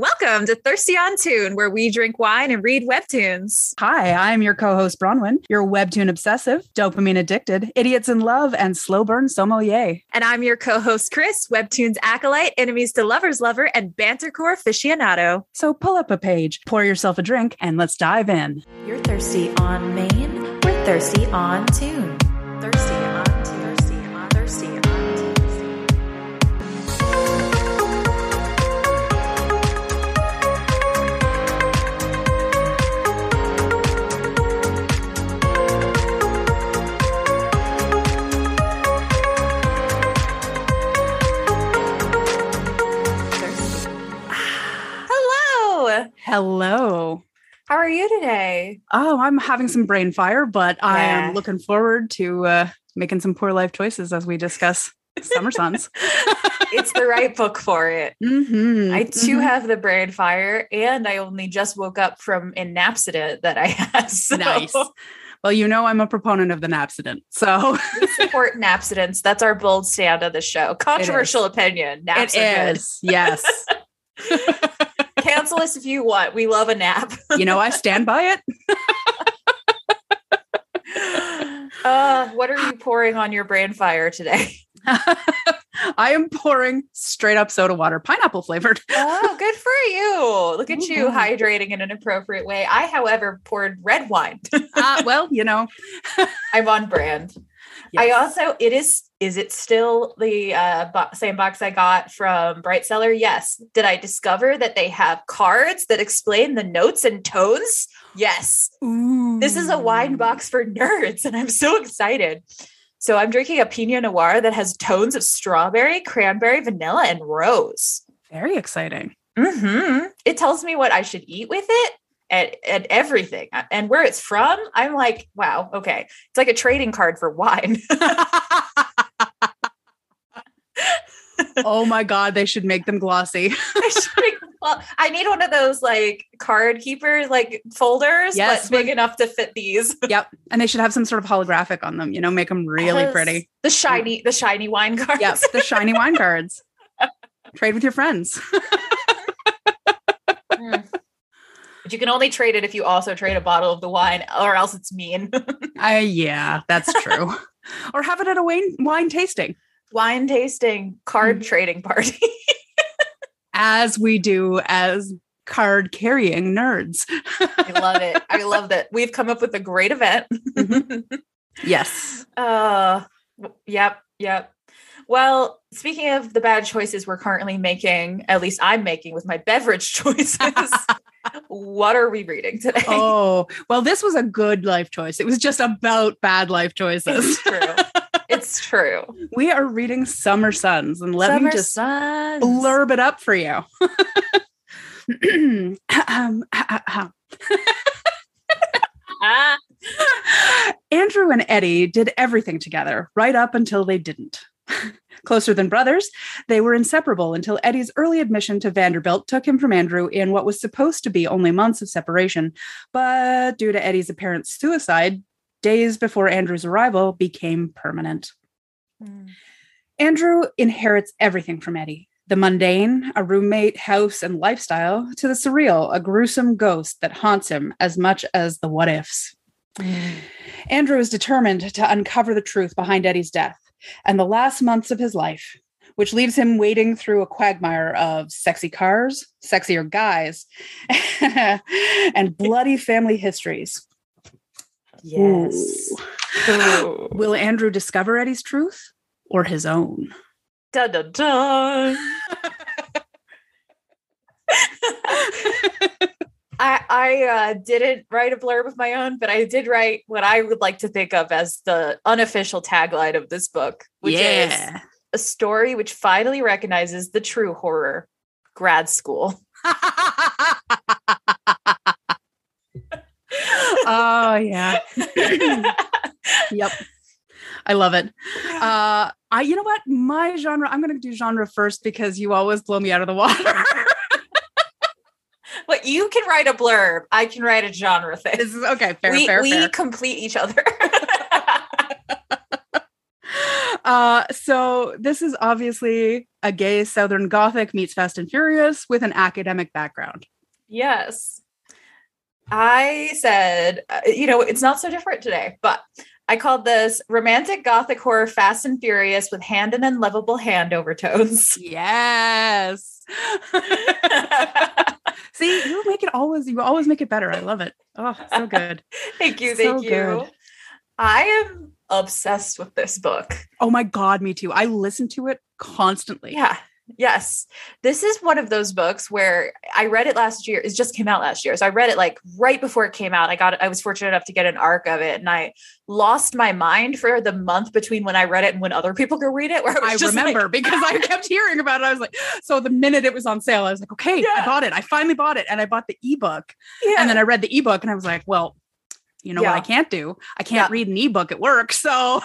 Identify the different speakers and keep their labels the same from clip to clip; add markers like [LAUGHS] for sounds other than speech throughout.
Speaker 1: Welcome to Thirsty on Tune, where we drink wine and read webtoons.
Speaker 2: Hi, I'm your co-host Bronwyn, your webtoon obsessive, dopamine addicted, idiots in love, and slow burn sommelier.
Speaker 1: And I'm your co host, Chris, Webtoons acolyte, enemies to lovers lover, and bantercore aficionado.
Speaker 2: So pull up a page, pour yourself a drink, and let's dive in.
Speaker 3: You're thirsty on Maine. We're thirsty on tune. Thirsty on tune. Thirsty on thirsty on tune. Thirsty. Ah.
Speaker 1: Hello.
Speaker 2: Hello.
Speaker 1: How are you today?
Speaker 2: Oh, I'm having some brain fire, but I
Speaker 1: Yeah.
Speaker 2: am looking forward to uh, making some poor life choices as we
Speaker 1: [LAUGHS]
Speaker 2: discuss summer suns.
Speaker 1: It's the right book for it.
Speaker 2: Mhm,
Speaker 1: Mm-hmm. I too
Speaker 2: mhm.
Speaker 1: have the brain fire, and I only just woke up from an accident that I [LAUGHS] had. So
Speaker 2: nice. Well, you know I'm a proponent of the napsident, so [LAUGHS]
Speaker 1: we support napsidents. That's our bold stand on the show. Controversial opinion. Naps are [LAUGHS]
Speaker 2: it
Speaker 1: good.
Speaker 2: is. Yes,
Speaker 1: Cancel us if you want. We love a nap.
Speaker 2: you know I stand by it.
Speaker 1: [LAUGHS] uh, what are you pouring on your brain fire today?
Speaker 2: I am pouring straight up soda water, pineapple flavored.
Speaker 1: [LAUGHS] Oh, good for you. Look at you
Speaker 2: Ooh.
Speaker 1: hydrating in an appropriate way. I, however, poured red wine. [LAUGHS] Uh,
Speaker 2: Ah, well, [LAUGHS] you know,
Speaker 1: I'm on brand. I also, it is, is it still the uh, bo- same box I got from Bright Cellar? Yes. Did I discover that they have cards that explain the notes and tones? Yes.
Speaker 2: Ooh.
Speaker 1: This is a
Speaker 2: Hmm.
Speaker 1: wine box for nerds, and I'm so excited. So I'm drinking a Pinot Noir that has tones of strawberry, cranberry, vanilla, and rose.
Speaker 2: Very exciting.
Speaker 1: hmm It tells me what I should eat with it and, and everything and where it's from. I'm like, wow, okay. It's like a trading card for wine. [LAUGHS]
Speaker 2: oh my god, they should make them glossy. [LAUGHS]
Speaker 1: [LAUGHS] I, should make- well, I need one of those like card keeper like folders,
Speaker 2: Yes,
Speaker 1: but big enough to fit these.
Speaker 2: yep, and they should have some sort of holographic on them. You know, make them really
Speaker 1: Yes.
Speaker 2: pretty.
Speaker 1: The shiny, the shiny wine [LAUGHS] cards.
Speaker 2: Yep, the shiny
Speaker 1: [LAUGHS]
Speaker 2: wine cards. Trade with your friends.
Speaker 1: Mm. But you can only trade it if you also trade a bottle of the wine, or else it's mean. [LAUGHS]
Speaker 2: I yeah, that's true. or have it at a wine wine tasting,
Speaker 1: wine tasting, card
Speaker 2: Mm.
Speaker 1: trading party.
Speaker 2: as we do as card carrying nerds.
Speaker 1: I love it. I love that we've come up with a great event.
Speaker 2: Mm-hmm. Yes.
Speaker 1: Uh, w- yep, yep. Well, speaking of the bad choices we're currently making, at least I'm making with my beverage [LAUGHS] choices, what are we reading today?
Speaker 2: Oh, well, this was a good life choice. It was just about bad life choices.
Speaker 1: [LAUGHS] It's true. It's true.
Speaker 2: we are reading Summer Suns, and let me just
Speaker 1: Suns.
Speaker 2: blurb it up for you. [CLEARS THROAT] Ahem, ahem.
Speaker 1: Ah,
Speaker 2: Andrew and Eddie did everything together, right up until they didn't. [LAUGHS] Closer than brothers, they were inseparable until Eddie's early admission to Vanderbilt took him from Andrew in what was supposed to be only months of separation, but due to Eddie's apparent suicide, days before Andrew's arrival became permanent.
Speaker 1: Mm.
Speaker 2: Andrew inherits everything from Eddie the mundane, a roommate, house, and lifestyle, to the surreal, a gruesome ghost that haunts him as much as the what ifs. Andrew is determined to uncover the truth behind Eddie's death and the last months of his life, which leaves him wading through a quagmire of sexy cars, sexier guys, [LAUGHS] and bloody family histories.
Speaker 1: yes. Ooh.
Speaker 2: Will Andrew discover Eddie's truth or his own?
Speaker 1: Dun, dun, dun. [LAUGHS] I I uh, didn't write a blurb of my own, but I did write what I would like to think of as the unofficial tagline of this book, which is [LAUGHS] a story which finally recognizes the true horror, grad school. [LAUGHS]
Speaker 2: oh
Speaker 1: [LAUGHS]
Speaker 2: yeah yep i love it uh i you know what my genre i'm gonna do genre first because you always blow me out of the water [LAUGHS]
Speaker 1: but you can write a blurb. I can write a genre thing.
Speaker 2: this is okay fair
Speaker 1: we
Speaker 2: fair
Speaker 1: we
Speaker 2: fair
Speaker 1: complete each other. [LAUGHS]
Speaker 2: uh so this is obviously a gay Southern Gothic meets Fast and Furious with an academic background.
Speaker 1: Yes. I said, uh, you know, it's not so different today, but I called this romantic gothic horror Fast and Furious with hand and unlovable hand overtones. [LAUGHS]
Speaker 2: Yes. See, you make it always, you always make it better. I love it. Oh, so good.
Speaker 1: thank you.
Speaker 2: So
Speaker 1: Thank you.
Speaker 2: good.
Speaker 1: I am obsessed with this book.
Speaker 2: Oh my God, me too. I listen to it constantly.
Speaker 1: Yeah. Yes. This is one of those books where I read it last year. It just came out last year. So I read it like right before it came out. I got I was fortunate enough to get an arc of it and I lost my mind for the month between when I read it and when other people could read it where I was
Speaker 2: I
Speaker 1: just like,
Speaker 2: remember because I kept hearing about it. I was like, so the minute it was on sale, I was like, okay,
Speaker 1: Yeah.
Speaker 2: I bought it. I finally bought it. And I bought the ebook.
Speaker 1: yeah.
Speaker 2: And then I read the ebook and I was like, well, you know
Speaker 1: Yeah.
Speaker 2: what I can't do? I can't
Speaker 1: Yeah.
Speaker 2: read an ebook at work. So [LAUGHS]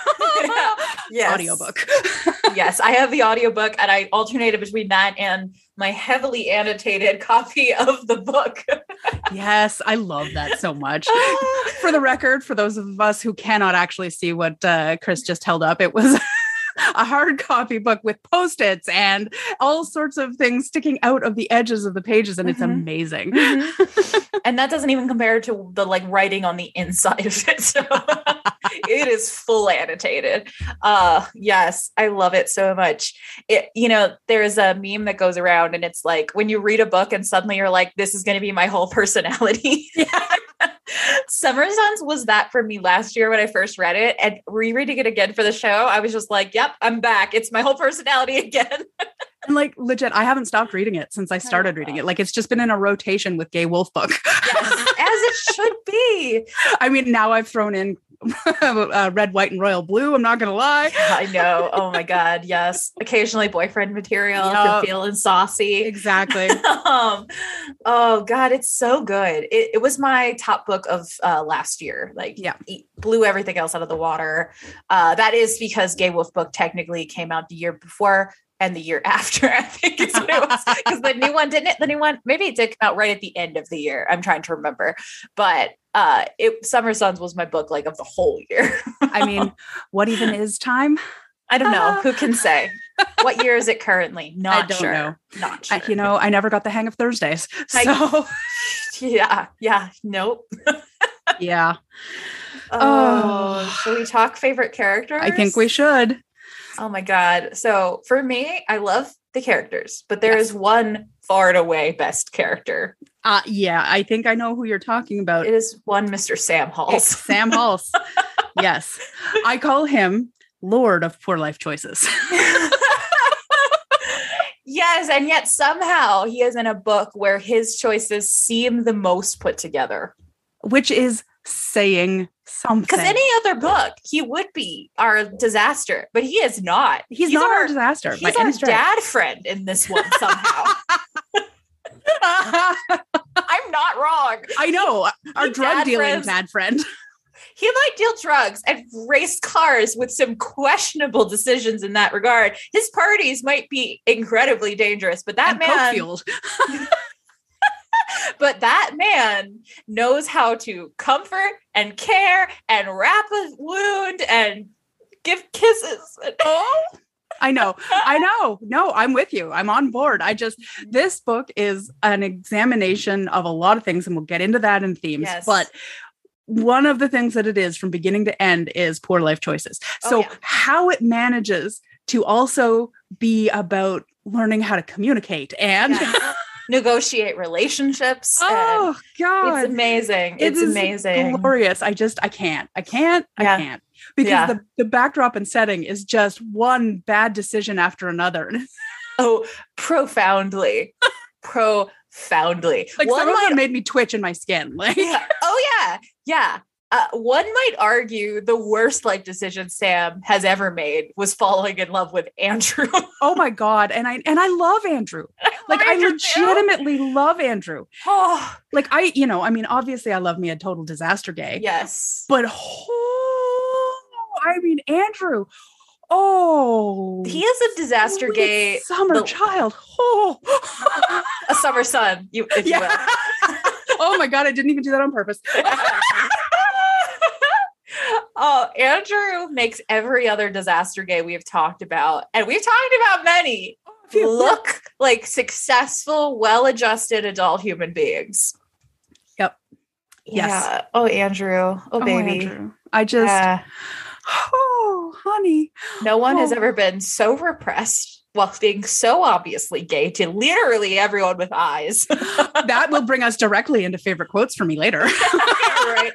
Speaker 1: [LAUGHS] yes.
Speaker 2: audiobook. [LAUGHS]
Speaker 1: yes, I have the audiobook and I alternated between that and my heavily annotated [LAUGHS] copy of the book.
Speaker 2: yes, I love that so
Speaker 1: [LAUGHS]
Speaker 2: much. for the record, for those of us who cannot actually see what uh, Chris just held up, it was [LAUGHS] a hard copy book with post its and all sorts of things sticking out of the edges of the pages, and it's
Speaker 1: Mhm.
Speaker 2: amazing.
Speaker 1: [LAUGHS] Mhm. and that doesn't even compare to the like writing on the inside of it. [LAUGHS] So it is full annotated. Uh yes, I love it so much. It you know, there's a meme that goes around and it's like when you read a book and suddenly you're like, this is gonna be my whole [LAUGHS] personality. [LAUGHS] Summer Suns was that for me last year when I first read it and rereading it again for the show. I was just like, yep, I'm back. It's my whole personality [LAUGHS] again.
Speaker 2: And like legit, I haven't stopped reading it since I started reading it. Like it's just been in a rotation with Gay Wolf book. [LAUGHS]
Speaker 1: Yes, as it should be.
Speaker 2: I mean, now I've thrown in [LAUGHS] uh, Red, White, and Royal Blue. I'm not gonna lie.
Speaker 1: I know. Oh my God. Yes. Occasionally boyfriend material
Speaker 2: Yeah.
Speaker 1: if you're feeling saucy. [LAUGHS]
Speaker 2: [LAUGHS] Exactly.
Speaker 1: Um, oh God, it's so good. It, it was my top book of uh, last year. Like,
Speaker 2: Yeah.
Speaker 1: it blew everything else out of the water. Uh, that is because Gay Wolf book technically came out the year before and the year [LAUGHS] after. I think is what it was because the new one didn't it? The new one maybe it did come out right at the end of the year. I'm trying to remember, but uh, it Summer Suns was my book like of the whole year.
Speaker 2: I mean, what even is time?
Speaker 1: I don't know.
Speaker 2: Ah.
Speaker 1: Who can
Speaker 2: [LAUGHS]
Speaker 1: say? What year is it currently? Not
Speaker 2: don't
Speaker 1: sure.
Speaker 2: know.
Speaker 1: Not sure.
Speaker 2: I, you know, I never got the hang of [LAUGHS] Thursdays.
Speaker 1: I-
Speaker 2: So
Speaker 1: yeah. Yeah. Nope.
Speaker 2: yeah.
Speaker 1: Oh, should we talk favorite characters?
Speaker 2: I think we should.
Speaker 1: Oh my god. So for me, I love the characters, but there
Speaker 2: Yes.
Speaker 1: is one far and away best character.
Speaker 2: Uh, yeah, I think I know who you're talking about.
Speaker 1: It is one Mr. Sam
Speaker 2: It's
Speaker 1: Halls.
Speaker 2: Sam [LAUGHS] Hulse. yes. I call him Lord of Poor Life Choices. [LAUGHS]
Speaker 1: [LAUGHS] yes, and yet somehow he is in a book where his choices seem the most put together.
Speaker 2: which is saying something.
Speaker 1: Because any other book, he would be our disaster, but he is not.
Speaker 2: he's, not our,
Speaker 1: our
Speaker 2: disaster. by
Speaker 1: He's
Speaker 2: any
Speaker 1: our
Speaker 2: stretch.
Speaker 1: dad friend in this one somehow.
Speaker 2: [LAUGHS]
Speaker 1: I'm not wrong.
Speaker 2: I know our
Speaker 1: He
Speaker 2: drug
Speaker 1: dad
Speaker 2: dealing
Speaker 1: friends-
Speaker 2: bad friend.
Speaker 1: He might deal drugs and race cars with some questionable decisions in that regard. His parties might be incredibly dangerous, but that
Speaker 2: and coke
Speaker 1: man,
Speaker 2: fueled.
Speaker 1: but that man knows how to comfort and care and wrap a wound and give kisses. Oh,
Speaker 2: I know.
Speaker 1: [LAUGHS]
Speaker 2: I know. No, I'm with you. I'm on board. I just
Speaker 1: Mm-hmm.
Speaker 2: this book is an examination of a lot of things, and we'll get into that in themes.
Speaker 1: Yes.
Speaker 2: But one of the things that it is from beginning to end is poor life choices.
Speaker 1: Oh,
Speaker 2: So
Speaker 1: yeah.
Speaker 2: how it manages to also be about learning how to communicate and
Speaker 1: Yeah. [LAUGHS] negotiate relationships. and-
Speaker 2: oh god,
Speaker 1: It's amazing.
Speaker 2: It
Speaker 1: it's
Speaker 2: is
Speaker 1: amazing.
Speaker 2: glorious. I just I can't. I can't. I
Speaker 1: Yeah.
Speaker 2: can't. Because
Speaker 1: Yeah.
Speaker 2: the, the backdrop and setting is just one bad decision after another.
Speaker 1: [LAUGHS]
Speaker 2: [LAUGHS]
Speaker 1: Oh, profoundly. profoundly.
Speaker 2: like
Speaker 1: one
Speaker 2: some of
Speaker 1: might,
Speaker 2: them made me twitch in my skin. [LAUGHS] Like
Speaker 1: yeah. Oh yeah. Yeah. Uh, one might argue the worst life decision Sam has ever made was falling in love with Andrew. [LAUGHS]
Speaker 2: oh my god. And I and I love Andrew. Like I
Speaker 1: Andrew.
Speaker 2: legitimately love Andrew.
Speaker 1: [GASPS] Oh,
Speaker 2: Like I, you know, I mean, obviously I love me a total disaster gay.
Speaker 1: yes.
Speaker 2: But oh, I mean Andrew. Oh
Speaker 1: He is a disaster
Speaker 2: sweet
Speaker 1: gay,
Speaker 2: summer
Speaker 1: the-
Speaker 2: child. [LAUGHS]
Speaker 1: [LAUGHS]
Speaker 2: Oh,
Speaker 1: a summer sun, you, if you will. [LAUGHS]
Speaker 2: yeah. [LAUGHS] oh my god, I didn't even do that on purpose.
Speaker 1: oh, Andrew makes every other disaster gay we have talked about, and we've talked about many. look like successful, well adjusted adult human beings.
Speaker 2: Yep.
Speaker 1: Yeah.
Speaker 2: Yes.
Speaker 1: Oh, Andrew. Oh, baby.
Speaker 2: Andrew, I just,
Speaker 1: Yeah.
Speaker 2: oh, honey.
Speaker 1: No one has
Speaker 2: Oh.
Speaker 1: ever been so repressed while being so obviously gay to literally everyone with eyes. [LAUGHS]
Speaker 2: That will bring us directly into favorite quotes for me later.
Speaker 1: right.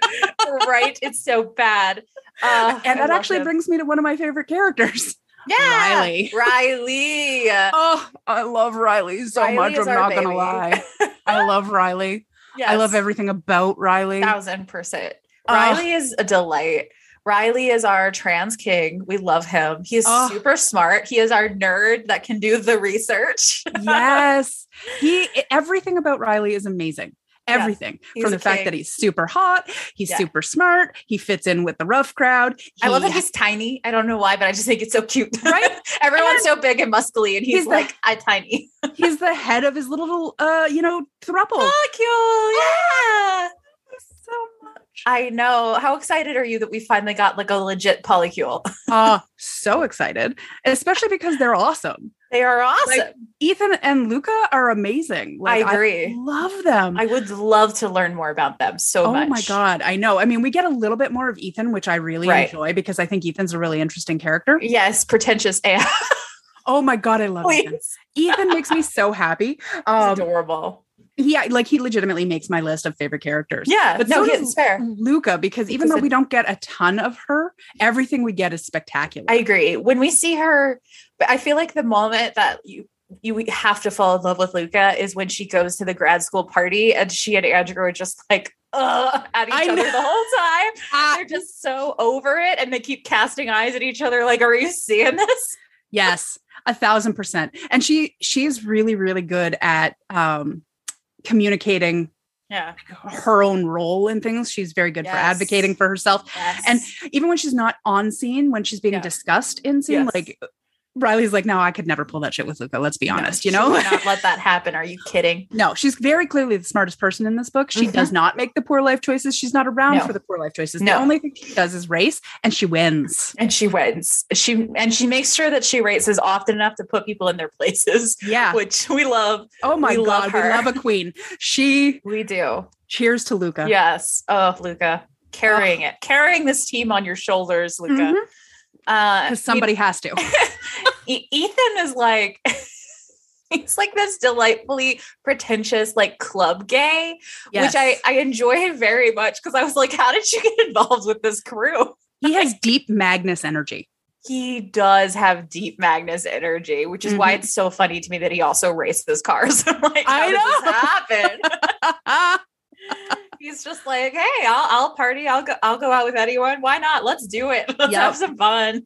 Speaker 1: Right. It's so bad. Uh,
Speaker 2: and
Speaker 1: I
Speaker 2: that
Speaker 1: love
Speaker 2: actually
Speaker 1: him.
Speaker 2: brings me to one of my
Speaker 1: [LAUGHS]
Speaker 2: favorite characters.
Speaker 1: yeah.
Speaker 2: Riley.
Speaker 1: Riley.
Speaker 2: Oh, [LAUGHS] I love Riley so
Speaker 1: Riley
Speaker 2: much.
Speaker 1: is
Speaker 2: I'm
Speaker 1: our
Speaker 2: not
Speaker 1: baby.
Speaker 2: gonna lie. [LAUGHS] I love Riley. I love
Speaker 1: Yes.
Speaker 2: everything about Riley.
Speaker 1: thousand percent.
Speaker 2: Ugh.
Speaker 1: Riley is a delight. Riley is our trans king. We love him. He is
Speaker 2: Ugh.
Speaker 1: super smart. He is our nerd that can do the research. [LAUGHS]
Speaker 2: yes, he. Everything about Riley is amazing.
Speaker 1: Yes.
Speaker 2: Everything
Speaker 1: He's
Speaker 2: from the
Speaker 1: a
Speaker 2: fact
Speaker 1: king.
Speaker 2: that he's super hot, he's
Speaker 1: Yeah.
Speaker 2: super smart, he fits in with the rough crowd.
Speaker 1: I love that
Speaker 2: He-
Speaker 1: he's tiny. I don't know why, but I just think it's so cute. [LAUGHS]
Speaker 2: Right?
Speaker 1: Everyone's so big and muscly, and he's,
Speaker 2: he's the-
Speaker 1: like, I tiny. [LAUGHS]
Speaker 2: he's the head of his little, uh, you know, thruple.
Speaker 1: Oh, Polycule. Yeah.
Speaker 2: [LAUGHS] so much.
Speaker 1: I know. How excited are you that we finally got like a legit polycule?
Speaker 2: Uh, so excited, especially because they're awesome.
Speaker 1: They are awesome.
Speaker 2: Like, Ethan and Luca are amazing. Like,
Speaker 1: I agree.
Speaker 2: love them.
Speaker 1: I would love to learn more about them so
Speaker 2: oh
Speaker 1: much.
Speaker 2: my god, I know. I mean, we get a little bit more of Ethan, which I really
Speaker 1: Right.
Speaker 2: enjoy because I think Ethan's a really interesting character.
Speaker 1: Yes, pretentious and [LAUGHS]
Speaker 2: Oh my god, I love Ethan.
Speaker 1: please.
Speaker 2: Ethan
Speaker 1: [LAUGHS]
Speaker 2: makes me so happy.
Speaker 1: He's
Speaker 2: Um,
Speaker 1: adorable.
Speaker 2: yeah, like he legitimately makes my list of favorite characters.
Speaker 1: Yeah,
Speaker 2: but
Speaker 1: no,
Speaker 2: so
Speaker 1: he-
Speaker 2: does
Speaker 1: it's fair.
Speaker 2: Luca, because even
Speaker 1: Because
Speaker 2: though
Speaker 1: it-
Speaker 2: we don't get a ton of her, everything we get is spectacular.
Speaker 1: I agree. When we see her, but I feel like the moment that you you have to fall in love with Luca is when she goes to the grad school party and she and Andrew are just like uh, at each
Speaker 2: I
Speaker 1: other
Speaker 2: know.
Speaker 1: the whole time.
Speaker 2: Ah,
Speaker 1: They're just so over it, and they keep casting eyes at each other. Like, are you seeing this?
Speaker 2: yes, a thousand percent. And she she is really really good at um communicating
Speaker 1: Yeah.
Speaker 2: her own role in things. She's very good for
Speaker 1: Yes.
Speaker 2: advocating for herself. And even when she's not on scene, when she's being
Speaker 1: Yeah.
Speaker 2: discussed in scene,
Speaker 1: Yes.
Speaker 2: like Riley's like, no, I could never pull that shit with Luca. Let's be honest, you
Speaker 1: she
Speaker 2: know?
Speaker 1: would not let that happen. Are you kidding?
Speaker 2: No, she's very clearly the smartest person in this book. She does not make the poor life choices. She's not around
Speaker 1: Mm-hmm. No.
Speaker 2: for the poor life choices.
Speaker 1: No.
Speaker 2: The only thing she does is race and she wins.
Speaker 1: And she wins. She and she makes sure that she rates is often enough to put people in their places,
Speaker 2: Yeah.
Speaker 1: which we love.
Speaker 2: Oh my
Speaker 1: we
Speaker 2: god,
Speaker 1: love
Speaker 2: we
Speaker 1: her.
Speaker 2: love a queen. She
Speaker 1: We do.
Speaker 2: cheers to Luca.
Speaker 1: Yes. Oh, Luca, carrying it, carrying this team on your shoulders, Luca.
Speaker 2: Mhm.
Speaker 1: Uh,
Speaker 2: 'Cause somebody has to.
Speaker 1: E- Ethan is like. [LAUGHS] He's like this delightfully pretentious, like club gay, [LAUGHS]
Speaker 2: Yes.
Speaker 1: which I, I enjoy very much because I was like, how did you [LAUGHS] get involved with this crew?
Speaker 2: he has deep
Speaker 1: [LAUGHS]
Speaker 2: Magnus energy.
Speaker 1: He does have deep Magnus energy, which is why
Speaker 2: Mhm.
Speaker 1: it's so funny to me that he also races cars. [LAUGHS] I'm like, how
Speaker 2: I
Speaker 1: did
Speaker 2: know.
Speaker 1: this happen?
Speaker 2: [LAUGHS]
Speaker 1: he's just like, hey, I'll, I'll party. I'll go. I'll go out with anyone. Why not? Let's do it. [LAUGHS] Let's
Speaker 2: Yep.
Speaker 1: have some fun.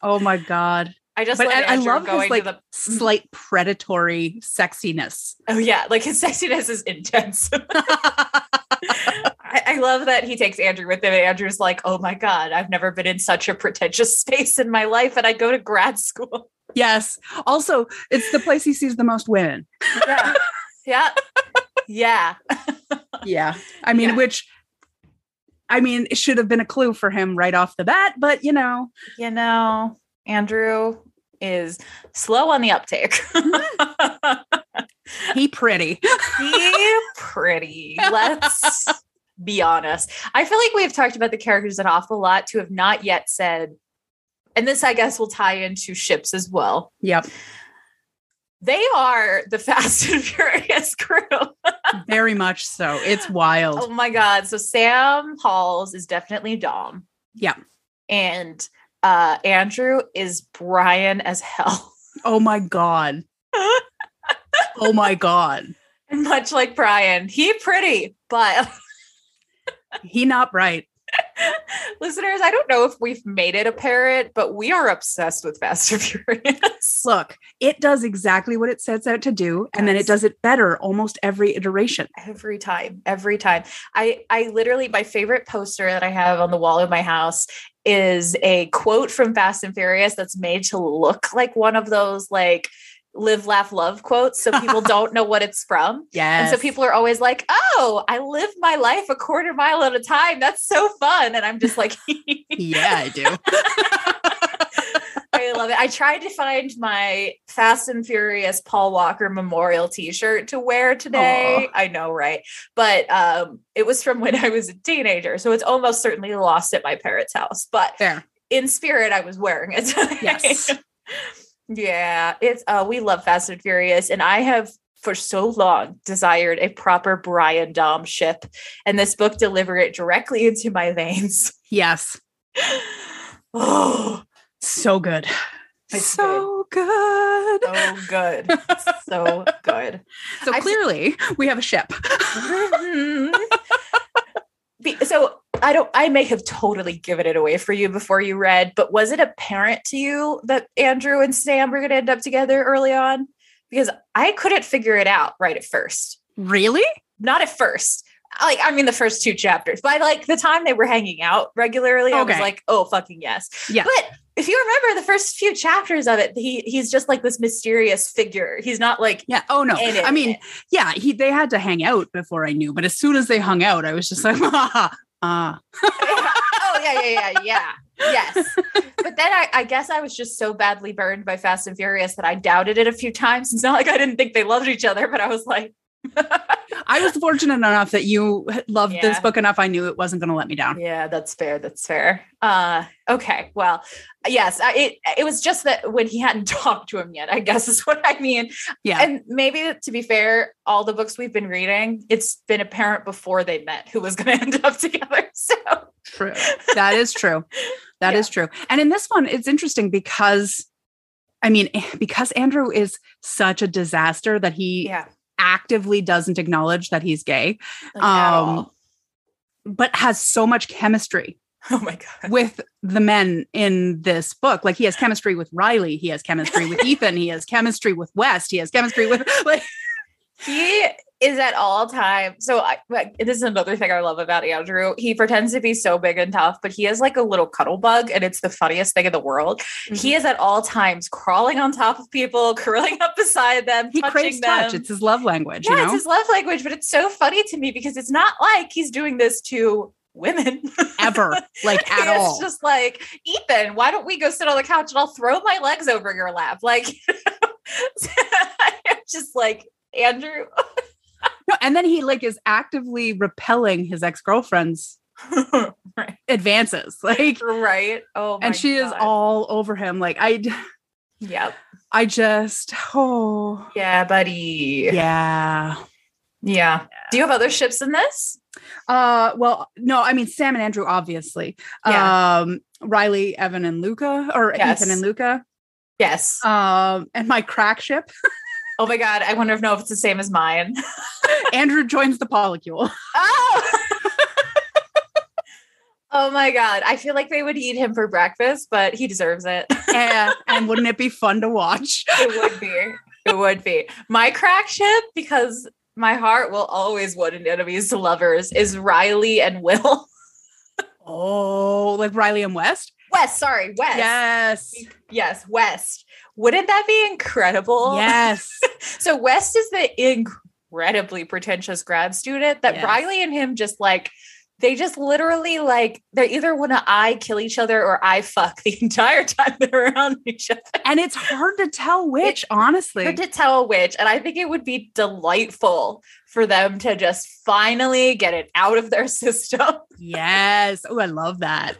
Speaker 2: oh my god.
Speaker 1: I just
Speaker 2: But
Speaker 1: love
Speaker 2: I, I
Speaker 1: Andrew
Speaker 2: love
Speaker 1: going
Speaker 2: his like
Speaker 1: to the.
Speaker 2: slight predatory sexiness.
Speaker 1: Oh yeah, like his sexiness is intense. [LAUGHS] I, I love that he takes Andrew with him, and Andrew's like, "Oh my god, I've never been in such a pretentious [LAUGHS] space in my life, and I go to grad school."
Speaker 2: Yes. Also, it's the place he sees the most women.
Speaker 1: Yeah, [LAUGHS] yeah, yeah.
Speaker 2: Yeah. I mean,
Speaker 1: Yeah.
Speaker 2: which I mean, it should have been a clue for him right off the bat, but you know,
Speaker 1: You know, Andrew is slow on the uptake. [LAUGHS]
Speaker 2: he pretty.
Speaker 1: be pretty. Let's be honest. I feel like we've talked about the characters an awful lot to have not yet said, and this I guess will tie into ships as well.
Speaker 2: Yep.
Speaker 1: They are the [LAUGHS] Fast and Furious crew.
Speaker 2: Very much so. It's wild.
Speaker 1: [LAUGHS] Oh my God. So Sam Pauls is definitely Dom.
Speaker 2: Yeah.
Speaker 1: And uh Andrew is Brian as hell. [LAUGHS]
Speaker 2: Oh my God. oh my God.
Speaker 1: And much like Brian, he pretty, but
Speaker 2: He not right.
Speaker 1: Listeners, I don't know if we've made it a parrot, but we are obsessed with Fast and [LAUGHS] Furious.
Speaker 2: Look, it does exactly what it sets out to do, and then
Speaker 1: Yes.
Speaker 2: it does it better almost every iteration.
Speaker 1: Every time, every time. I I literally my favorite poster that I have on the wall of my house is a quote from Fast and Furious that's made to look like one of those like live laugh love quotes so people don't know what it's from.
Speaker 2: Yes.
Speaker 1: And so people [LAUGHS] are always like, "Oh, I live my life a quarter mile at a [LAUGHS] time. That's so fun." And I'm just like,
Speaker 2: yeah, I do.
Speaker 1: I love it. I tried to find my Fast and Furious Paul Walker memorial T-shirt to wear today. I know, right? But um, it was from when I was a teenager, so it's almost certainly lost at my parents' house. But
Speaker 2: There.
Speaker 1: in spirit, I was wearing it. today.
Speaker 2: Yes.
Speaker 1: [LAUGHS] yeah. It's uh, we love Fast and Furious, and I have for so long desired a proper Brian Dom ship, and this book delivered it directly into my veins. [LAUGHS]
Speaker 2: Yes.
Speaker 1: Oh.
Speaker 2: So good.
Speaker 1: It's
Speaker 2: so good.
Speaker 1: so good so good
Speaker 2: [LAUGHS] So
Speaker 1: I've-
Speaker 2: clearly, we have a ship.
Speaker 1: [LAUGHS] Be- so i don't i may have totally given it away for you before you read but was it apparent to you that andrew and sam were going to end up together early on because i couldn't figure it out right at first
Speaker 2: Really?
Speaker 1: not at first like i mean the first two chapters by like the time they were hanging out regularly i was
Speaker 2: Okay.
Speaker 1: like oh fucking yes
Speaker 2: Yeah.
Speaker 1: but if you remember the first few chapters of it he he's just like this mysterious figure he's not like
Speaker 2: Yeah. Oh no.
Speaker 1: in it.
Speaker 2: I mean, yeah, he they had to hang out before I knew, but as soon as they hung out, I was just like, [LAUGHS] ah, ah.
Speaker 1: oh yeah, yeah, yeah, yeah. Yes. But then I, I guess I was just so badly burned by Fast and Furious that I doubted it a few times. It's not like I didn't think they loved each other, but I was like,
Speaker 2: I was fortunate enough that you loved this
Speaker 1: Yeah.
Speaker 2: book enough. I knew it wasn't going to let me down.
Speaker 1: yeah, that's fair. That's fair. Uh, okay. Well, yes, I, it, it was just that when he hadn't [LAUGHS] talked to him yet, I guess is what I mean.
Speaker 2: Yeah.
Speaker 1: And maybe to be fair, all the books we've been reading, it's been apparent before they met who was going to [LAUGHS] end up together. So
Speaker 2: True. That is true. That
Speaker 1: Yeah.
Speaker 2: is true. And in this one, it's interesting because, I mean, [SIGHS] because Andrew is such a disaster that he
Speaker 1: yeah.
Speaker 2: actively doesn't acknowledge that he's gay,
Speaker 1: like, at
Speaker 2: Um,
Speaker 1: all.
Speaker 2: but has so much chemistry
Speaker 1: [LAUGHS] oh my God.
Speaker 2: with the men in this book. Like he has chemistry with Riley, he has chemistry
Speaker 1: [LAUGHS]
Speaker 2: with Ethan, he has chemistry with West, he has chemistry with [LAUGHS] like
Speaker 1: he is at all time so I, like, this is another thing i love about andrew he pretends to be so big and tough but he has like a little cuddle bug and it's the funniest thing in the world
Speaker 2: Mm-hmm.
Speaker 1: he is at all times crawling on top of people [LAUGHS] curling up beside them
Speaker 2: he
Speaker 1: touching
Speaker 2: craves
Speaker 1: them
Speaker 2: touch. It's his love language,
Speaker 1: yeah
Speaker 2: you
Speaker 1: it's
Speaker 2: know?
Speaker 1: his [LAUGHS] love language but it's so funny to me because it's not like he's doing this to women [LAUGHS]
Speaker 2: Ever, like at
Speaker 1: it's
Speaker 2: all.
Speaker 1: just like ethan why don't we go sit on the couch and i'll throw my legs over your lap like [LAUGHS] I'm just like andrew [LAUGHS]
Speaker 2: No, and then he like is actively repelling his ex-girlfriend's advances. [LAUGHS] Like
Speaker 1: right oh my
Speaker 2: and she is
Speaker 1: God.
Speaker 2: all over him. Like I
Speaker 1: yep
Speaker 2: I just oh
Speaker 1: yeah buddy yeah.
Speaker 2: yeah.
Speaker 1: do you have other ships in this
Speaker 2: Uh well, no, I mean Sam and Andrew, obviously. Um Riley, Evan, and Luca, or
Speaker 1: Yes.
Speaker 2: Ethan and Luca.
Speaker 1: yes
Speaker 2: Um, and my crack ship. [LAUGHS]
Speaker 1: oh my god i wonder if no if it's the same as mine [LAUGHS]
Speaker 2: Andrew joins the polycule.
Speaker 1: oh oh my god i feel like they would eat him for breakfast but he deserves it
Speaker 2: [LAUGHS] and, and wouldn't it be fun to watch?
Speaker 1: it would be [LAUGHS] it would be my crack ship because my heart will always wooden enemies to lovers is riley and will [LAUGHS]
Speaker 2: Oh, like Riley and West?
Speaker 1: west sorry west
Speaker 2: Yes.
Speaker 1: yes west wouldn't that be incredible
Speaker 2: Yes.
Speaker 1: So West is the incredibly pretentious grad student that
Speaker 2: Yes.
Speaker 1: Riley and him just like they just literally like they either want to I kill each other or I fuck the [LAUGHS] entire time they're around each other.
Speaker 2: and it's hard to [LAUGHS] tell which, honestly.
Speaker 1: Hard to tell which, and I think it would be delightful for them to just finally get it out of their [LAUGHS] system.
Speaker 2: yes. Oh, I love that.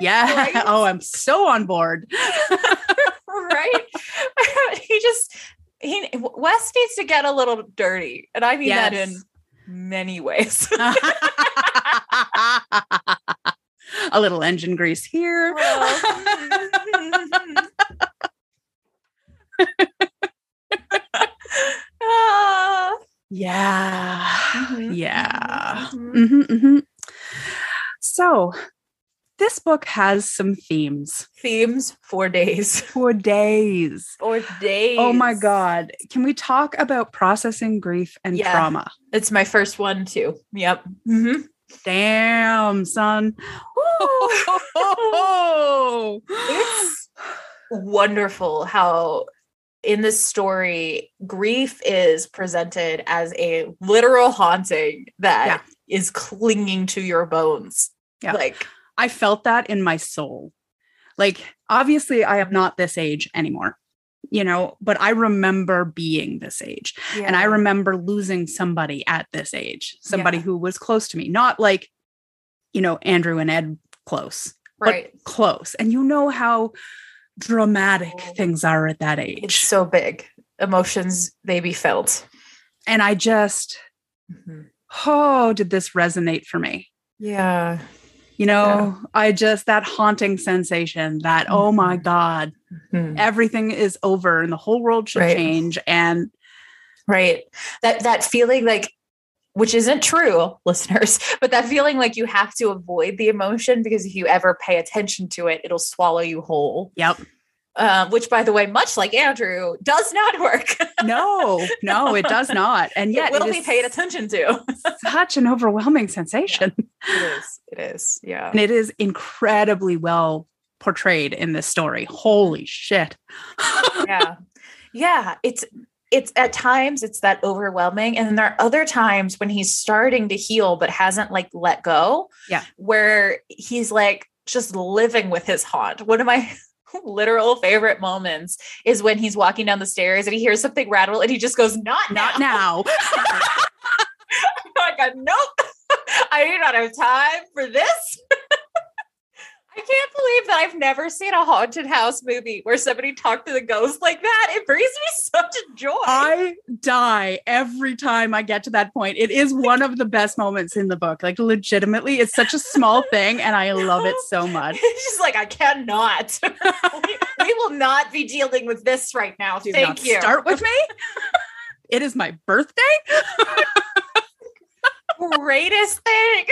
Speaker 2: Yeah.
Speaker 1: Right?
Speaker 2: [LAUGHS] Oh, I'm so on board. [LAUGHS]
Speaker 1: right? [LAUGHS] he just he West needs to get a little dirty, and I mean that
Speaker 2: Yes.
Speaker 1: in many ways.
Speaker 2: A little engine grease here.
Speaker 1: Ah.
Speaker 2: Yeah.
Speaker 1: Mhm,
Speaker 2: [LAUGHS] Yeah.
Speaker 1: mhm, mhm.
Speaker 2: hmm hmm So, this book has some themes
Speaker 1: Themes for days.
Speaker 2: for days.
Speaker 1: For days.
Speaker 2: Oh my God. Can we talk about processing grief and
Speaker 1: Yeah.
Speaker 2: trauma?
Speaker 1: It's my first one, too. Yep. Mhm. [LAUGHS]
Speaker 2: Damn, son. [LAUGHS]
Speaker 1: It's wonderful how in this story, grief is presented as a literal haunting that is clinging to your bones.
Speaker 2: Yeah.
Speaker 1: Like,
Speaker 2: I felt that in my soul. Like, obviously, I am not this age anymore, you know, but I remember being this age.
Speaker 1: Yeah.
Speaker 2: And I remember losing somebody at this age, somebody
Speaker 1: Yeah.
Speaker 2: who was close to me, not like, you know, Andrew and Ed close,
Speaker 1: right.
Speaker 2: but close. And you know how dramatic
Speaker 1: Oh.
Speaker 2: things are at that age.
Speaker 1: It's so big. Emotions they be felt.
Speaker 2: and I just,
Speaker 1: Mm-hmm.
Speaker 2: oh, did this resonate for me?
Speaker 1: Yeah.
Speaker 2: You know, I just, that haunting sensation that, oh my
Speaker 1: Mhm.
Speaker 2: God,
Speaker 1: Hmm.
Speaker 2: everything is over and the whole world should
Speaker 1: Right.
Speaker 2: change. And
Speaker 1: Right. That that feeling like which isn't true, [LAUGHS] listeners, but that feeling like you have to avoid the emotion because if you ever pay attention to it, it'll swallow you whole.
Speaker 2: yep,
Speaker 1: Uh, which, by the way, much like Andrew, does not work. [LAUGHS]
Speaker 2: no, no, it does not. And yet,
Speaker 1: it will be
Speaker 2: is
Speaker 1: paid attention to.
Speaker 2: such an overwhelming sensation.
Speaker 1: It is. It is. Yeah.
Speaker 2: And it is incredibly well portrayed in this story. Holy shit.
Speaker 1: yeah yeah it's it's at times it's that overwhelming and then there are other times when he's starting to heal but hasn't like let go
Speaker 2: Yeah.
Speaker 1: where he's like just living with his haunt one of my [LAUGHS] literal favorite moments is when he's walking down the stairs and he hears something rattle and he just goes not now. [LAUGHS]
Speaker 2: Not now.
Speaker 1: I got nope. [LAUGHS] I do not have time for this. [LAUGHS] I can't believe that I've never seen a haunted house movie where somebody talked to the ghost like that. It brings me [LAUGHS] such joy.
Speaker 2: I die every time I get to that point. It is one of the best moments in the book. Like, legitimately, it's such
Speaker 1: [LAUGHS]
Speaker 2: a small thing, and I love it so much.
Speaker 1: it's just like I cannot. [LAUGHS] we, we will not be dealing with this right now.
Speaker 2: Do
Speaker 1: Thank
Speaker 2: not
Speaker 1: you. [LAUGHS]
Speaker 2: Start with me. It is my birthday.
Speaker 1: Greatest [LAUGHS] thing.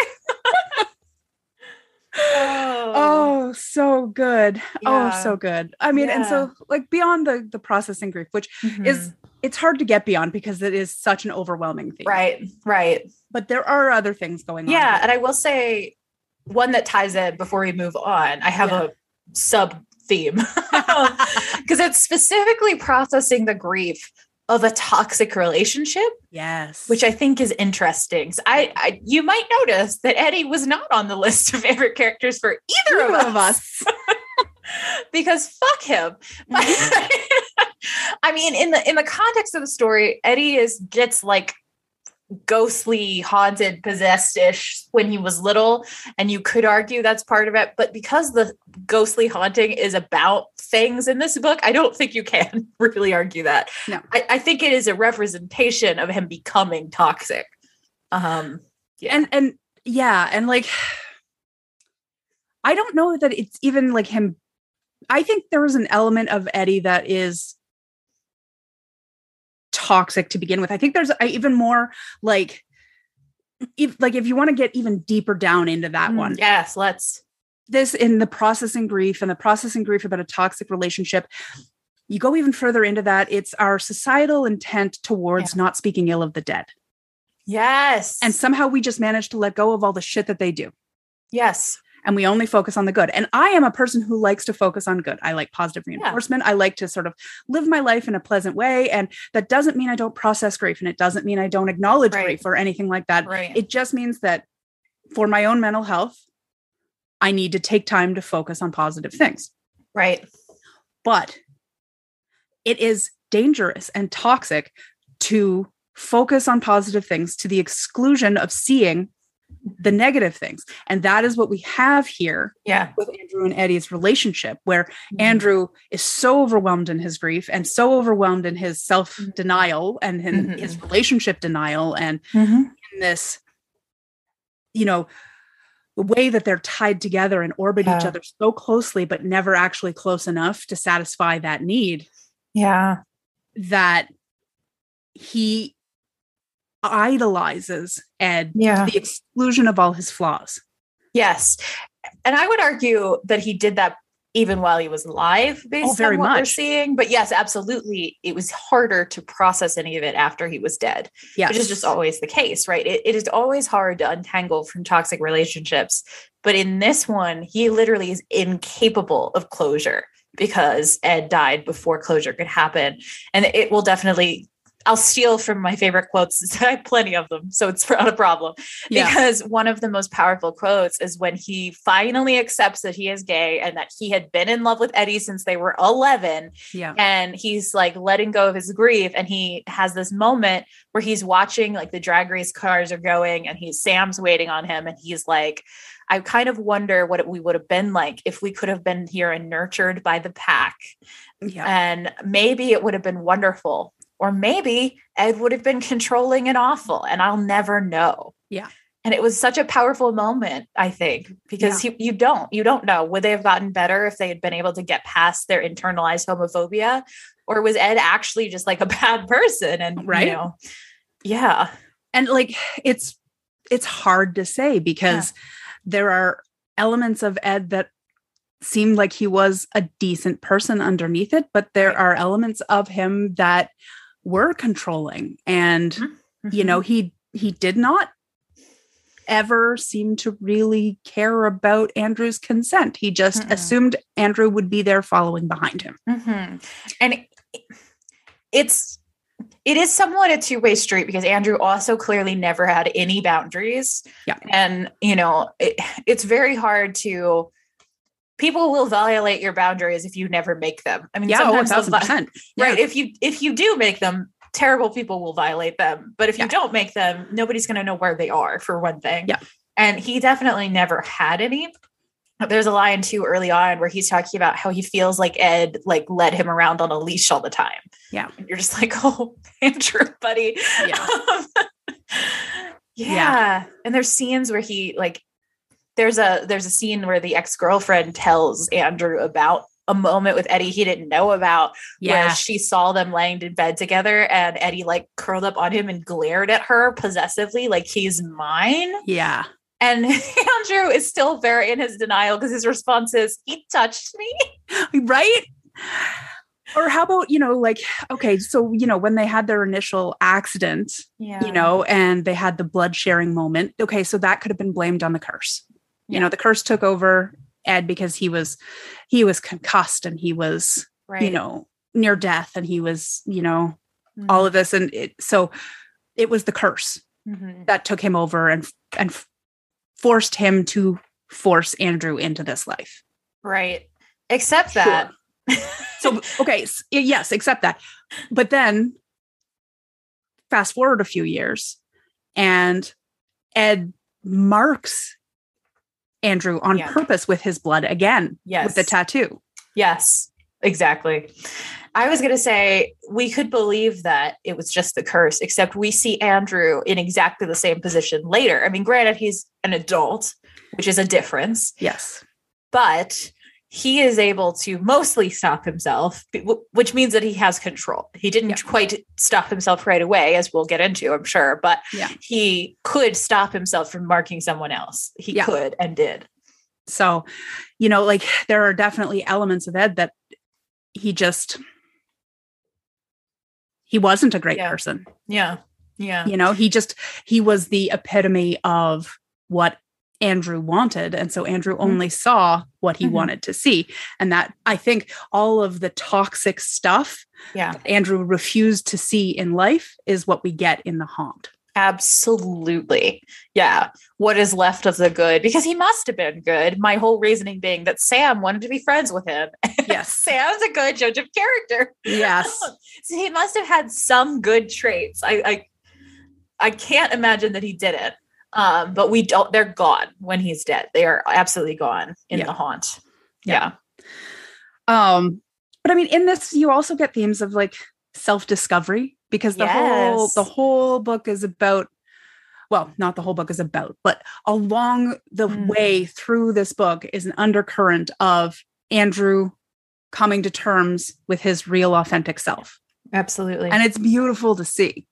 Speaker 1: oh,
Speaker 2: [LAUGHS] Oh, so good.
Speaker 1: Yeah.
Speaker 2: Oh, so good. I mean, and so like beyond the the processing grief, which
Speaker 1: Hmm.
Speaker 2: is it's hard to get beyond because it is such an overwhelming thing.
Speaker 1: right, right.
Speaker 2: But there are other things going on.
Speaker 1: Yeah,
Speaker 2: here.
Speaker 1: and I will say one that ties in before we move on. I have
Speaker 2: Yeah.
Speaker 1: a sub
Speaker 2: [LAUGHS]
Speaker 1: theme [LAUGHS] because it's specifically processing the grief of a toxic relationship,
Speaker 2: Yes.
Speaker 1: which I think is interesting. So I, I you might notice that Eddie was not on the list of [LAUGHS] favorite characters for either,
Speaker 2: Neither
Speaker 1: of us because fuck him. [LAUGHS] I mean, in the in the context of the story, Eddie is gets like ghostly, haunted, possessed-ish when he was little, and you could argue that's part of it. But because the ghostly haunting is about things in this book, I don't think you can [LAUGHS] really argue that.
Speaker 2: No.
Speaker 1: I, I think it is a representation of him becoming toxic. Um, yeah.
Speaker 2: [LAUGHS] and and yeah, and like I don't know that it's even like him. I think there was an element of Eddie that is toxic to begin with. I think there's a, even more like if like if you want to get even deeper down into that
Speaker 1: Mm,
Speaker 2: one.
Speaker 1: Yes, let's.
Speaker 2: this in the processing grief and the processing grief about a toxic relationship you go even further into that it's our societal intent towards not speaking ill of the dead
Speaker 1: Yes.
Speaker 2: and somehow we just manage to let go of all the shit that they do
Speaker 1: yes.
Speaker 2: and we only focus on the good and i am a person who likes to focus on good i like positive reinforcement i like to sort of live my life in a pleasant way and that doesn't mean i don't process grief and it doesn't mean i don't acknowledge
Speaker 1: Right.
Speaker 2: grief or anything like that
Speaker 1: Right.
Speaker 2: it just means that for my own mental health i need to take time to focus on positive things
Speaker 1: right.
Speaker 2: but it is dangerous and toxic to focus on positive things to the exclusion of seeing the negative things. And that is what we have here
Speaker 1: Yeah.
Speaker 2: with Andrew and Eddie's relationship, where
Speaker 1: Mm-hmm.
Speaker 2: Andrew is so overwhelmed in his grief and so overwhelmed in his self denial and in
Speaker 1: Mhm.
Speaker 2: his relationship denial and
Speaker 1: Mhm.
Speaker 2: in this, you know, the way that they're tied together and orbit each
Speaker 1: Yeah.
Speaker 2: other so closely, but never actually close enough to satisfy that need
Speaker 1: Yeah.
Speaker 2: that he idolizes Ed
Speaker 1: Yeah.
Speaker 2: to the exclusion of all his flaws.
Speaker 1: Yes. And I would argue that he did that even while he was alive, based
Speaker 2: very
Speaker 1: on what we're
Speaker 2: much.
Speaker 1: seeing. But yes, absolutely. It was harder to process any of it after he was dead,
Speaker 2: Yeah.
Speaker 1: which is just always the case, right? It, it is always hard to untangle from toxic relationships. But in this one, he literally is incapable of closure because Ed died before closure could happen. And it will definitely. I'll steal from my favorite quotes. [LAUGHS] I have plenty of them, so it's not a problem.
Speaker 2: Yeah.
Speaker 1: Because one of the most powerful quotes is when he finally accepts that he is gay and that he had been in love with Eddie since they were 11
Speaker 2: yeah.
Speaker 1: and he's like letting go of his grief and he has this moment where he's watching like the drag race cars are going and he's sam's waiting on him and he's like i kind of wonder what it, we would have been like if we could have been here and nurtured by the pack
Speaker 2: Yeah.
Speaker 1: and maybe it would have been wonderful or maybe ed would have been [LAUGHS] controlling and awful and i'll never know
Speaker 2: Yeah.
Speaker 1: and it was such a powerful moment i think because you you don't you don't know would they have gotten better if they had been able to get past their internalized homophobia or was ed actually just like a [LAUGHS] bad person and you
Speaker 2: Right.
Speaker 1: know, yeah
Speaker 2: and like it's it's hard to say because there are elements of ed that seemed like he was a decent person underneath it but there
Speaker 1: Right.
Speaker 2: are elements of him that were controlling and you know
Speaker 1: Mm-hmm.
Speaker 2: he he did not ever seem to really care about andrew's consent he just
Speaker 1: Mm-mm.
Speaker 2: assumed andrew would be there following behind him
Speaker 1: Mhm. and it- it's it is somewhat a two-way street because andrew also clearly never had any boundaries
Speaker 2: Yeah.
Speaker 1: and you know it, it's very hard to people will violate your boundaries if you never make them i mean
Speaker 2: yeah oh, a
Speaker 1: sometimes they'll
Speaker 2: thousand
Speaker 1: vi-
Speaker 2: percent
Speaker 1: [LAUGHS] right if you if you do make them terrible people will violate them but if
Speaker 2: Yeah.
Speaker 1: you don't make them nobody's going to know where they are for one thing
Speaker 2: Yeah.
Speaker 1: and he definitely never had any there's a line too early on where he's talking about how he feels like ed like led him around on a leash all the time
Speaker 2: Yeah.
Speaker 1: and you're just like [LAUGHS] oh andrew buddy Um,
Speaker 2: yeah
Speaker 1: [LAUGHS] yeah. and there's scenes where he like there's a there's a scene where the ex-girlfriend tells andrew about a moment with eddie he didn't know about where
Speaker 2: yeah
Speaker 1: she saw them laying in bed together and Eddie like curled up on him and glared at her possessively, like he's mine.
Speaker 2: yeah
Speaker 1: And [LAUGHS] Andrew is still very in his denial because his response is, he touched me.
Speaker 2: right or how about you know like okay so you know when they had their initial accident
Speaker 1: Yeah.
Speaker 2: you know and they had the blood sharing moment okay so that could have been blamed on the curse you
Speaker 1: Yeah.
Speaker 2: know the curse took over ed because he was he was concussed and he was
Speaker 1: right. Mm-hmm.
Speaker 2: you know near death and he was you know all of this and it, so it was the curse
Speaker 1: Mhm.
Speaker 2: that took him over and and forced him to force andrew into this life
Speaker 1: Right. Except that.
Speaker 2: So okay, s- yes, accept that. But then fast forward a few years and Ed marks Andrew on
Speaker 1: Yeah.
Speaker 2: purpose with his blood again
Speaker 1: yes.
Speaker 2: with the tattoo.
Speaker 1: Yes, exactly. I was going to say we could believe that it was just the curse, except we see Andrew in exactly the same position later. I mean, granted, he's an adult, which is a difference,
Speaker 2: Yes.
Speaker 1: but he is able to mostly stop himself, b- w- which means that he has control. He didn't
Speaker 2: Yeah.
Speaker 1: quite stop himself right away, as we'll get into, I'm sure, but
Speaker 2: Yeah.
Speaker 1: he could stop himself from marking someone else. He
Speaker 2: Yeah.
Speaker 1: could and did.
Speaker 2: So, you know, like there are definitely elements of Ed that he just he wasn't a great
Speaker 1: Yeah.
Speaker 2: person.
Speaker 1: Yeah. Yeah.
Speaker 2: You know, he just he was the epitome of what Andrew wanted. And so Andrew only saw what he
Speaker 1: Mhm.
Speaker 2: wanted to see. And that I think all of the toxic stuff
Speaker 1: Yeah.
Speaker 2: that Andrew refused to see in life is what we get in the haunt.
Speaker 1: Absolutely. Yeah. What is left of the good? Because he must have been good. My whole reasoning being that Sam wanted to be friends with him. [LAUGHS]
Speaker 2: Yes.
Speaker 1: Sam's a good judge of character.
Speaker 2: yes.
Speaker 1: So he must have had some good traits. I I, I can't imagine that he didn't. Um, but we don't they're gone when he's dead. They are absolutely gone in
Speaker 2: Yeah.
Speaker 1: the haunt.
Speaker 2: Yeah. Um, but I mean, in this, you also get themes of like self-discovery because the whole
Speaker 1: Yes.
Speaker 2: the whole book is about well, not the whole book is about, but along the
Speaker 1: Mm.
Speaker 2: way through this book is an undercurrent of Andrew coming to terms with his real authentic self.
Speaker 1: Absolutely.
Speaker 2: And it's beautiful to see.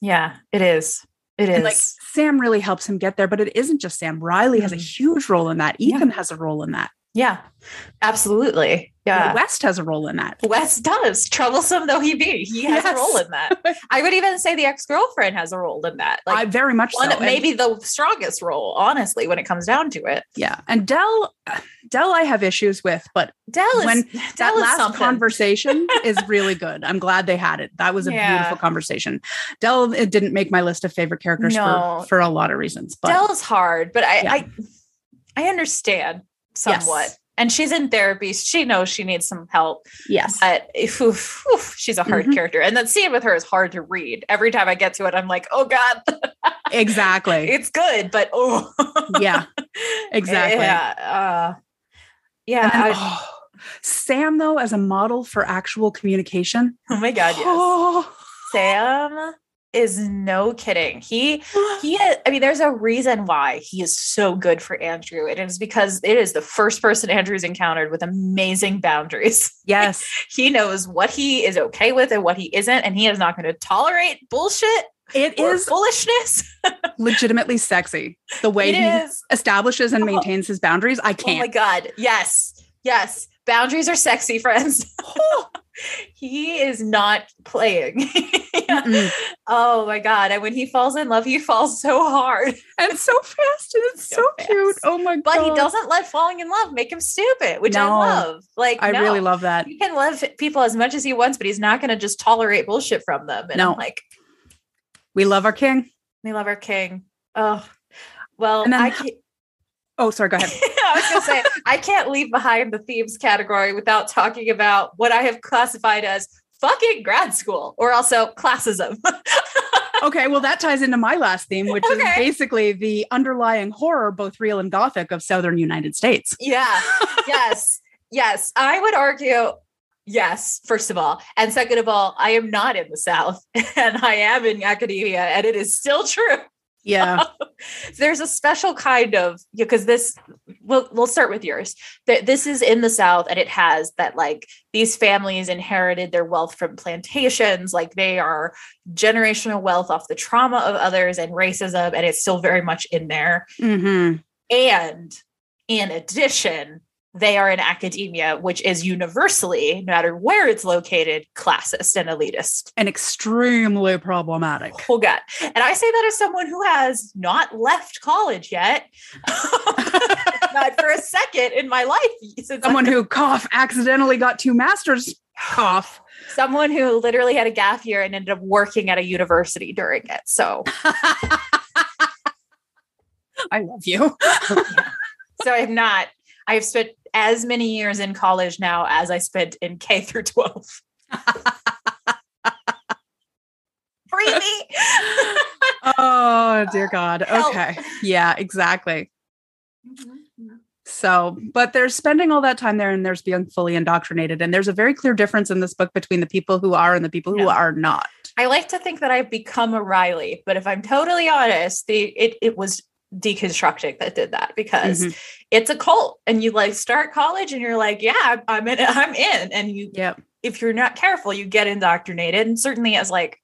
Speaker 1: yeah, it is. It is.
Speaker 2: And like Sam really helps him get there, but it isn't just Sam. Riley has a
Speaker 1: Mhm.
Speaker 2: huge role in that.
Speaker 1: Yeah.
Speaker 2: Ethan has a role in that.
Speaker 1: yeah. Absolutely. Yeah.
Speaker 2: West has a role in that.
Speaker 1: Wes does, troublesome though he be. He has
Speaker 2: Yes.
Speaker 1: a role in that. I would even say the ex girlfriend has a role in that.
Speaker 2: I
Speaker 1: Like,
Speaker 2: very much
Speaker 1: one,
Speaker 2: so. And-
Speaker 1: maybe the strongest role, honestly, when it comes down to it.
Speaker 2: Yeah. And Dell, Dell, I have issues with, but
Speaker 1: Dell is
Speaker 2: When
Speaker 1: Dell
Speaker 2: that
Speaker 1: is
Speaker 2: last
Speaker 1: something. [LAUGHS]
Speaker 2: conversation is really good. I'm glad they had it. That was a
Speaker 1: Yeah.
Speaker 2: beautiful conversation. Dell, it didn't make my list of favorite characters
Speaker 1: No.
Speaker 2: for, for a lot of reasons. But
Speaker 1: Dell's hard, but I,
Speaker 2: Yeah.
Speaker 1: I I understand
Speaker 2: Yes.
Speaker 1: somewhat. And she's in therapy. She knows she needs some help.
Speaker 2: yes,
Speaker 1: But oof, oof, she's a hard
Speaker 2: Mhm.
Speaker 1: character. And that scene with her is hard to read. Every time I get to it, I'm like, oh God, [LAUGHS]
Speaker 2: exactly.
Speaker 1: it's good, but [LAUGHS] oh [LAUGHS]
Speaker 2: yeah. Exactly.
Speaker 1: Yeah. Uh, yeah.
Speaker 2: And then,
Speaker 1: I-
Speaker 2: oh, Sam, though, as a model for actual communication.
Speaker 1: oh my God,
Speaker 2: [GASPS]
Speaker 1: yes.
Speaker 2: Oh.
Speaker 1: Sam is no kidding. He he is, I mean, there's a reason why he is so good for Andrew. It is because it is the first person Andrew's encountered with amazing boundaries. [LAUGHS]
Speaker 2: yes.
Speaker 1: He knows what he is okay with and what he isn't, and he is not going to tolerate bullshit [LAUGHS]
Speaker 2: It
Speaker 1: or
Speaker 2: is [LAUGHS]
Speaker 1: foolishness.
Speaker 2: legitimately sexy the way
Speaker 1: It
Speaker 2: he
Speaker 1: is.
Speaker 2: establishes and
Speaker 1: Oh.
Speaker 2: maintains his boundaries. I
Speaker 1: Oh my
Speaker 2: can't.
Speaker 1: god. Yes. Yes. Boundaries are sexy, friends.
Speaker 2: Oh.
Speaker 1: [LAUGHS] he is not playing. [LAUGHS]
Speaker 2: Mm-mm.
Speaker 1: Oh my god. And when he falls in love, he falls so hard.
Speaker 2: and so fast, and it's
Speaker 1: So
Speaker 2: so,
Speaker 1: fast.
Speaker 2: cute. Oh my god!
Speaker 1: But he doesn't let falling in love make him stupid, which I
Speaker 2: No.
Speaker 1: love. Like
Speaker 2: I
Speaker 1: no.
Speaker 2: really love that.
Speaker 1: you can love people as much as he wants, but he's not going to just tolerate bullshit from them. And
Speaker 2: No.
Speaker 1: I'm like,
Speaker 2: We love our king.
Speaker 1: we love our king. Oh, well,
Speaker 2: And then-
Speaker 1: I, can't,
Speaker 2: Oh, sorry. Go ahead.
Speaker 1: [LAUGHS] I was going to say, I can't leave behind the themes category without talking about what I have classified as fucking grad school or also classism. [LAUGHS]
Speaker 2: okay. Well, that ties into my last theme, which
Speaker 1: Okay.
Speaker 2: is basically the underlying horror, both real and gothic, of southern United States.
Speaker 1: yeah. Yes. Yes. I would argue. Yes, first of all. And second of all, I am not in the South [LAUGHS] and I am in academia, and it is still true. [LAUGHS]
Speaker 2: Yeah.
Speaker 1: there's a special kind of because this we'll, we'll start with yours Th- this is in the south and it has that like these families inherited their wealth from plantations like they are generational wealth off the trauma of others and racism and it's still very much in there
Speaker 2: hmm
Speaker 1: and in addition they are in academia which is universally no matter where it's located classist and elitist
Speaker 2: And extremely problematic.
Speaker 1: Oh God. And I say that as someone who has not left college yet. [LAUGHS] not for a second in my life. Since
Speaker 2: Someone
Speaker 1: I-
Speaker 2: who cough accidentally got two masters cough.
Speaker 1: someone who literally had a gap year and ended up working at a university during it. So
Speaker 2: I love you.
Speaker 1: so I have not, I have spent as many years in college now as I spent in K through [LAUGHS] 12. Free me.
Speaker 2: Oh dear God.
Speaker 1: [LAUGHS] Help.
Speaker 2: Okay. Yeah. Exactly. So, but they're spending all that time there and there's being fully indoctrinated. And there's a very clear difference in this book between the people who are and the people who
Speaker 1: Yeah.
Speaker 2: are not.
Speaker 1: I like to think that I've become a Riley, but if I'm totally honest, the it it was deconstructing that did that because
Speaker 2: Mhm.
Speaker 1: it's a cult and you like start college and you're like, yeah, I'm, I'm in, I'm in. And you,
Speaker 2: Yep.
Speaker 1: if you're not careful, you get indoctrinated. And certainly as like,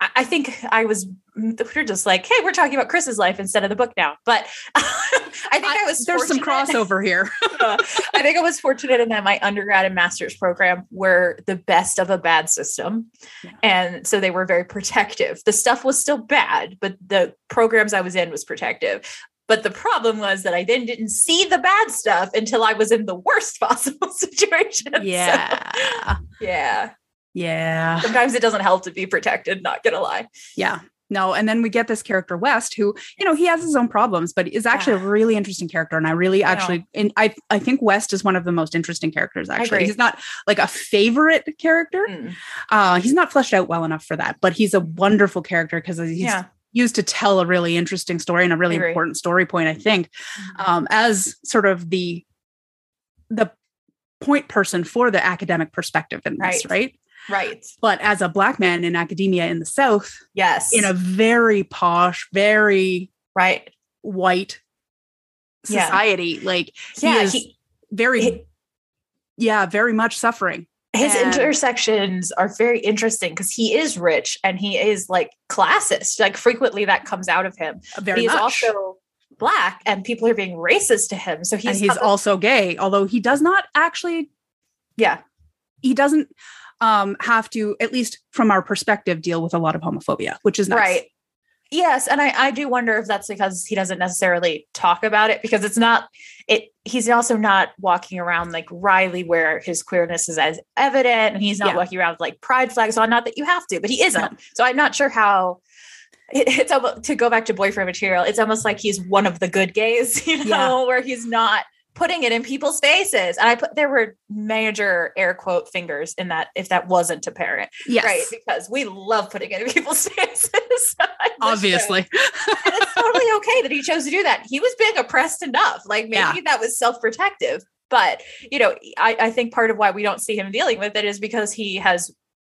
Speaker 1: I, I think I was, we're just like, Hey, we're talking about Chris's life instead of the book now. But [LAUGHS] I think I, was,
Speaker 2: There's some
Speaker 1: fortunate-
Speaker 2: crossover here.
Speaker 1: I think I was fortunate in that my undergrad and master's program were the best of a bad system.
Speaker 2: Yeah.
Speaker 1: And so they were very protective. The stuff was still bad, but the programs I was in was protective. But the problem was that I then didn't see the bad stuff until I was in the worst [LAUGHS] possible situation. [LAUGHS] So,
Speaker 2: Yeah.
Speaker 1: yeah.
Speaker 2: Yeah.
Speaker 1: Sometimes it doesn't help to be protected, not gonna lie.
Speaker 2: Yeah. No. And then we get this character West, who, you know, he has his own problems, but is actually a really interesting character. And I really
Speaker 1: I know.
Speaker 2: actually, and I, I think West is one of the most interesting characters,
Speaker 1: agree.
Speaker 2: actually. He's not like a favorite character.
Speaker 1: Mm.
Speaker 2: Uh, he's not fleshed out well enough for that, but he's a wonderful character because he's
Speaker 1: Yeah.
Speaker 2: used to tell a really interesting story and a really
Speaker 1: Agree.
Speaker 2: important story point, I think,
Speaker 1: Uh,
Speaker 2: um, as sort of the the point person for the academic perspective in this,
Speaker 1: Right.
Speaker 2: right?
Speaker 1: Right.
Speaker 2: But as a black man in academia in the South,
Speaker 1: Yes.
Speaker 2: in a very posh, very
Speaker 1: right.
Speaker 2: white
Speaker 1: Yeah.
Speaker 2: society, like
Speaker 1: Yeah.
Speaker 2: is-
Speaker 1: he-
Speaker 2: very,
Speaker 1: he-
Speaker 2: yeah, very much suffering.
Speaker 1: his
Speaker 2: And-
Speaker 1: intersections are very interesting because he is rich and he is like classist. Like frequently that comes out of him.
Speaker 2: uh, Very
Speaker 1: he is
Speaker 2: much.
Speaker 1: also black and people are being racist to him. So
Speaker 2: and
Speaker 1: he's,
Speaker 2: he's also gay, although he does not actually
Speaker 1: yeah,
Speaker 2: he doesn't um have to at least from our perspective deal with a lot of homophobia which is nice.
Speaker 1: right. yes and I, I do wonder if that's because he doesn't necessarily talk about it because it's not it he's also not walking around like riley where his queerness is as evident and he's not
Speaker 2: Yeah.
Speaker 1: walking around with like pride flags on not that you have to but he isn't
Speaker 2: No.
Speaker 1: so i'm not sure how it- it's almost to go back to boyfriend material it's almost like he's one of the good gays [LAUGHS] you know
Speaker 2: Yeah.
Speaker 1: where he's not putting it in people's faces and i put there were major air quote fingers in that if that wasn't apparent
Speaker 2: Yes.
Speaker 1: right because we love putting it in people's [LAUGHS] faces on this show.
Speaker 2: Obviously.
Speaker 1: And it's totally okay that he chose to do that. He was being oppressed enough. Like maybe
Speaker 2: Yeah.
Speaker 1: that was self-protective. But you know, I, I think part of why we don't see him dealing with it is because he has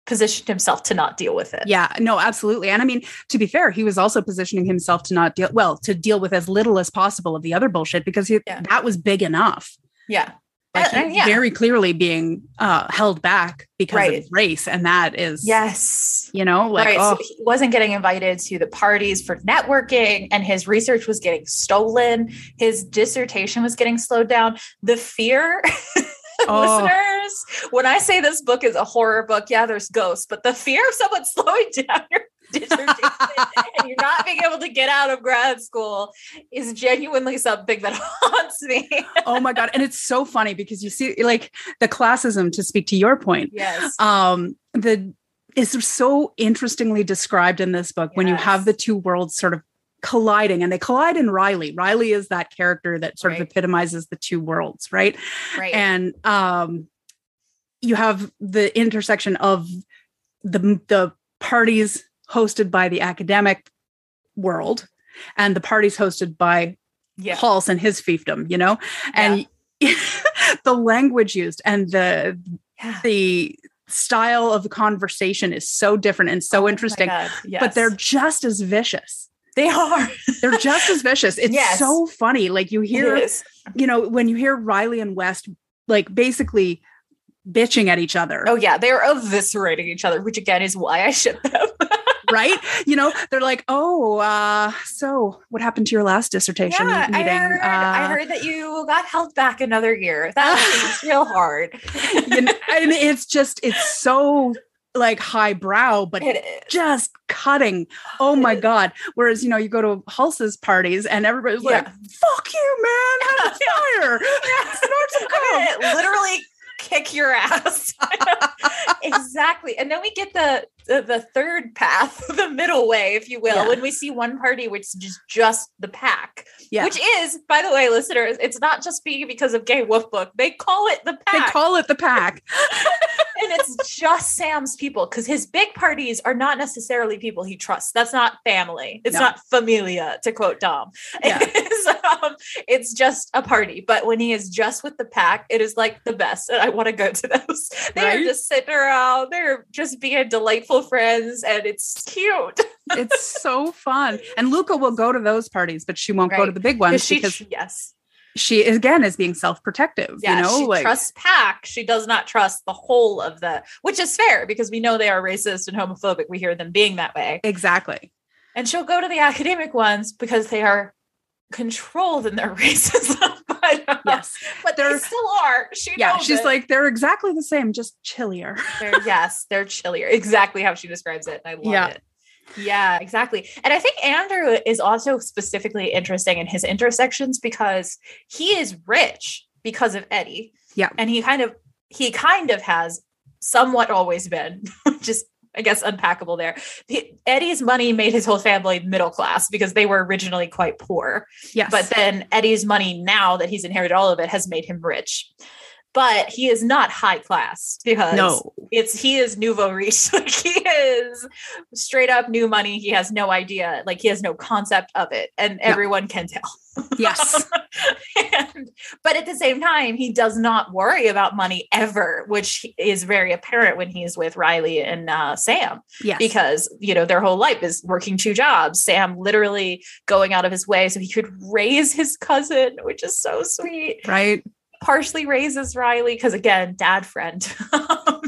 Speaker 1: positioned himself to not deal with it.
Speaker 2: Yeah, no, absolutely. And I mean, to be fair, he was also positioning himself to not deal well, to deal with as little as possible of the other bullshit because he,
Speaker 1: Yeah.
Speaker 2: that was big enough.
Speaker 1: Yeah.
Speaker 2: Like
Speaker 1: Uh, uh,
Speaker 2: he's
Speaker 1: yeah.
Speaker 2: very clearly being uh held back because
Speaker 1: Right.
Speaker 2: of race. And that is
Speaker 1: Yes.
Speaker 2: you know, like
Speaker 1: right.
Speaker 2: oh,
Speaker 1: So he wasn't getting invited to the parties for networking and his research was getting stolen. His dissertation was getting slowed down. The fear [LAUGHS]
Speaker 2: oh,
Speaker 1: listeners, when I say this book is a horror book, yeah, there's ghosts, but the fear of someone [LAUGHS] slowing down your dissertation
Speaker 2: oh.
Speaker 1: and you're not being able to get out of grad school is genuinely something that [LAUGHS] haunts me.
Speaker 2: [LAUGHS] oh my god. And it's so funny because you see like the classism to speak to your point.
Speaker 1: Yes.
Speaker 2: um the is so interestingly described in this book when you have
Speaker 1: Yes.
Speaker 2: the two worlds sort of colliding and they collide in Riley. Riley is that character that sort of
Speaker 1: Right.
Speaker 2: epitomizes the two worlds, right?
Speaker 1: [LAUGHS] Right.
Speaker 2: And um you have the intersection of the the parties hosted by the academic world and the parties hosted by
Speaker 1: yeah.
Speaker 2: Pulse and his fiefdom, you know? And [LAUGHS] the language used and the
Speaker 1: Yeah.
Speaker 2: the style of the conversation is so different and so interesting
Speaker 1: Oh my God, yes.
Speaker 2: but they're just as vicious
Speaker 1: they are
Speaker 2: they're just
Speaker 1: [LAUGHS]
Speaker 2: as vicious it's
Speaker 1: Yes.
Speaker 2: so funny like you hear
Speaker 1: Yes.
Speaker 2: you know when you hear riley and west like basically bitching at each other
Speaker 1: Oh yeah, they're eviscerating each other, which again is why I ship them.
Speaker 2: right you know they're like oh uh so what happened to your last dissertation meeting Uh,
Speaker 1: heard that you got held back another year.
Speaker 2: [LAUGHS]
Speaker 1: seems real hard.
Speaker 2: you know, and it's just it's so like highbrow but
Speaker 1: It
Speaker 2: [LAUGHS]
Speaker 1: is.
Speaker 2: just cutting. Oh
Speaker 1: [LAUGHS]
Speaker 2: my
Speaker 1: Yes.
Speaker 2: god! Whereas you know you go to Hulse's parties and everybody's like,
Speaker 1: Yeah.
Speaker 2: "Fuck you, man! Have a
Speaker 1: [LAUGHS]
Speaker 2: fire! [LAUGHS] Snort some coke!"
Speaker 1: I'm gonna [LAUGHS] literally kick your ass. [LAUGHS] exactly. And then we get the, the the third path, [LAUGHS] the middle way, if you will,
Speaker 2: Yeah.
Speaker 1: when we see one party which is just, just the pack.
Speaker 2: Yeah.
Speaker 1: Which is, by the way, listeners, it's not just being because of Gay Wolf Book. They call it the
Speaker 2: They
Speaker 1: pack.
Speaker 2: call it
Speaker 1: [LAUGHS]
Speaker 2: the pack.
Speaker 1: and it's just Sam's people because his big parties are not necessarily people he trusts. That's not family. It's
Speaker 2: No.
Speaker 1: not familia, to quote Dom.
Speaker 2: Yeah.
Speaker 1: [LAUGHS] It's, um, it's just a party. But when he is just with the pack, it is like the best. And I want to go to those. [LAUGHS] They
Speaker 2: Right?
Speaker 1: are just sitting around. They're just being delightful friends, and it's cute.
Speaker 2: It's so fun. And Luca will go to those parties, but she won't go to
Speaker 1: Right.
Speaker 2: the big ones
Speaker 1: she,
Speaker 2: because
Speaker 1: yes,
Speaker 2: she again is being self-protective.
Speaker 1: yeah,
Speaker 2: you know,
Speaker 1: she
Speaker 2: like
Speaker 1: trusts pack. She does not trust the whole of the, which is fair because we know they are racist and homophobic. We hear them being that way.
Speaker 2: [LAUGHS]
Speaker 1: [LAUGHS]
Speaker 2: exactly.
Speaker 1: And she'll go to the academic ones because they are controlled in their [LAUGHS] racism. but, um,
Speaker 2: Yes.
Speaker 1: but they
Speaker 2: They're-
Speaker 1: still are. She
Speaker 2: Yeah.
Speaker 1: knows
Speaker 2: She's
Speaker 1: it.
Speaker 2: like they're exactly the same, just chillier.
Speaker 1: They're- yes, they're chillier. Exactly how she describes it. And I love
Speaker 2: Yeah.
Speaker 1: it. Yeah, exactly. And I think Andrew is also specifically interesting in his intersections because he is rich because of Eddie.
Speaker 2: Yeah.
Speaker 1: And he kind of he kind of has somewhat always been, [LAUGHS] which is I guess unpackable there. He- Eddie's money made his whole family middle class because they were originally quite poor.
Speaker 2: Yes.
Speaker 1: But then Eddie's money, now that he's inherited all of it, has made him rich. But he is not high class because
Speaker 2: no.
Speaker 1: it's he is nouveau riche. [LAUGHS] Like he is straight up new money. He has no idea, like he has no concept of it, and everyone can tell. [LAUGHS]
Speaker 2: Yes.
Speaker 1: and, but at the same time, he does not worry about money ever, which is very apparent when he's with Riley and uh, Sam
Speaker 2: Yes.
Speaker 1: because you know their whole life is working two jobs sam literally going out of his way so he could raise his cousin which is so sweet
Speaker 2: right.
Speaker 1: partially raises riley because again dad friend [LAUGHS] Um,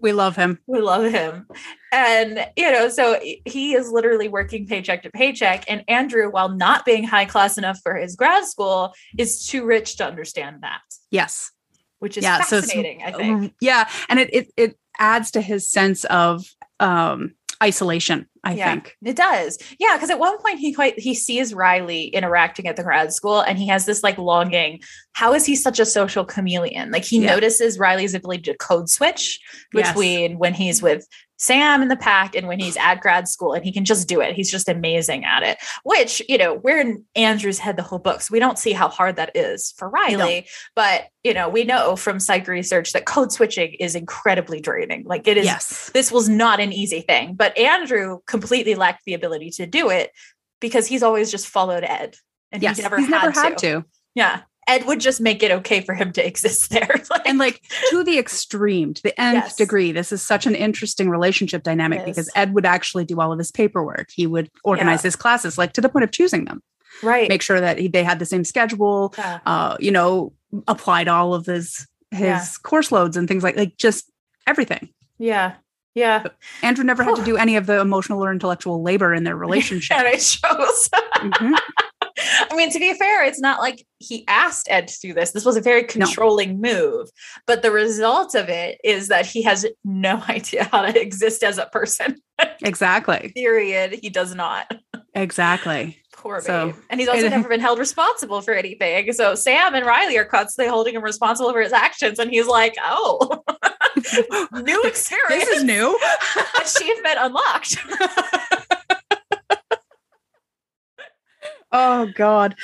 Speaker 2: We love him.
Speaker 1: we love him and you know so he is literally working paycheck to paycheck and andrew while not being high class enough for his grad school is too rich to understand that
Speaker 2: Yes.
Speaker 1: which is
Speaker 2: Yeah, so it's- mm-hmm.
Speaker 1: fascinating i think
Speaker 2: Mm, Yeah, and it it it adds to his sense of um isolation I
Speaker 1: Yeah.
Speaker 2: think.
Speaker 1: It does. Yeah, because at one point he quite he sees Riley interacting at the grad school and he has this like longing. How is he such a social chameleon? Like he
Speaker 2: Yeah.
Speaker 1: notices Riley's ability to code switch
Speaker 2: Yes.
Speaker 1: between when he's with Sam in the pack and when he's at grad school and he can just do it. He's just amazing at it. Which, you know, we're in Andrew's head the whole book. So we don't see how hard that is for Riley. But you know, we know from psych research that code switching is incredibly draining. Like it is
Speaker 2: yes.
Speaker 1: this was not an easy thing. But Andrew completely lacked the ability to do it because he's always just followed Ed. And
Speaker 2: yes.
Speaker 1: he's never,
Speaker 2: He's
Speaker 1: had,
Speaker 2: never had
Speaker 1: to.
Speaker 2: to.
Speaker 1: Yeah. Ed would just make it okay for him to [LAUGHS] exist there. Like-
Speaker 2: and like to the extreme, to the nth
Speaker 1: Yes.
Speaker 2: degree, this is such an interesting relationship dynamic
Speaker 1: It
Speaker 2: because
Speaker 1: is.
Speaker 2: Ed would actually do all of his paperwork. He would organize his classes, like to the point of choosing them,
Speaker 1: right.
Speaker 2: make sure that he, they had the same schedule,
Speaker 1: Yeah.
Speaker 2: uh, you know, applied all of his his
Speaker 1: Yeah.
Speaker 2: course loads and things like like just everything.
Speaker 1: yeah. Yeah.
Speaker 2: Andrew never had to
Speaker 1: Whew.
Speaker 2: do any of the emotional or intellectual labor
Speaker 1: [LAUGHS]
Speaker 2: in their relationship.
Speaker 1: And
Speaker 2: [LAUGHS]
Speaker 1: it shows.
Speaker 2: Mhm.
Speaker 1: I mean, to be fair, it's not like he asked Ed to do this. This was a very controlling move. But the result of it is that he has no [LAUGHS] idea how to exist as a person.
Speaker 2: Exactly.
Speaker 1: Period. He does not.
Speaker 2: Exactly.
Speaker 1: Poor
Speaker 2: So-
Speaker 1: babe. And he's also
Speaker 2: it-
Speaker 1: never been held responsible for anything. So Sam and Riley are constantly holding him responsible for his actions. And he's like, oh, [LAUGHS] new experience.
Speaker 2: [LAUGHS] this is new.
Speaker 1: Achievement
Speaker 2: [LAUGHS]
Speaker 1: unlocked.
Speaker 2: Oh God.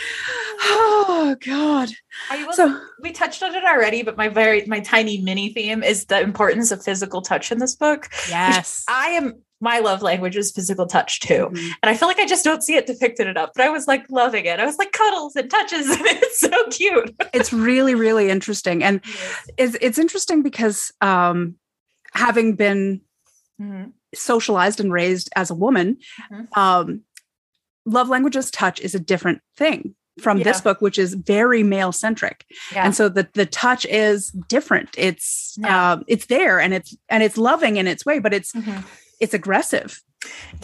Speaker 2: Oh God.
Speaker 1: I will,
Speaker 2: So
Speaker 1: we touched on it already, but my very my tiny mini theme is the importance of physical touch in this book.
Speaker 2: [LAUGHS] yes.
Speaker 1: I am my love language is physical touch too. And I feel like I just don't see it depicted enough, but I was like loving it. I was like cuddles and touches, [LAUGHS] and it's so cute.
Speaker 2: it's really really interesting and it's, it's interesting because um having been Mm-hmm.
Speaker 1: Mhm.
Speaker 2: socialized and raised as a woman
Speaker 1: Mhm.
Speaker 2: um love languages touch is a different thing from this
Speaker 1: Yeah.
Speaker 2: book which is very male centric
Speaker 1: Yeah.
Speaker 2: and so the the touch is different it's
Speaker 1: Yeah.
Speaker 2: um it's there and it's and it's loving in its way but it's
Speaker 1: Mhm.
Speaker 2: it's aggressive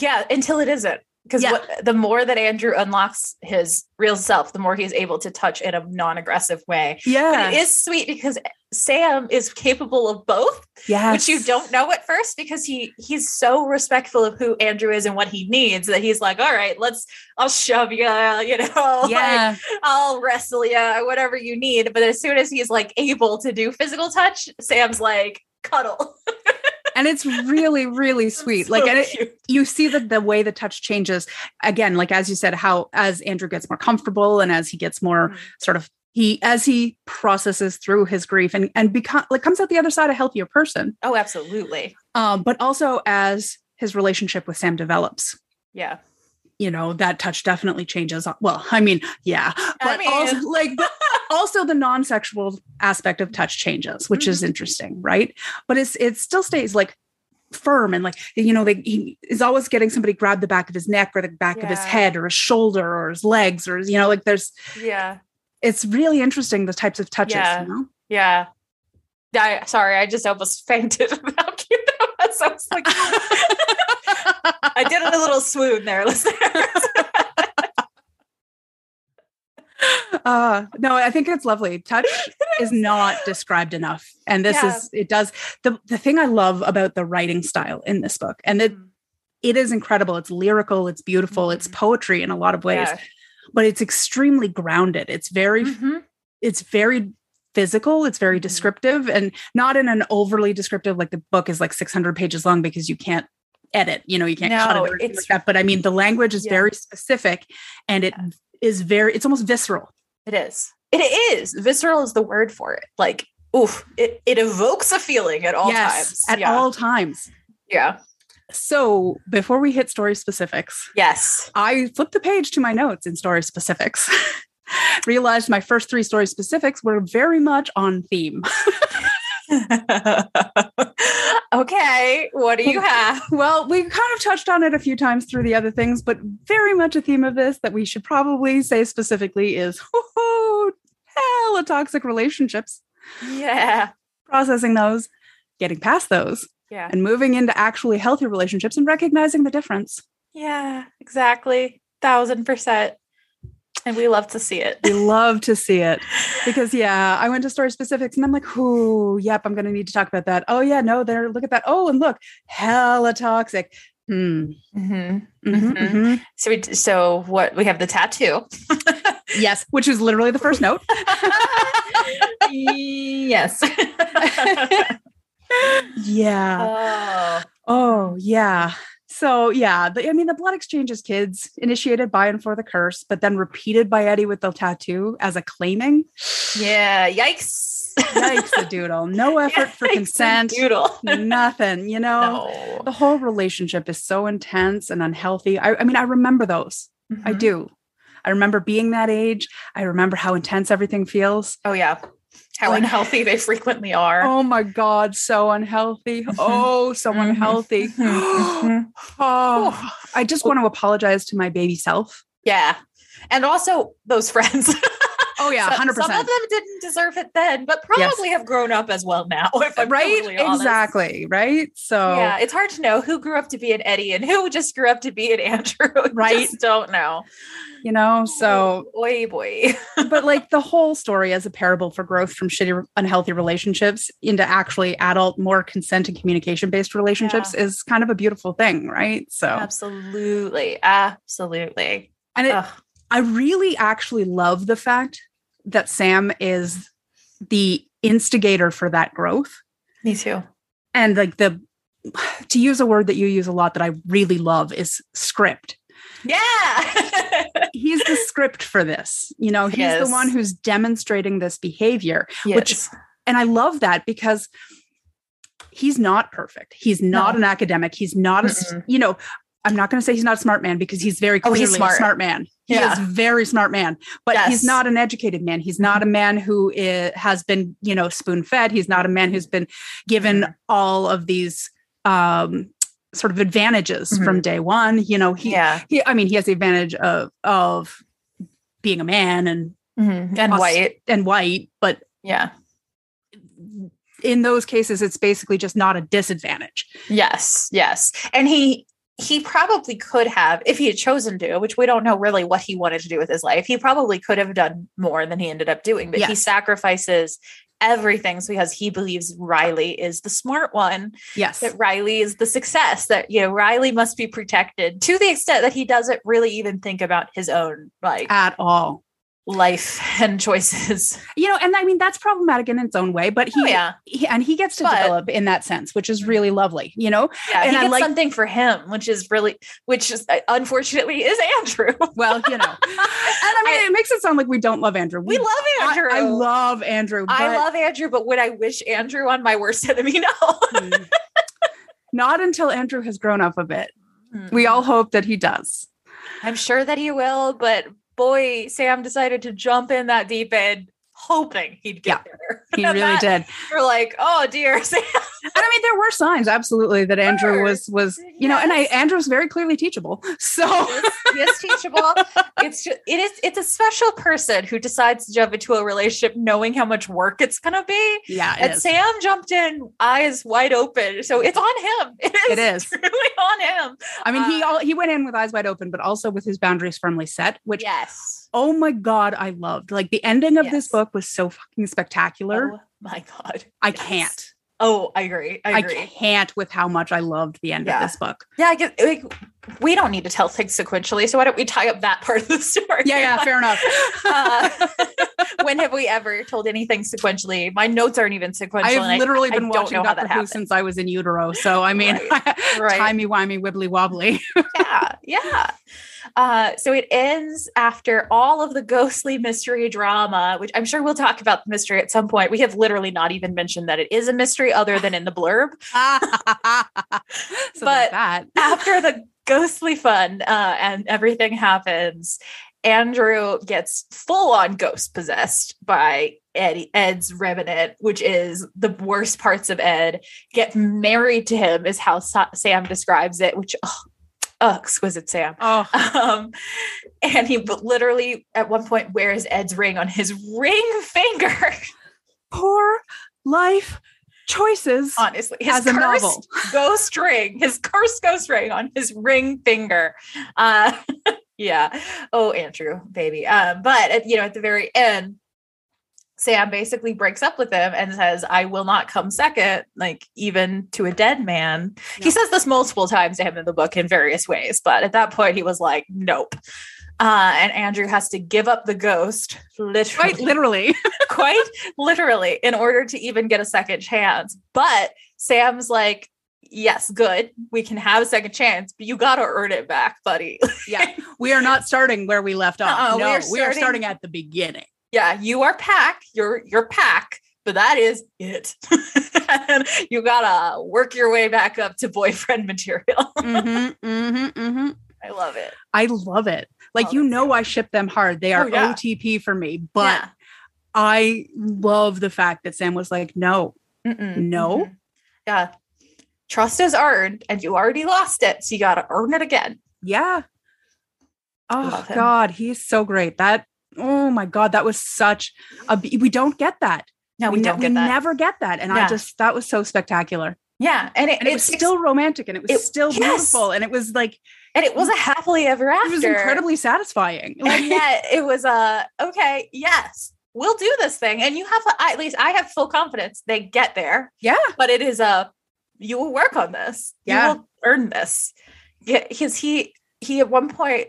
Speaker 1: Yeah, until it isn't. Because
Speaker 2: Yeah.
Speaker 1: the more that Andrew unlocks his real self, the more he's able to touch in a non aggressive way.
Speaker 2: yeah
Speaker 1: But it is sweet because Sam is capable of both,
Speaker 2: yes
Speaker 1: which you don't know at first because he he's so respectful of who Andrew is and what he needs that he's like, all right, let's I'll shove you, you know, [LAUGHS] like,
Speaker 2: yeah
Speaker 1: I'll wrestle you, whatever you need. But as soon as he's like able to do physical touch, Sam's like cuddle. [LAUGHS]
Speaker 2: and it's really really sweet like
Speaker 1: So
Speaker 2: and it,
Speaker 1: cute.
Speaker 2: you see that the way the touch changes again like as you said how as andrew gets more comfortable and as he gets more
Speaker 1: Mhm.
Speaker 2: sort of he as he processes through his grief and and become like comes out the other side a healthier person
Speaker 1: oh, absolutely.
Speaker 2: um but also as his relationship with sam develops
Speaker 1: Yeah.
Speaker 2: you know that touch definitely changes well i mean yeah but
Speaker 1: mean-
Speaker 2: also like
Speaker 1: [LAUGHS]
Speaker 2: but also the non-sexual aspect of touch changes which
Speaker 1: Mm-hmm.
Speaker 2: is interesting right but it's it still stays like firm and like you know they, he is always getting somebody grab the back of his neck or the back of his
Speaker 1: Yeah.
Speaker 2: head or his shoulder or his legs or his- you know like there's
Speaker 1: Yeah.
Speaker 2: it's really interesting the types of touches
Speaker 1: Yeah.
Speaker 2: you know
Speaker 1: Yeah. I, sorry, I just almost [LAUGHS] fainted about how cute [LAUGHS] that was. I was like, I did a little swoon there, [LAUGHS] listeners.
Speaker 2: uh no i think it's
Speaker 1: [LAUGHS]
Speaker 2: lovely touch is not described enough and this
Speaker 1: Yeah.
Speaker 2: is it does the the thing i love about the writing style in this book and it it is incredible. It's lyrical, it's beautiful, it's
Speaker 1: Mhm.
Speaker 2: poetry in a lot of ways, but it's extremely grounded. It's very
Speaker 1: Mhm.
Speaker 2: it's very physical, it's very
Speaker 1: Mhm.
Speaker 2: descriptive and not in an overly descriptive like the book is like 600 pages long because you can't edit, you know, you can't cut it
Speaker 1: No,
Speaker 2: or anything
Speaker 1: it's-
Speaker 2: like that, but I mean the language is
Speaker 1: Yeah.
Speaker 2: very specific and it is very it's almost visceral.
Speaker 1: It is. It is. Visceral is the word for it. Like, oof, it, it evokes a feeling at all times.
Speaker 2: at
Speaker 1: yeah.
Speaker 2: all times.
Speaker 1: Yeah.
Speaker 2: So, before we hit story specifics,
Speaker 1: Yes.
Speaker 2: I flipped the page to my notes in story specifics. [LAUGHS] Realized my first three story specifics were very much on theme.
Speaker 1: [LAUGHS] okay. What do you have? [LAUGHS]
Speaker 2: Well, we kind of touched on it a few times through the other things, but very much a theme of this that we should probably say specifically is [LAUGHS] hella toxic relationships,
Speaker 1: Yeah.
Speaker 2: processing those, getting past those,
Speaker 1: Yeah.
Speaker 2: and moving into actually healthy relationships and recognizing the difference.
Speaker 1: Yeah. Exactly. Thousand percent. And we love to see it.
Speaker 2: We love to see it. because yeah, I went to story specifics and I'm like, oh, yep, I'm gonna need to talk about that. Oh yeah, no, there, look at that. Oh, and look, hella toxic. Mm.
Speaker 1: hmm
Speaker 2: Mhm,
Speaker 1: Mhm.
Speaker 2: mhm.
Speaker 1: So we so what we have the tattoo.
Speaker 2: Yes, which is literally the first note.
Speaker 1: [LAUGHS] yes. oh.
Speaker 2: yeah. Oh, yeah. So, yeah, the, I mean, the blood exchange is kids initiated by and for the curse, but then repeated by Eddie with the tattoo as a claiming.
Speaker 1: Yeah. Yikes.
Speaker 2: Yikes, a
Speaker 1: [LAUGHS]
Speaker 2: doodle. No effort for
Speaker 1: Yikes,
Speaker 2: consent.
Speaker 1: Doodle.
Speaker 2: Nothing, you know?
Speaker 1: No.
Speaker 2: The whole relationship is so intense and unhealthy. I, I mean, I remember those. I do. I remember being that age. I remember how intense everything feels.
Speaker 1: Oh yeah. How
Speaker 2: Oh.
Speaker 1: unhealthy they frequently are. [GASPS]
Speaker 2: Oh my God, so unhealthy. Oh, so
Speaker 1: Mhm.
Speaker 2: unhealthy. mm-hmm.
Speaker 1: Mhm.
Speaker 2: [GASPS] oh, I just want to apologize to my baby self.
Speaker 1: Yeah. And also those friends.
Speaker 2: Oh, yeah,
Speaker 1: So- [LAUGHS]
Speaker 2: 100%.
Speaker 1: Some of them didn't deserve it then, but probably have grown up as well now. [LAUGHS] If I'm
Speaker 2: right?
Speaker 1: totally honest.
Speaker 2: Exactly. Right. So,
Speaker 1: Yeah, it's hard to know who grew up to be an Eddie and who just grew up to be an [LAUGHS] Andrew. You
Speaker 2: Right.
Speaker 1: just don't know.
Speaker 2: you know, so
Speaker 1: boy, boy.
Speaker 2: but like the whole story as a parable for growth from shitty unhealthy relationships into actually adult more consent and communication based relationships is kind of a beautiful thing right so
Speaker 1: Absolutely. Absolutely.
Speaker 2: and it,
Speaker 1: Ugh.
Speaker 2: i really actually love the fact that sam is the instigator for that growth
Speaker 1: Me
Speaker 2: [LAUGHS]
Speaker 1: too.
Speaker 2: and like the [SIGHS] to use a word that you use a lot that i really love is script
Speaker 1: Yeah. [LAUGHS]
Speaker 2: he's the script for this you know he's
Speaker 1: Yes.
Speaker 2: the one who's demonstrating this behavior
Speaker 1: yes.
Speaker 2: and I love that because he's not perfect. He's not
Speaker 1: No.
Speaker 2: an academic. He's not a s-
Speaker 1: Mm-mm.
Speaker 2: you know. I'm not going to say he's not a smart man because he's very
Speaker 1: Oh,
Speaker 2: clearly
Speaker 1: he's
Speaker 2: a
Speaker 1: smart.
Speaker 2: smart man. He
Speaker 1: Yeah.
Speaker 2: is very smart man, but
Speaker 1: Yes.
Speaker 2: he's not an educated man. He's not a man who i- has been you know spoon fed. He's not a man who's been given
Speaker 1: Mhm.
Speaker 2: all of these um, sort of advantages from day one. You know, he,
Speaker 1: Mm-hmm. yeah.
Speaker 2: he I mean, he has the advantage of of being a man and
Speaker 1: Mhm. And
Speaker 2: Us-
Speaker 1: white.
Speaker 2: and white, but
Speaker 1: Yeah.
Speaker 2: in those cases it's basically just not a disadvantage
Speaker 1: Yes. Yes. And he he probably could have, if he had chosen to, which we don't know really what he wanted to do with his life, he probably could have done more than he ended up doing. But he
Speaker 2: Yes.
Speaker 1: sacrifices everything because he believes Riley is the smart one.
Speaker 2: yes
Speaker 1: that Riley is the success that you know Riley must be protected to the extent that he doesn't really even think about his own like
Speaker 2: at all
Speaker 1: life [LAUGHS] and choices.
Speaker 2: you know and i mean that's problematic in its own way but he,
Speaker 1: oh yeah,
Speaker 2: he- and he gets to
Speaker 1: But-
Speaker 2: develop in that sense which is really lovely you know
Speaker 1: yeah.
Speaker 2: and
Speaker 1: he
Speaker 2: I
Speaker 1: gets
Speaker 2: like-
Speaker 1: something for him, which is really, which is uh, unfortunately is Andrew. [LAUGHS]
Speaker 2: well you know [LAUGHS] and i mean it makes it sound like we don't love andrew
Speaker 1: we love
Speaker 2: I-
Speaker 1: Andrew.
Speaker 2: I, love andrew
Speaker 1: I
Speaker 2: but-
Speaker 1: love Andrew, but would I wish Andrew on my worst [LAUGHS] enemy? No.
Speaker 2: Mm. [LAUGHS] not until andrew has grown up a bit we all hope that he does
Speaker 1: I'm sure that he will, but boy, Sam decided to jump in that deep end, hoping he'd get there. [LAUGHS]
Speaker 2: [LAUGHS] he really
Speaker 1: That-
Speaker 2: did
Speaker 1: You're like, oh dear, [LAUGHS] Sam.
Speaker 2: and i mean there were signs absolutely that andrew
Speaker 1: Sure.
Speaker 2: was was you know and i
Speaker 1: Yes.
Speaker 2: andrew's very clearly teachable [LAUGHS] so
Speaker 1: is- he is teachable. It's just, it is it's a special person who decides to jump into a relationship knowing how much work it's gonna be.
Speaker 2: yeah it
Speaker 1: And
Speaker 2: is.
Speaker 1: Sam jumped in eyes wide open, so it's on him. [LAUGHS] It is,
Speaker 2: It is.
Speaker 1: truly on him.
Speaker 2: I mean, he
Speaker 1: Uh,
Speaker 2: all, he went in with eyes wide open, but also with his boundaries firmly set. Which,
Speaker 1: yes.
Speaker 2: oh my god, I loved. Like the ending of
Speaker 1: Yes.
Speaker 2: this book was so fucking spectacular.
Speaker 1: Oh my god.
Speaker 2: I
Speaker 1: yes.
Speaker 2: can't.
Speaker 1: Oh, I agree. I
Speaker 2: I,
Speaker 1: agree.
Speaker 2: can't with how much I loved the end
Speaker 1: Yeah.
Speaker 2: of this book.
Speaker 1: yeah, I guess like, we don't need to tell things sequentially, so why don't we tie up that part of the story?
Speaker 2: Yeah, yeah, fair enough.
Speaker 1: [LAUGHS] uh, when have we ever told anything sequentially? My notes aren't even sequential.
Speaker 2: I
Speaker 1: and I-
Speaker 2: have literally
Speaker 1: I
Speaker 2: been
Speaker 1: don't
Speaker 2: watching
Speaker 1: know how
Speaker 2: Doctor
Speaker 1: that
Speaker 2: Who
Speaker 1: happened.
Speaker 2: since I was in utero. So I mean, [LAUGHS]
Speaker 1: Right.
Speaker 2: timey wimey, wibbly wobbly. [LAUGHS]
Speaker 1: yeah, yeah. Uh, so it ends after all of the ghostly mystery drama, which I'm sure we'll talk about the mystery at some point. We have literally not even mentioned that it is a mystery other than in the blurb.
Speaker 2: so
Speaker 1: But-
Speaker 2: but that.
Speaker 1: After the ghostly fun uh, and everything happens, Andrew gets full on ghost possessed by Eddie, Ed's remnant, which is the worst parts of Ed, get married to him, is how Sa- Sam describes it, which, oh, oh exquisite Sam. [LAUGHS]
Speaker 2: Oh,
Speaker 1: Um, and he w- literally at one point wears Ed's ring on his ring [LAUGHS] finger.
Speaker 2: poor life choices
Speaker 1: Honestly, Uh, his
Speaker 2: as a
Speaker 1: cursed [LAUGHS]
Speaker 2: novel.
Speaker 1: ghost ring, his cursed ghost ring on his ring finger. Uh, [LAUGHS] yeah. Oh, Andrew, baby. Um, but at, you know, at the very end, Sam basically breaks up with him and says, I will not come second, like even to a dead man.
Speaker 2: Yeah.
Speaker 1: He says this multiple times to him in the book in various ways, but at that point he was like, nope. Uh, and Andrew has to give up the ghost, literally,
Speaker 2: Quite literally.
Speaker 1: quite literally, in order to even get a second chance. But Sam's like, yes, good. We can have a second chance, but you got to earn it back, buddy. [LAUGHS]
Speaker 2: yeah. [LAUGHS] We are not starting where we left off.
Speaker 1: Uh-uh, we
Speaker 2: no,
Speaker 1: are
Speaker 2: we are
Speaker 1: starting-
Speaker 2: starting at
Speaker 1: [LAUGHS]
Speaker 2: the beginning. [LAUGHS]
Speaker 1: yeah, you are pack, you're you're pack, but that is it. [LAUGHS] and you gotta work your way back up to boyfriend [LAUGHS] material.
Speaker 2: mm-hmm, mm-hmm, mm-hmm.
Speaker 1: I love it.
Speaker 2: I love it. Like
Speaker 1: Oh,
Speaker 2: you
Speaker 1: that's
Speaker 2: know, I ship them hard. They are
Speaker 1: Oh, yeah.
Speaker 2: OTP for me, but I love the fact that Sam was like, "No,
Speaker 1: Yeah. Mm-mm.
Speaker 2: No.
Speaker 1: Mhm. Yeah. Trust is earned and you already lost it. So you gotta earn it again.
Speaker 2: yeah." Oh
Speaker 1: Love him.
Speaker 2: God, he's so great. That oh my God, that was such a. be- We don't get that.
Speaker 1: No, we,
Speaker 2: ne-
Speaker 1: don't get that.
Speaker 2: never get that, and I
Speaker 1: Yeah.
Speaker 2: just that was so spectacular.
Speaker 1: yeah. And it,
Speaker 2: And it was
Speaker 1: it's
Speaker 2: still romantic, and it was
Speaker 1: it-
Speaker 2: still
Speaker 1: yes.
Speaker 2: beautiful, and it was like
Speaker 1: and it was a happily ever after.
Speaker 2: it was incredibly satisfying. Like,
Speaker 1: [LAUGHS] and yet it was a okay, yes, we'll do this thing. And you have at least I have full confidence they get there.
Speaker 2: yeah,
Speaker 1: but it is a you will work on this.
Speaker 2: Yeah.
Speaker 1: You will earn this. Yeah, because he he at one point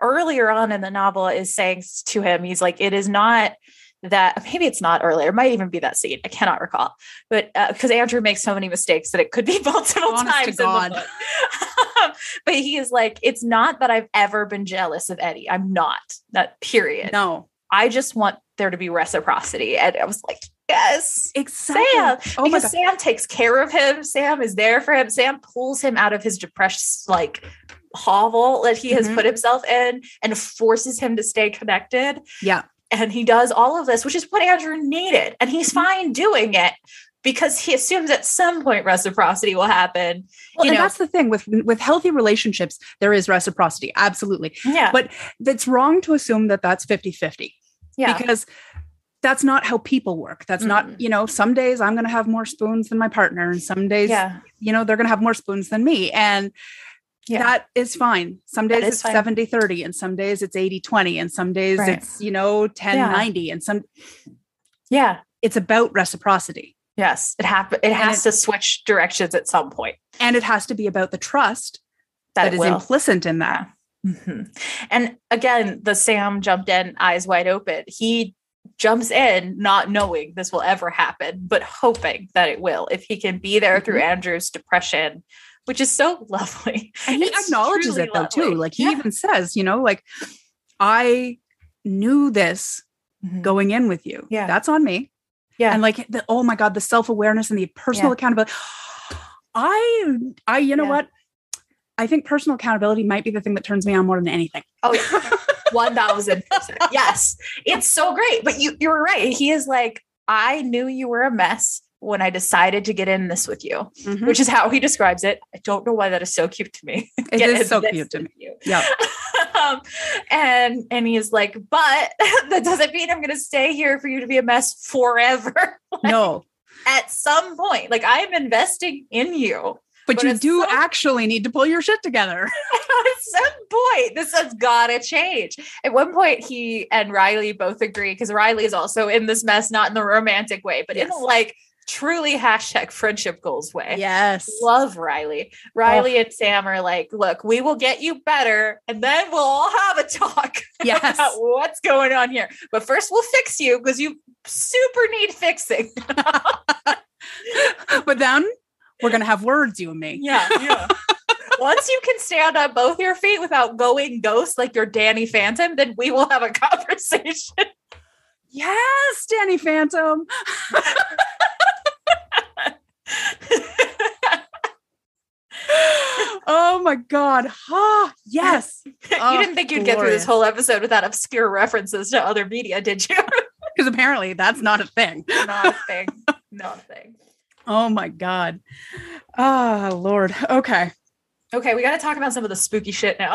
Speaker 1: earlier on in the novel is saying s- to him, he's like, it is not that maybe it's not earlier. It might even be that scene. I cannot recall, but because Andrew makes so many mistakes that it could be [LAUGHS] multiple
Speaker 2: Honest to
Speaker 1: times. in the
Speaker 2: God. [LAUGHS]
Speaker 1: book. but he is like, it's not that I've ever been jealous of Eddie. I'm not. That period.
Speaker 2: no,
Speaker 1: I just want there to be reciprocity. And I was like, yes,
Speaker 2: exactly.
Speaker 1: Sam
Speaker 2: oh my
Speaker 1: because
Speaker 2: God,
Speaker 1: Sam takes care of him. Sam is there for him. Sam pulls him out of his depressed like hovel that he has
Speaker 2: Mhm.
Speaker 1: put himself in and forces him to stay connected.
Speaker 2: yeah,
Speaker 1: And he does all of this, which is what Andrew needed. And he's
Speaker 2: Mm-hmm.
Speaker 1: fine doing it because he assumes at some point reciprocity will happen.
Speaker 2: Well,
Speaker 1: you
Speaker 2: and
Speaker 1: know,
Speaker 2: that's the thing with with healthy relationships, there is reciprocity. Absolutely.
Speaker 1: yeah.
Speaker 2: But that's wrong to assume that that's 50-50
Speaker 1: yeah.
Speaker 2: because that's not how people work. That's
Speaker 1: Mm-mm.
Speaker 2: not, you know, some days I'm going to have more spoons than my partner and some days,
Speaker 1: yeah.
Speaker 2: you know, they're going to have more spoons than me and
Speaker 1: Yeah.
Speaker 2: that is fine. Some days
Speaker 1: is
Speaker 2: it's
Speaker 1: fine.
Speaker 2: 70-30 and some days it's 80-20 and some days
Speaker 1: Right.
Speaker 2: it's, you know, 10-90 and some
Speaker 1: yeah.
Speaker 2: it's about reciprocity.
Speaker 1: Yes. It hap- it has to switch directions at some point.
Speaker 2: And it has to be about the trust
Speaker 1: That,
Speaker 2: that is
Speaker 1: will.
Speaker 2: implicit in that.
Speaker 1: Mhm. And again, the Sam jumped in, eyes wide open. He jumps in, not knowing this will ever happen, but hoping that it will if he can be there through
Speaker 2: Mm-hmm.
Speaker 1: Andrew's depression, which is so [LAUGHS] lovely.
Speaker 2: and he
Speaker 1: It's
Speaker 2: acknowledges
Speaker 1: truly
Speaker 2: it though too
Speaker 1: lovely.
Speaker 2: like he
Speaker 1: Yeah.
Speaker 2: even says you know like i knew this
Speaker 1: Go-
Speaker 2: going in with you
Speaker 1: Yeah.
Speaker 2: that's on me
Speaker 1: Yeah.
Speaker 2: and like the, oh my god the self-awareness and the personal
Speaker 1: Yeah.
Speaker 2: accountability i i you know
Speaker 1: Yeah.
Speaker 2: what i think personal accountability might be the thing that turns me on more than anything
Speaker 1: Oh, yeah. 1000%.
Speaker 2: [LAUGHS]
Speaker 1: yes. It's so great. But you, you're right. He is like, I knew you were a mess when I decided to get in this with you,
Speaker 2: Mhm.
Speaker 1: which is how he describes it. I don't know why that is so cute to me. [LAUGHS]
Speaker 2: it
Speaker 1: get in
Speaker 2: is so
Speaker 1: this
Speaker 2: cute to
Speaker 1: with
Speaker 2: me
Speaker 1: you.
Speaker 2: yeah
Speaker 1: [LAUGHS] um, and and he's like, but [LAUGHS] that doesn't mean I'm going to stay here for you to be a mess forever. [LAUGHS]
Speaker 2: no
Speaker 1: At some point, like I'm investing in you. [LAUGHS]
Speaker 2: but,
Speaker 1: But
Speaker 2: you
Speaker 1: it's
Speaker 2: do
Speaker 1: so-
Speaker 2: actually need to pull your
Speaker 1: [LAUGHS]
Speaker 2: shit together
Speaker 1: At some point, this has got to change. At one point, he and Riley both agree because Riley is also in this mess, not in the romantic way, but in
Speaker 2: Yes.
Speaker 1: a like truly hashtag friendship goals way.
Speaker 2: yes
Speaker 1: Love Riley. Riley and Sam are like, look, we will get you better, and then we'll all have a talk. [LAUGHS]
Speaker 2: yes
Speaker 1: about what's going on here. But first, we'll fix you because you super need
Speaker 2: [LAUGHS]
Speaker 1: fixing.
Speaker 2: but then we're gonna have words you and me
Speaker 1: Yeah, yeah. Once you can stand on both your feet without going ghost like your Danny Phantom, then we will have a conversation. [LAUGHS]
Speaker 2: yes danny phantom oh my god ha yes
Speaker 1: [LAUGHS] you
Speaker 2: Oh,
Speaker 1: didn't think you'd get through
Speaker 2: glorious.
Speaker 1: this whole episode without obscure references to other media, did you?
Speaker 2: because apparently that's not a thing
Speaker 1: Not a [LAUGHS] thing. Not a thing.
Speaker 2: oh my god ah lord okay
Speaker 1: Okay, we got to talk about some of the spooky shit now.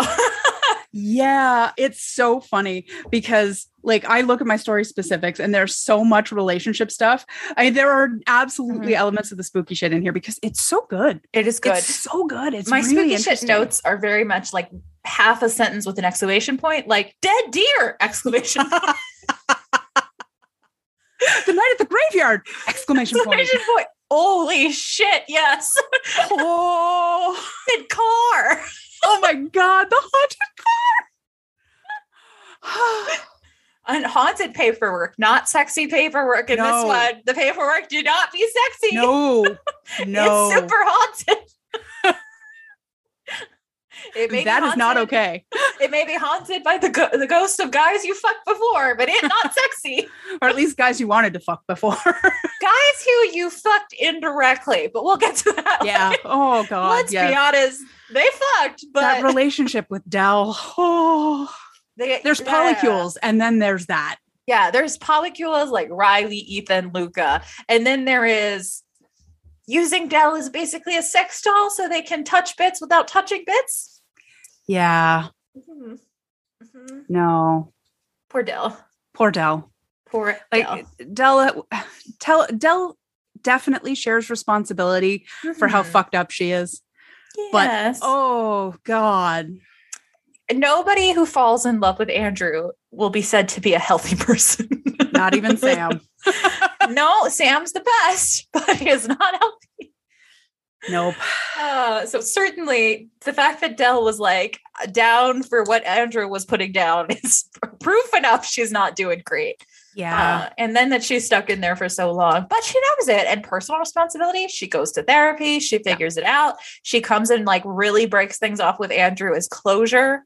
Speaker 1: [LAUGHS]
Speaker 2: yeah it's so funny because like i look at my story specifics and there's so much relationship stuff i there are absolutely
Speaker 1: Mm-hmm.
Speaker 2: elements of the spooky shit in here because it's so good
Speaker 1: it is
Speaker 2: it's so good it's
Speaker 1: my
Speaker 2: really
Speaker 1: spooky shit
Speaker 2: interesting.
Speaker 1: notes are very much like half a sentence with an [LAUGHS] exclamation point, like dead deer exclamation. point.
Speaker 2: the night at the graveyard! Exclamation point.
Speaker 1: Exclamation point. Holy shit, yes.
Speaker 2: Oh,
Speaker 1: [LAUGHS] Haunted car.
Speaker 2: oh my god, the haunted car. [SIGHS]
Speaker 1: And haunted paperwork, not sexy paperwork in
Speaker 2: No.
Speaker 1: this one. The paperwork do not be sexy. [LAUGHS]
Speaker 2: no, no.
Speaker 1: It's super
Speaker 2: [LAUGHS]
Speaker 1: haunted. it may be
Speaker 2: that is not
Speaker 1: haunted-
Speaker 2: okay.
Speaker 1: It may be haunted by the go- the ghosts of guys you fucked before, but it not
Speaker 2: [LAUGHS]
Speaker 1: sexy.
Speaker 2: Or at least guys you wanted to fuck
Speaker 1: [LAUGHS]
Speaker 2: before.
Speaker 1: guys who you fucked indirectly, but we'll get to that.
Speaker 2: yeah. Oh god.
Speaker 1: Let's
Speaker 2: yes.
Speaker 1: be honest, they fucked,
Speaker 2: that
Speaker 1: but
Speaker 2: relationship with Dell. Oh,
Speaker 1: they,
Speaker 2: there's
Speaker 1: yeah.
Speaker 2: polycules, and then there's that.
Speaker 1: Yeah, there's polycules like Riley, Ethan, Luca, and then there is using Dell is basically a sex doll, so they can touch bits without touching bits.
Speaker 2: Yeah.
Speaker 1: Mhm. Mhm.
Speaker 2: No.
Speaker 1: Poor Dell.
Speaker 2: Poor Dell.
Speaker 1: Poor
Speaker 2: Like
Speaker 1: Dell.
Speaker 2: Dell. uh, Tell Dell definitely shares responsibility for
Speaker 1: Mm-hmm.
Speaker 2: how fucked up she is. but-
Speaker 1: Yes.
Speaker 2: Oh God.
Speaker 1: nobody who falls in love with Andrew will be said to be a healthy [LAUGHS] person.
Speaker 2: Not even Sam.
Speaker 1: no, Sam's the best, but he is not healthy.
Speaker 2: [LAUGHS] Nope.
Speaker 1: Uh, so certainly, the fact that Dell was like down for what Andrew was putting down [LAUGHS] is proof enough she's not doing great.
Speaker 2: Yeah.
Speaker 1: Uh, and then that she's stuck in there for so long, but she knows it. And personal responsibility, she goes to therapy, she figures it out. She comes and like really breaks things off with Andrew as closure.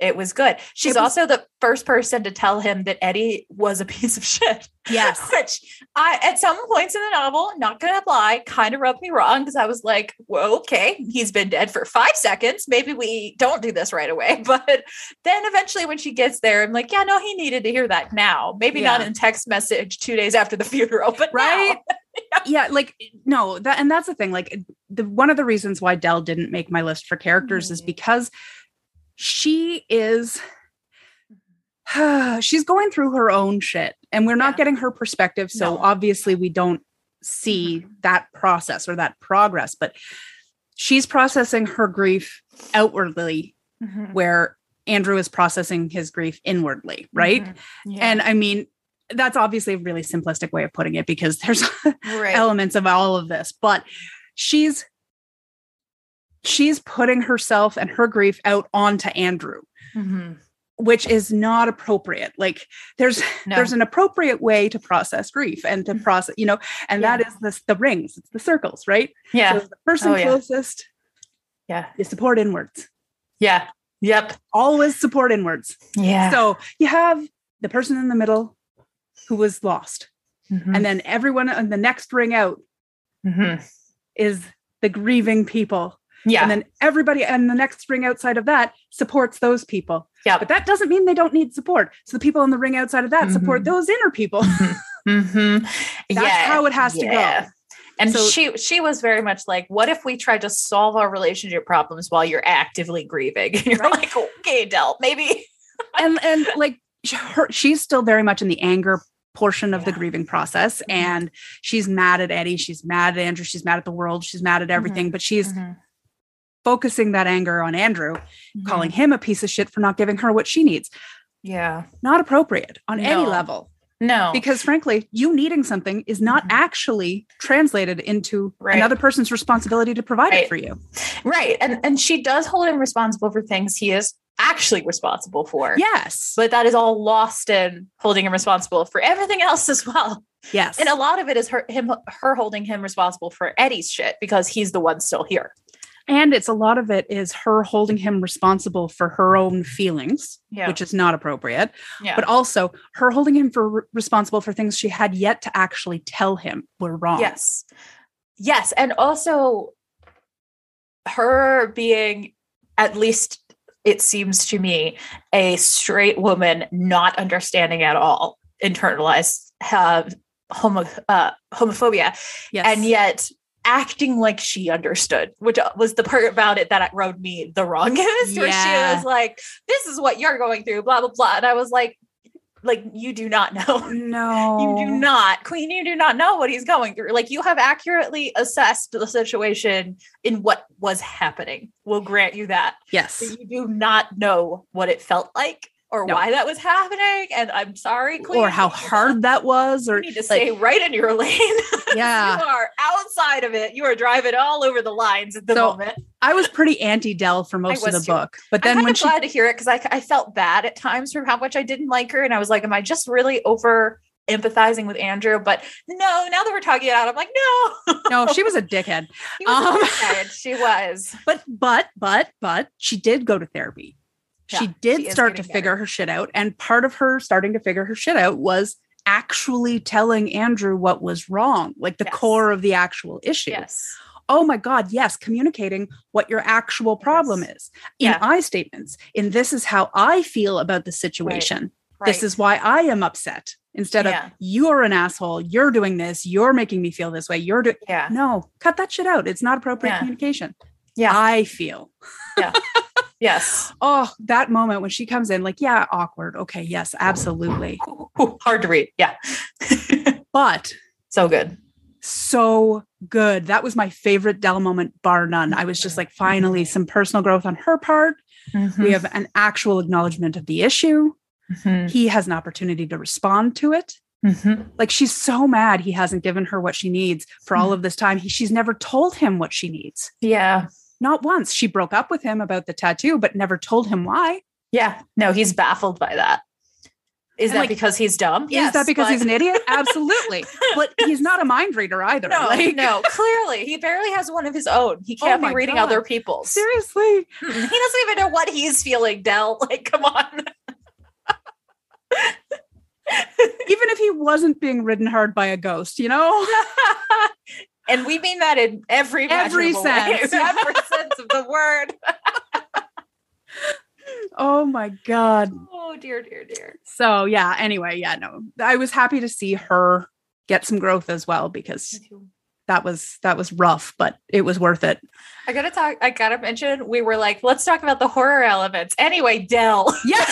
Speaker 1: It was good. She's
Speaker 2: was-
Speaker 1: also the first person to tell him that Eddie was a piece of [LAUGHS] shit,
Speaker 2: [SIGHS] yes.
Speaker 1: [LAUGHS] which I, at some points in the novel, not gonna lie, kind of rubbed me wrong because I was like, well, okay, he's been dead for five seconds. Maybe we don't do this right away. [LAUGHS] But then eventually, when she gets there, I'm like, yeah, no, he needed to hear that now. Maybe not
Speaker 2: Yeah.
Speaker 1: in text message two days after the [LAUGHS] funeral, but
Speaker 2: Right?
Speaker 1: [LAUGHS] now.
Speaker 2: [LAUGHS] yeah like no that and that's the thing like the one of the reasons why dell didn't make my list for characters is
Speaker 1: Mhm.
Speaker 2: because she is [SIGHS] she's going through her own shit and we're not
Speaker 1: Yeah.
Speaker 2: getting her perspective so
Speaker 1: No.
Speaker 2: obviously we don't see that process or that progress but she's processing her grief outwardly where andrew is processing his grief inwardly right
Speaker 1: Mhm.
Speaker 2: Mm-hmm. and i mean that's obviously a really simplistic way of putting it because there's [LAUGHS]
Speaker 1: Yeah. right.
Speaker 2: elements of all of this but she's she's putting herself and her grief out onto andrew
Speaker 1: Mhm.
Speaker 2: which is not appropriate like there's
Speaker 1: No.
Speaker 2: there's an appropriate way to process grief and to
Speaker 1: Mhm.
Speaker 2: process you know and that is this the rings it's the circles right
Speaker 1: yeah.
Speaker 2: so the person
Speaker 1: Oh, yeah.
Speaker 2: closest
Speaker 1: yeah.
Speaker 2: you support inwards
Speaker 1: Yeah. Yep.
Speaker 2: always support inwards
Speaker 1: Yeah.
Speaker 2: so you have the person in the middle who was lost
Speaker 1: Mhm.
Speaker 2: and then everyone on the next ring out
Speaker 1: Mhm.
Speaker 2: is the grieving people
Speaker 1: Yeah.
Speaker 2: And then everybody and the next ring outside of that supports those people.
Speaker 1: yeah.
Speaker 2: But that doesn't mean they don't need support. So the people in the ring outside of that support
Speaker 1: Mhm.
Speaker 2: those
Speaker 1: [LAUGHS]
Speaker 2: inner people.
Speaker 1: Mm-hmm.
Speaker 2: That's how it has to go.
Speaker 1: And
Speaker 2: So-
Speaker 1: she she was very much like, "What if we tried to solve our relationship problems while you're actively grieving?" [LAUGHS] And you're
Speaker 2: Right.
Speaker 1: like, "Okay, Del, maybe."
Speaker 2: And and like sh- her, she's still very much in the anger portion of
Speaker 1: Yeah.
Speaker 2: the
Speaker 1: Mm-hmm.
Speaker 2: grieving process and she's mad at Eddie, she's mad at Andrew, she's mad at the world, she's mad
Speaker 1: Mm-hmm.
Speaker 2: at everything, but she's focusing that anger on Andrew, calling
Speaker 1: Mm-hmm.
Speaker 2: him a piece of shit for not giving her what she needs.
Speaker 1: Yeah.
Speaker 2: Not appropriate on any
Speaker 1: No.
Speaker 2: level.
Speaker 1: No.
Speaker 2: because frankly you needing something is not
Speaker 1: Mhm.
Speaker 2: actually translated into
Speaker 1: Right.
Speaker 2: another person's responsibility to provide
Speaker 1: Right.
Speaker 2: it for you
Speaker 1: right. And and she does hold him responsible for things he is actually responsible for.
Speaker 2: yes
Speaker 1: But that is all lost in holding him responsible for everything else as well.
Speaker 2: yes
Speaker 1: And a lot of it is her him her holding him responsible for Eddie's shit because he's the one still here.
Speaker 2: and it's a lot of it is her holding him responsible for her own feelings
Speaker 1: Yeah.
Speaker 2: which is not appropriate
Speaker 1: yeah.
Speaker 2: but also her holding him for responsible for things she had yet to actually tell him were wrong
Speaker 1: Yes. Yes. And also her being, at least it seems to me, a straight woman not understanding at all internalized uh, homo- uh, homophobia
Speaker 2: yes
Speaker 1: and yet acting like she understood, which was the part about it that rode me the wrongest, [LAUGHS] where
Speaker 2: Yeah.
Speaker 1: she was like, this is what you're going through, blah, blah, blah. And I was like, like, you do not know.
Speaker 2: Oh, no
Speaker 1: You do not, Queen, you do not know what he's going through. Like you have accurately assessed the situation in what was happening. We'll grant you that.
Speaker 2: yes
Speaker 1: But you do not know what it felt like. or
Speaker 2: No.
Speaker 1: why that was happening. And I'm sorry, Queen.
Speaker 2: or how hard that was,
Speaker 1: You
Speaker 2: or
Speaker 1: need to stay right in your lane. [LAUGHS]
Speaker 2: yeah.
Speaker 1: you are outside of it. You are driving all over the lines at the
Speaker 2: So,
Speaker 1: moment.
Speaker 2: I was pretty anti Dell for most of
Speaker 1: was
Speaker 2: the
Speaker 1: too.
Speaker 2: book, but
Speaker 1: I'm
Speaker 2: then
Speaker 1: kind
Speaker 2: when
Speaker 1: of
Speaker 2: she
Speaker 1: glad to hear it because I, I felt bad at times for how much I didn't like her, and I was like, "Am I just really over empathizing with Andrew?" But no, now that we're talking it out, I'm like, "No, [LAUGHS]
Speaker 2: no, she was a dickhead.
Speaker 1: he was a
Speaker 2: Um,
Speaker 1: dickhead. she
Speaker 2: [LAUGHS]
Speaker 1: was."
Speaker 2: But but but but she did go to therapy. she
Speaker 1: Yeah,
Speaker 2: did
Speaker 1: she is
Speaker 2: start to
Speaker 1: getting
Speaker 2: figure her shit out, and part of her starting to figure her shit out was actually telling Andrew what was wrong, like the
Speaker 1: Yes.
Speaker 2: core of the actual issue.
Speaker 1: Yes,
Speaker 2: Oh my God, yes, communicating what your actual problem is in
Speaker 1: Yeah.
Speaker 2: I statements, in this is how I feel about the situation.
Speaker 1: right.
Speaker 2: This is why I am upset. Instead
Speaker 1: Yeah.
Speaker 2: of you're an asshole, you're doing this, you're making me feel this way, you're doing
Speaker 1: yeah,
Speaker 2: no, cut that shit out. It's not appropriate
Speaker 1: Yeah.
Speaker 2: communication.
Speaker 1: Yeah.
Speaker 2: I feel.
Speaker 1: yes,
Speaker 2: Oh, that moment when she comes in, like, yeah, awkward. Okay, yes, absolutely.
Speaker 1: hard to read. Yeah,
Speaker 2: But
Speaker 1: so good.
Speaker 2: so good. That was my favorite Dell moment, bar none. I was just like, finally, some personal growth on her part.
Speaker 1: Mm-hmm.
Speaker 2: We have an actual acknowledgement of the issue.
Speaker 1: Mhm.
Speaker 2: He has an opportunity to respond to it.
Speaker 1: Mhm.
Speaker 2: Like she's so mad he hasn't given her what she needs for all of this time. He, she's never told him what she needs.
Speaker 1: Yeah,
Speaker 2: Not once. She broke up with him about the tattoo, but never told him why.
Speaker 1: yeah. No, he's baffled by that. Is
Speaker 2: And,
Speaker 1: that
Speaker 2: like,
Speaker 1: because he's dumb?
Speaker 2: Is that because
Speaker 1: but-
Speaker 2: he's an idiot?
Speaker 1: [LAUGHS]
Speaker 2: Absolutely. but he's not a mind reader either.
Speaker 1: No,
Speaker 2: like,
Speaker 1: no, clearly he barely has one of his own. He
Speaker 2: Oh
Speaker 1: can't
Speaker 2: my
Speaker 1: be reading
Speaker 2: God.
Speaker 1: other people's.
Speaker 2: Seriously.
Speaker 1: Hmm, He doesn't even know what he's feeling, Dell. [LAUGHS] Like, come on.
Speaker 2: Even if he wasn't being ridden hard by a ghost, you know?
Speaker 1: and we mean that in every
Speaker 2: Every
Speaker 1: imaginable way.
Speaker 2: sense, yeah.
Speaker 1: [LAUGHS] every sense of the word.
Speaker 2: [LAUGHS] Oh my God.
Speaker 1: Oh dear, dear, dear.
Speaker 2: So, yeah, anyway, yeah, no. I was happy to see her get some growth as well because that was that was rough, but it was worth
Speaker 1: [LAUGHS]
Speaker 2: it.
Speaker 1: I gotta talk. I gotta mention. We were like, let's talk about the horror elements. Anyway, Dell. [LAUGHS]
Speaker 2: Yeah.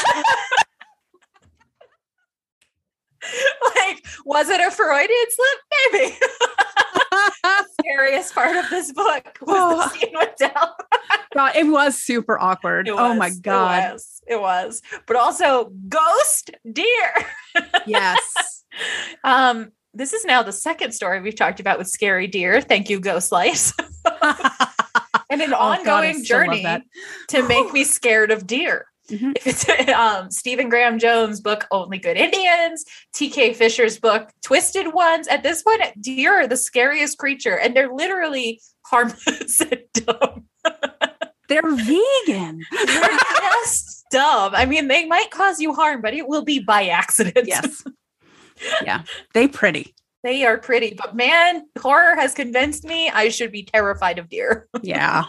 Speaker 1: like, was it a Freudian slip? Maybe. [LAUGHS] Scariest part of this book was
Speaker 2: Oh.
Speaker 1: the scene with Dell.
Speaker 2: God, it was super awkward.
Speaker 1: It
Speaker 2: oh
Speaker 1: was,
Speaker 2: my
Speaker 1: it
Speaker 2: god.
Speaker 1: was, It was, But also ghost deer. [LAUGHS]
Speaker 2: yes.
Speaker 1: Um, this is now the second story we've talked about with scary deer. Thank you, ghost
Speaker 2: [LAUGHS]
Speaker 1: lights. and an
Speaker 2: Oh, God, I
Speaker 1: ongoing
Speaker 2: still love
Speaker 1: journey
Speaker 2: that.
Speaker 1: to make me scared of deer.
Speaker 2: Mhm.
Speaker 1: If it's [LAUGHS] um, Stephen Graham Jones' book, Only Good Indians, T.K. Fisher's book, Twisted Ones. At this one, deer are the scariest creature, and they're literally harmless [LAUGHS] and dumb.
Speaker 2: [LAUGHS]
Speaker 1: [LAUGHS]
Speaker 2: They're vegan.
Speaker 1: They're just dumb. I mean, they might cause you harm, but it will be by accident.
Speaker 2: Yes. yeah. They pretty.
Speaker 1: They are pretty, but man, horror has convinced me I should be terrified of deer.
Speaker 2: Yeah.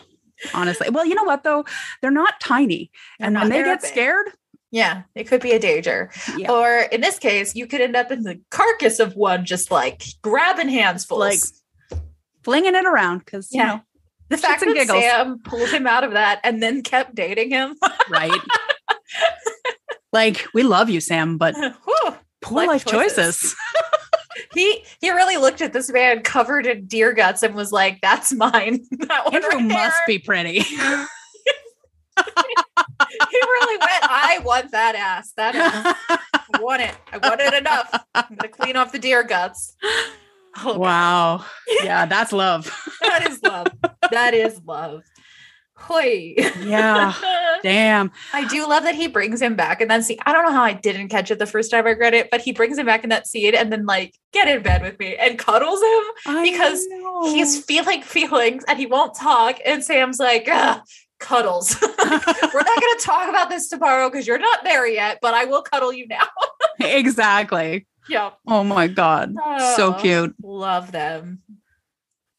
Speaker 2: Honestly. Well, you know what though? They're not tiny. [LAUGHS] And
Speaker 1: Not
Speaker 2: when they
Speaker 1: their
Speaker 2: get
Speaker 1: thing.
Speaker 2: scared,
Speaker 1: Yeah, it could be a danger.
Speaker 2: Yeah.
Speaker 1: Or in this case, you could end up in the carcass of one, just like grabbing handsfuls.
Speaker 2: Like, flinging it around because
Speaker 1: Yeah.
Speaker 2: you know,
Speaker 1: the fact
Speaker 2: shits and
Speaker 1: that
Speaker 2: giggles.
Speaker 1: Sam pulled him out of that and then kept dating him. [LAUGHS]
Speaker 2: right. like, we love you,
Speaker 1: [LAUGHS]
Speaker 2: Sam, but
Speaker 1: Whew.
Speaker 2: poor
Speaker 1: Life
Speaker 2: life,
Speaker 1: choices.
Speaker 2: choices.
Speaker 1: he he really looked at this man covered in deer guts and was like, "That's mine." [LAUGHS] That one
Speaker 2: [LAUGHS] Andrew
Speaker 1: right
Speaker 2: must
Speaker 1: there." [LAUGHS]
Speaker 2: be pretty.
Speaker 1: he really went, I want that ass.
Speaker 2: [LAUGHS]
Speaker 1: That ass. I want it. I want it enough. I'm gonna clean off the deer guts. Oh,
Speaker 2: wow. Yeah, that's love.
Speaker 1: that is love. That is love. Hoy.
Speaker 2: Yeah. [LAUGHS] Damn.
Speaker 1: [LAUGHS] I do love that he brings him back and then see. I don't know how I didn't catch it the first time I read it, but he brings him back in that scene and then like get in bed with me and cuddles him.
Speaker 2: I
Speaker 1: Because
Speaker 2: know.
Speaker 1: He's feeling feelings and he won't talk. And Sam's like, "Ugh, cuddles. [LAUGHS] We're not gonna talk about this tomorrow because you're not there yet, but I will cuddle you now. [LAUGHS]
Speaker 2: [LAUGHS] exactly.
Speaker 1: Yep.
Speaker 2: Oh my god. So
Speaker 1: Oh.
Speaker 2: cute.
Speaker 1: love them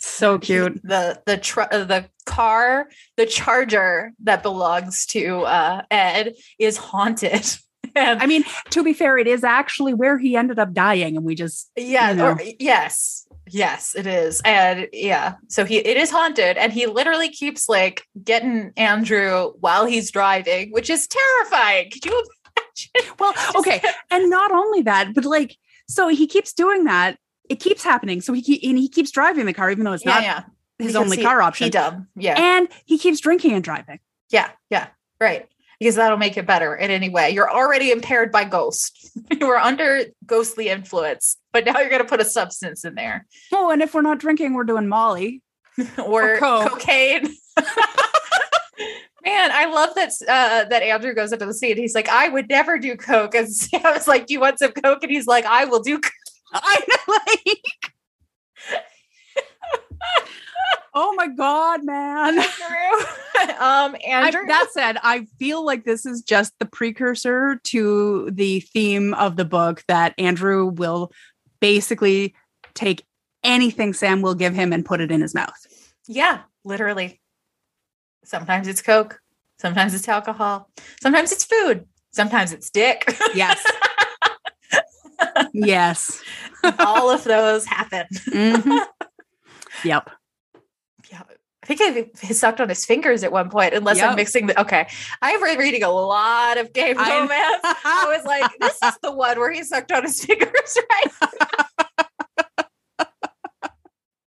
Speaker 2: So cute.
Speaker 1: the the tr- uh, the car the charger that belongs to uh ed is haunted [LAUGHS] and
Speaker 2: I mean, to be fair, it is actually where he ended up dying and we just
Speaker 1: yeah
Speaker 2: you know.
Speaker 1: or- yes yes it is and yeah so he it is haunted and he literally keeps like getting andrew while he's driving which is terrifying could you imagine [LAUGHS]
Speaker 2: Well, okay. And not only that, but like so he keeps doing that. It keeps happening. So he ke- and he keeps driving the car even though it's
Speaker 1: yeah
Speaker 2: not
Speaker 1: yeah
Speaker 2: his
Speaker 1: because
Speaker 2: only
Speaker 1: he-
Speaker 2: car
Speaker 1: he
Speaker 2: [LAUGHS] option.
Speaker 1: dumb yeah
Speaker 2: And he keeps drinking and driving.
Speaker 1: yeah yeah right because that'll make it better in any way. You're already impaired by ghost. [LAUGHS] you were under ghostly influence, but now you're going to put a substance in there
Speaker 2: Oh, and if we're not drinking, we're doing Molly. [LAUGHS]
Speaker 1: or,
Speaker 2: Or coke.
Speaker 1: cocaine. [LAUGHS] Man, I love that uh, that Andrew goes up to the scene. He's like, "I would never do coke." And [LAUGHS] I was like, "Do you want some coke?" And he's like, "I will do." Coke.
Speaker 2: I know, like. [LAUGHS] oh my god, man.
Speaker 1: um,
Speaker 2: I,
Speaker 1: Andrew,
Speaker 2: that said, I feel like this is just the precursor to the theme of the book that Andrew will basically take anything Sam will give him and put it in his mouth.
Speaker 1: Yeah, literally. Sometimes it's Coke. Sometimes it's alcohol. Sometimes it's food. Sometimes it's dick.
Speaker 2: [LAUGHS]
Speaker 1: [LAUGHS]
Speaker 2: Yes. yes.
Speaker 1: All of those happen.
Speaker 2: Mhm. [LAUGHS] Yep.
Speaker 1: Yeah. I think I he sucked on his fingers at one point, unless I'm
Speaker 2: Yep.
Speaker 1: mixing the. Okay. I've been reading a lot of gay
Speaker 2: I-
Speaker 1: romance. I, was like, this is the one where he sucked on his [LAUGHS] fingers, right?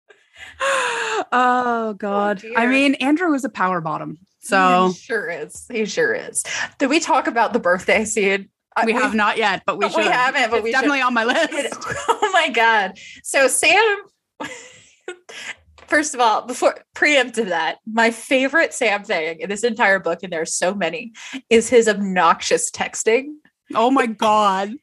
Speaker 2: [LAUGHS] oh god. I
Speaker 1: dear.
Speaker 2: mean, Andrew is a power bottom. So
Speaker 1: He sure is. He sure is. Did we talk about the birthday scene? I-
Speaker 2: we have not yet, but we
Speaker 1: Uh, [LAUGHS] We
Speaker 2: should.
Speaker 1: haven't, but
Speaker 2: It's
Speaker 1: we should.
Speaker 2: definitely on my
Speaker 1: It-
Speaker 2: list.
Speaker 1: [LAUGHS] oh my god so sam [LAUGHS] first of all before preempt to that my favorite sam thing in this entire book and there are so many is his obnoxious texting
Speaker 2: Oh my god.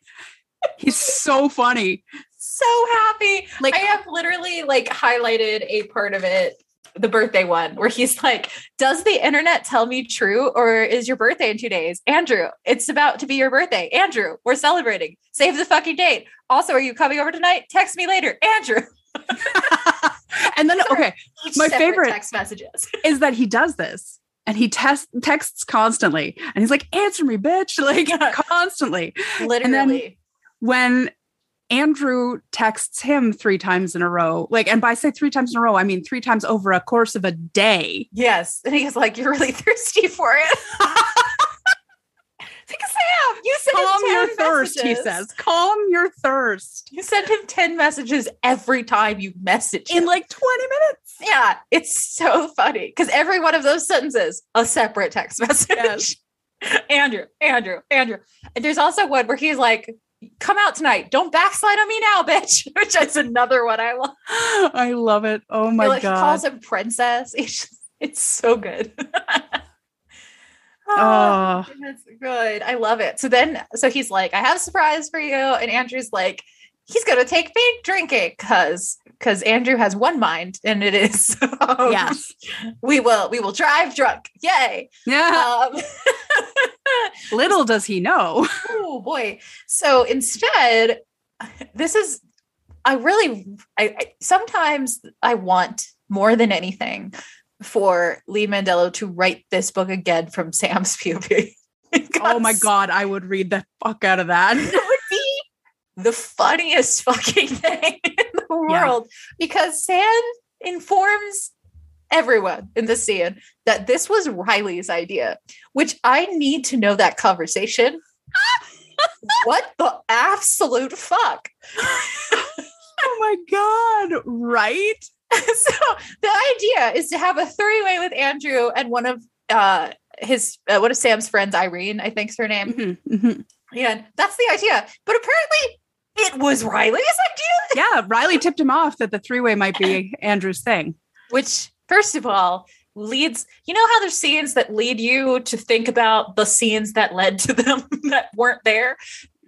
Speaker 2: He's so funny.
Speaker 1: so happy
Speaker 2: Like
Speaker 1: i have literally like highlighted a part of it the birthday one where he's like does the internet tell me true or is your birthday in two days andrew it's about to be your birthday andrew we're celebrating save the fucking date also are you coming over tonight text me later
Speaker 2: [LAUGHS]
Speaker 1: andrew
Speaker 2: and then
Speaker 1: Sorry.
Speaker 2: okay,
Speaker 1: Each
Speaker 2: My
Speaker 1: separate
Speaker 2: favorite-
Speaker 1: text [LAUGHS] messages
Speaker 2: is that he does this and he test texts constantly and he's like, answer me, bitch. [LAUGHS] Like
Speaker 1: Yeah.
Speaker 2: constantly.
Speaker 1: literally
Speaker 2: then- When Andrew texts him three times in a row, like, and by say three times in a row, I mean three times over a course of a day.
Speaker 1: yes and he's like you're really [LAUGHS] thirsty for
Speaker 2: [LAUGHS]
Speaker 1: it Think of Sam, you sent
Speaker 2: Calm
Speaker 1: him 10
Speaker 2: your thirst, he
Speaker 1: messages.
Speaker 2: says. Calm your thirst.
Speaker 1: You sent him 10 messages every time you message him.
Speaker 2: In like 20 minutes.
Speaker 1: yeah, it's so funny because every one of those sentences, a separate text [LAUGHS] message.
Speaker 2: Yes.
Speaker 1: Andrew, Andrew, Andrew. And there's also one where he's like, come out tonight. Don't backslide on me now, bitch, [LAUGHS] which is another one I love.
Speaker 2: [GASPS] I love it. Oh my
Speaker 1: He, like,
Speaker 2: god.
Speaker 1: calls him princess. [LAUGHS] It's, just- it's so good. [LAUGHS]
Speaker 2: oh.
Speaker 1: That's good. I love it. So then, so he's like, I have a surprise for you. And Andrew's like, he's going to take me drinking because because Andrew has one mind and it is [LAUGHS]
Speaker 2: Oh,
Speaker 1: um,
Speaker 2: Yes.
Speaker 1: we will we will drive drunk
Speaker 2: [LAUGHS]
Speaker 1: yay
Speaker 2: Yeah.
Speaker 1: um,
Speaker 2: Little does
Speaker 1: [LAUGHS]
Speaker 2: he know. [LAUGHS]
Speaker 1: oh boy so instead this is i really I, I sometimes i want more than anything for lee mandello to write this book again from sam's [LAUGHS] pov
Speaker 2: Oh my god, I would read the fuck out of
Speaker 1: [LAUGHS]
Speaker 2: that.
Speaker 1: that would be the funniest fucking [LAUGHS] thing in the
Speaker 2: Yeah.
Speaker 1: world because Sam informs everyone in the scene that this was Riley's idea, which I need to know that conversation. what the absolute fuck? [LAUGHS]
Speaker 2: Oh my god, right?
Speaker 1: so the idea is to have a three-way with Andrew and one of uh his uh, one of Sam's friends, Irene, I think's her name. mm-hmm. Yeah, that's the idea. But apparently, it was Riley's idea.
Speaker 2: [LAUGHS] Yeah, Riley tipped him off that the three-way
Speaker 1: [LAUGHS]
Speaker 2: might be Andrew's thing.
Speaker 1: which first of all leads you know how there's scenes that lead you to think about the scenes that led to them [LAUGHS] that weren't there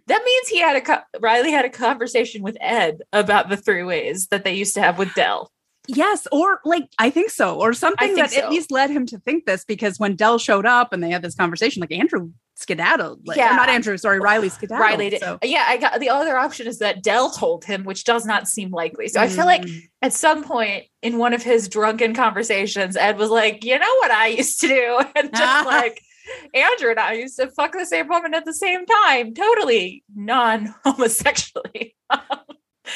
Speaker 1: that means he had a co- riley had a conversation with ed about the three ways that they used to have with dell
Speaker 2: Yes, or like I think so, or something
Speaker 1: think
Speaker 2: that
Speaker 1: so.
Speaker 2: at least led him to think this because when Dell showed up and they had this conversation, like Andrew skedaddled. Like,
Speaker 1: Yeah.
Speaker 2: yeah, not Andrew, sorry, Riley skedaddled.
Speaker 1: riley did
Speaker 2: so-
Speaker 1: yeah i got the other option is that dell told him which does not seem likely so i feel like
Speaker 2: Mm.
Speaker 1: at some point in one of his drunken conversations ed was like you know what i used to do [LAUGHS] and
Speaker 2: [LAUGHS]
Speaker 1: just like Andrew and I used to fuck the same woman at the same time, totally non-homosexually. [LAUGHS]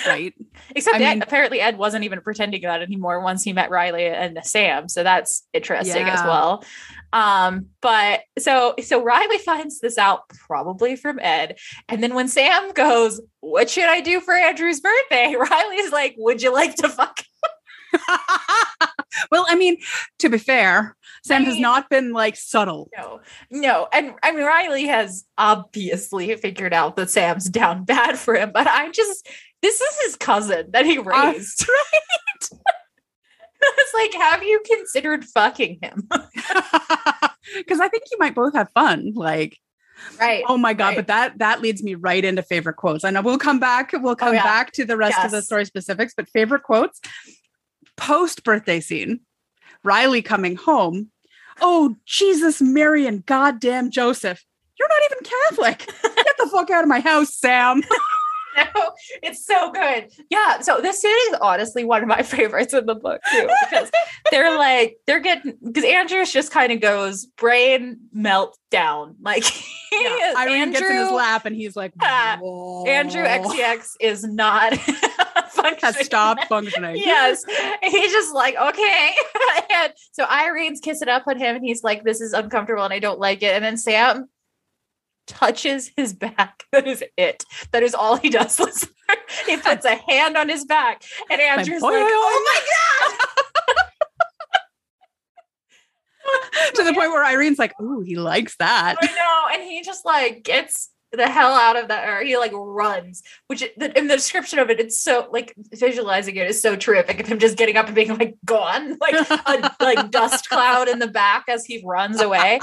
Speaker 2: right.
Speaker 1: Except
Speaker 2: I
Speaker 1: Ed-
Speaker 2: mean-
Speaker 1: apparently Ed wasn't even pretending that anymore once he met Riley and Sam, so that's interesting as
Speaker 2: Yeah.
Speaker 1: well. Um, but so so Riley finds this out probably from Ed, and then when Sam goes, "What should I [LAUGHS] do for Andrew's birthday?" Riley's like, "Would you like to fuck?"
Speaker 2: [LAUGHS] Well, I mean, to be fair, Sam has
Speaker 1: mean-
Speaker 2: not been like subtle. [LAUGHS]
Speaker 1: No, no. And I mean, Riley has obviously figured out that Sam's down [LAUGHS] bad for him, but I just, this is his cousin that
Speaker 2: Uh,
Speaker 1: he raised. [LAUGHS] it's like, have you considered fucking him? [LAUGHS]
Speaker 2: Because I think you might both have fun. Like,
Speaker 1: Right.
Speaker 2: oh my god!
Speaker 1: right.
Speaker 2: But that that leads me right into favorite quotes. I know we'll come back. We'll come
Speaker 1: Oh, yeah.
Speaker 2: back to the rest of the
Speaker 1: Yes.
Speaker 2: story specifics. But favorite quotes post birthday scene. Riley coming home. Oh Jesus, Mary and goddamn Joseph! You're not even Catholic. Get the fuck out of my house, Sam.
Speaker 1: No, it's so good. Yeah. So this scene is honestly one of my [LAUGHS] favorites in the book too, because they're like they're getting because Andrews just kind of goes brain meltdown. Like [LAUGHS] [LAUGHS] he
Speaker 2: Yeah,
Speaker 1: is-
Speaker 2: Irene gets in his
Speaker 1: Andrew-
Speaker 2: lap and he's like,
Speaker 1: Ah,
Speaker 2: "Whoa."
Speaker 1: [LAUGHS] Andrew XTX is not [LAUGHS]
Speaker 2: has
Speaker 1: functioning.
Speaker 2: stopped functioning.
Speaker 1: Yes. And he's just like, okay. [LAUGHS] and so Irene's kissing up on him and he's like, this is uncomfortable and I don't like it. And then Sam touches his back. [LAUGHS] That is it. That is all he does. [LAUGHS] Listener. he puts a hand on his back. And
Speaker 2: My
Speaker 1: Andrew's
Speaker 2: boy.
Speaker 1: like, oh
Speaker 2: [LAUGHS] to the point where Irene's like, "Ooh, he likes
Speaker 1: my
Speaker 2: that."
Speaker 1: God, I know. And he just like gets the hell out of that or he like runs which the- in the description of it it's so like visualizing it is so terrific of him just getting up and being like gone [LAUGHS] like a like
Speaker 2: [LAUGHS]
Speaker 1: dust cloud in the back as he runs away.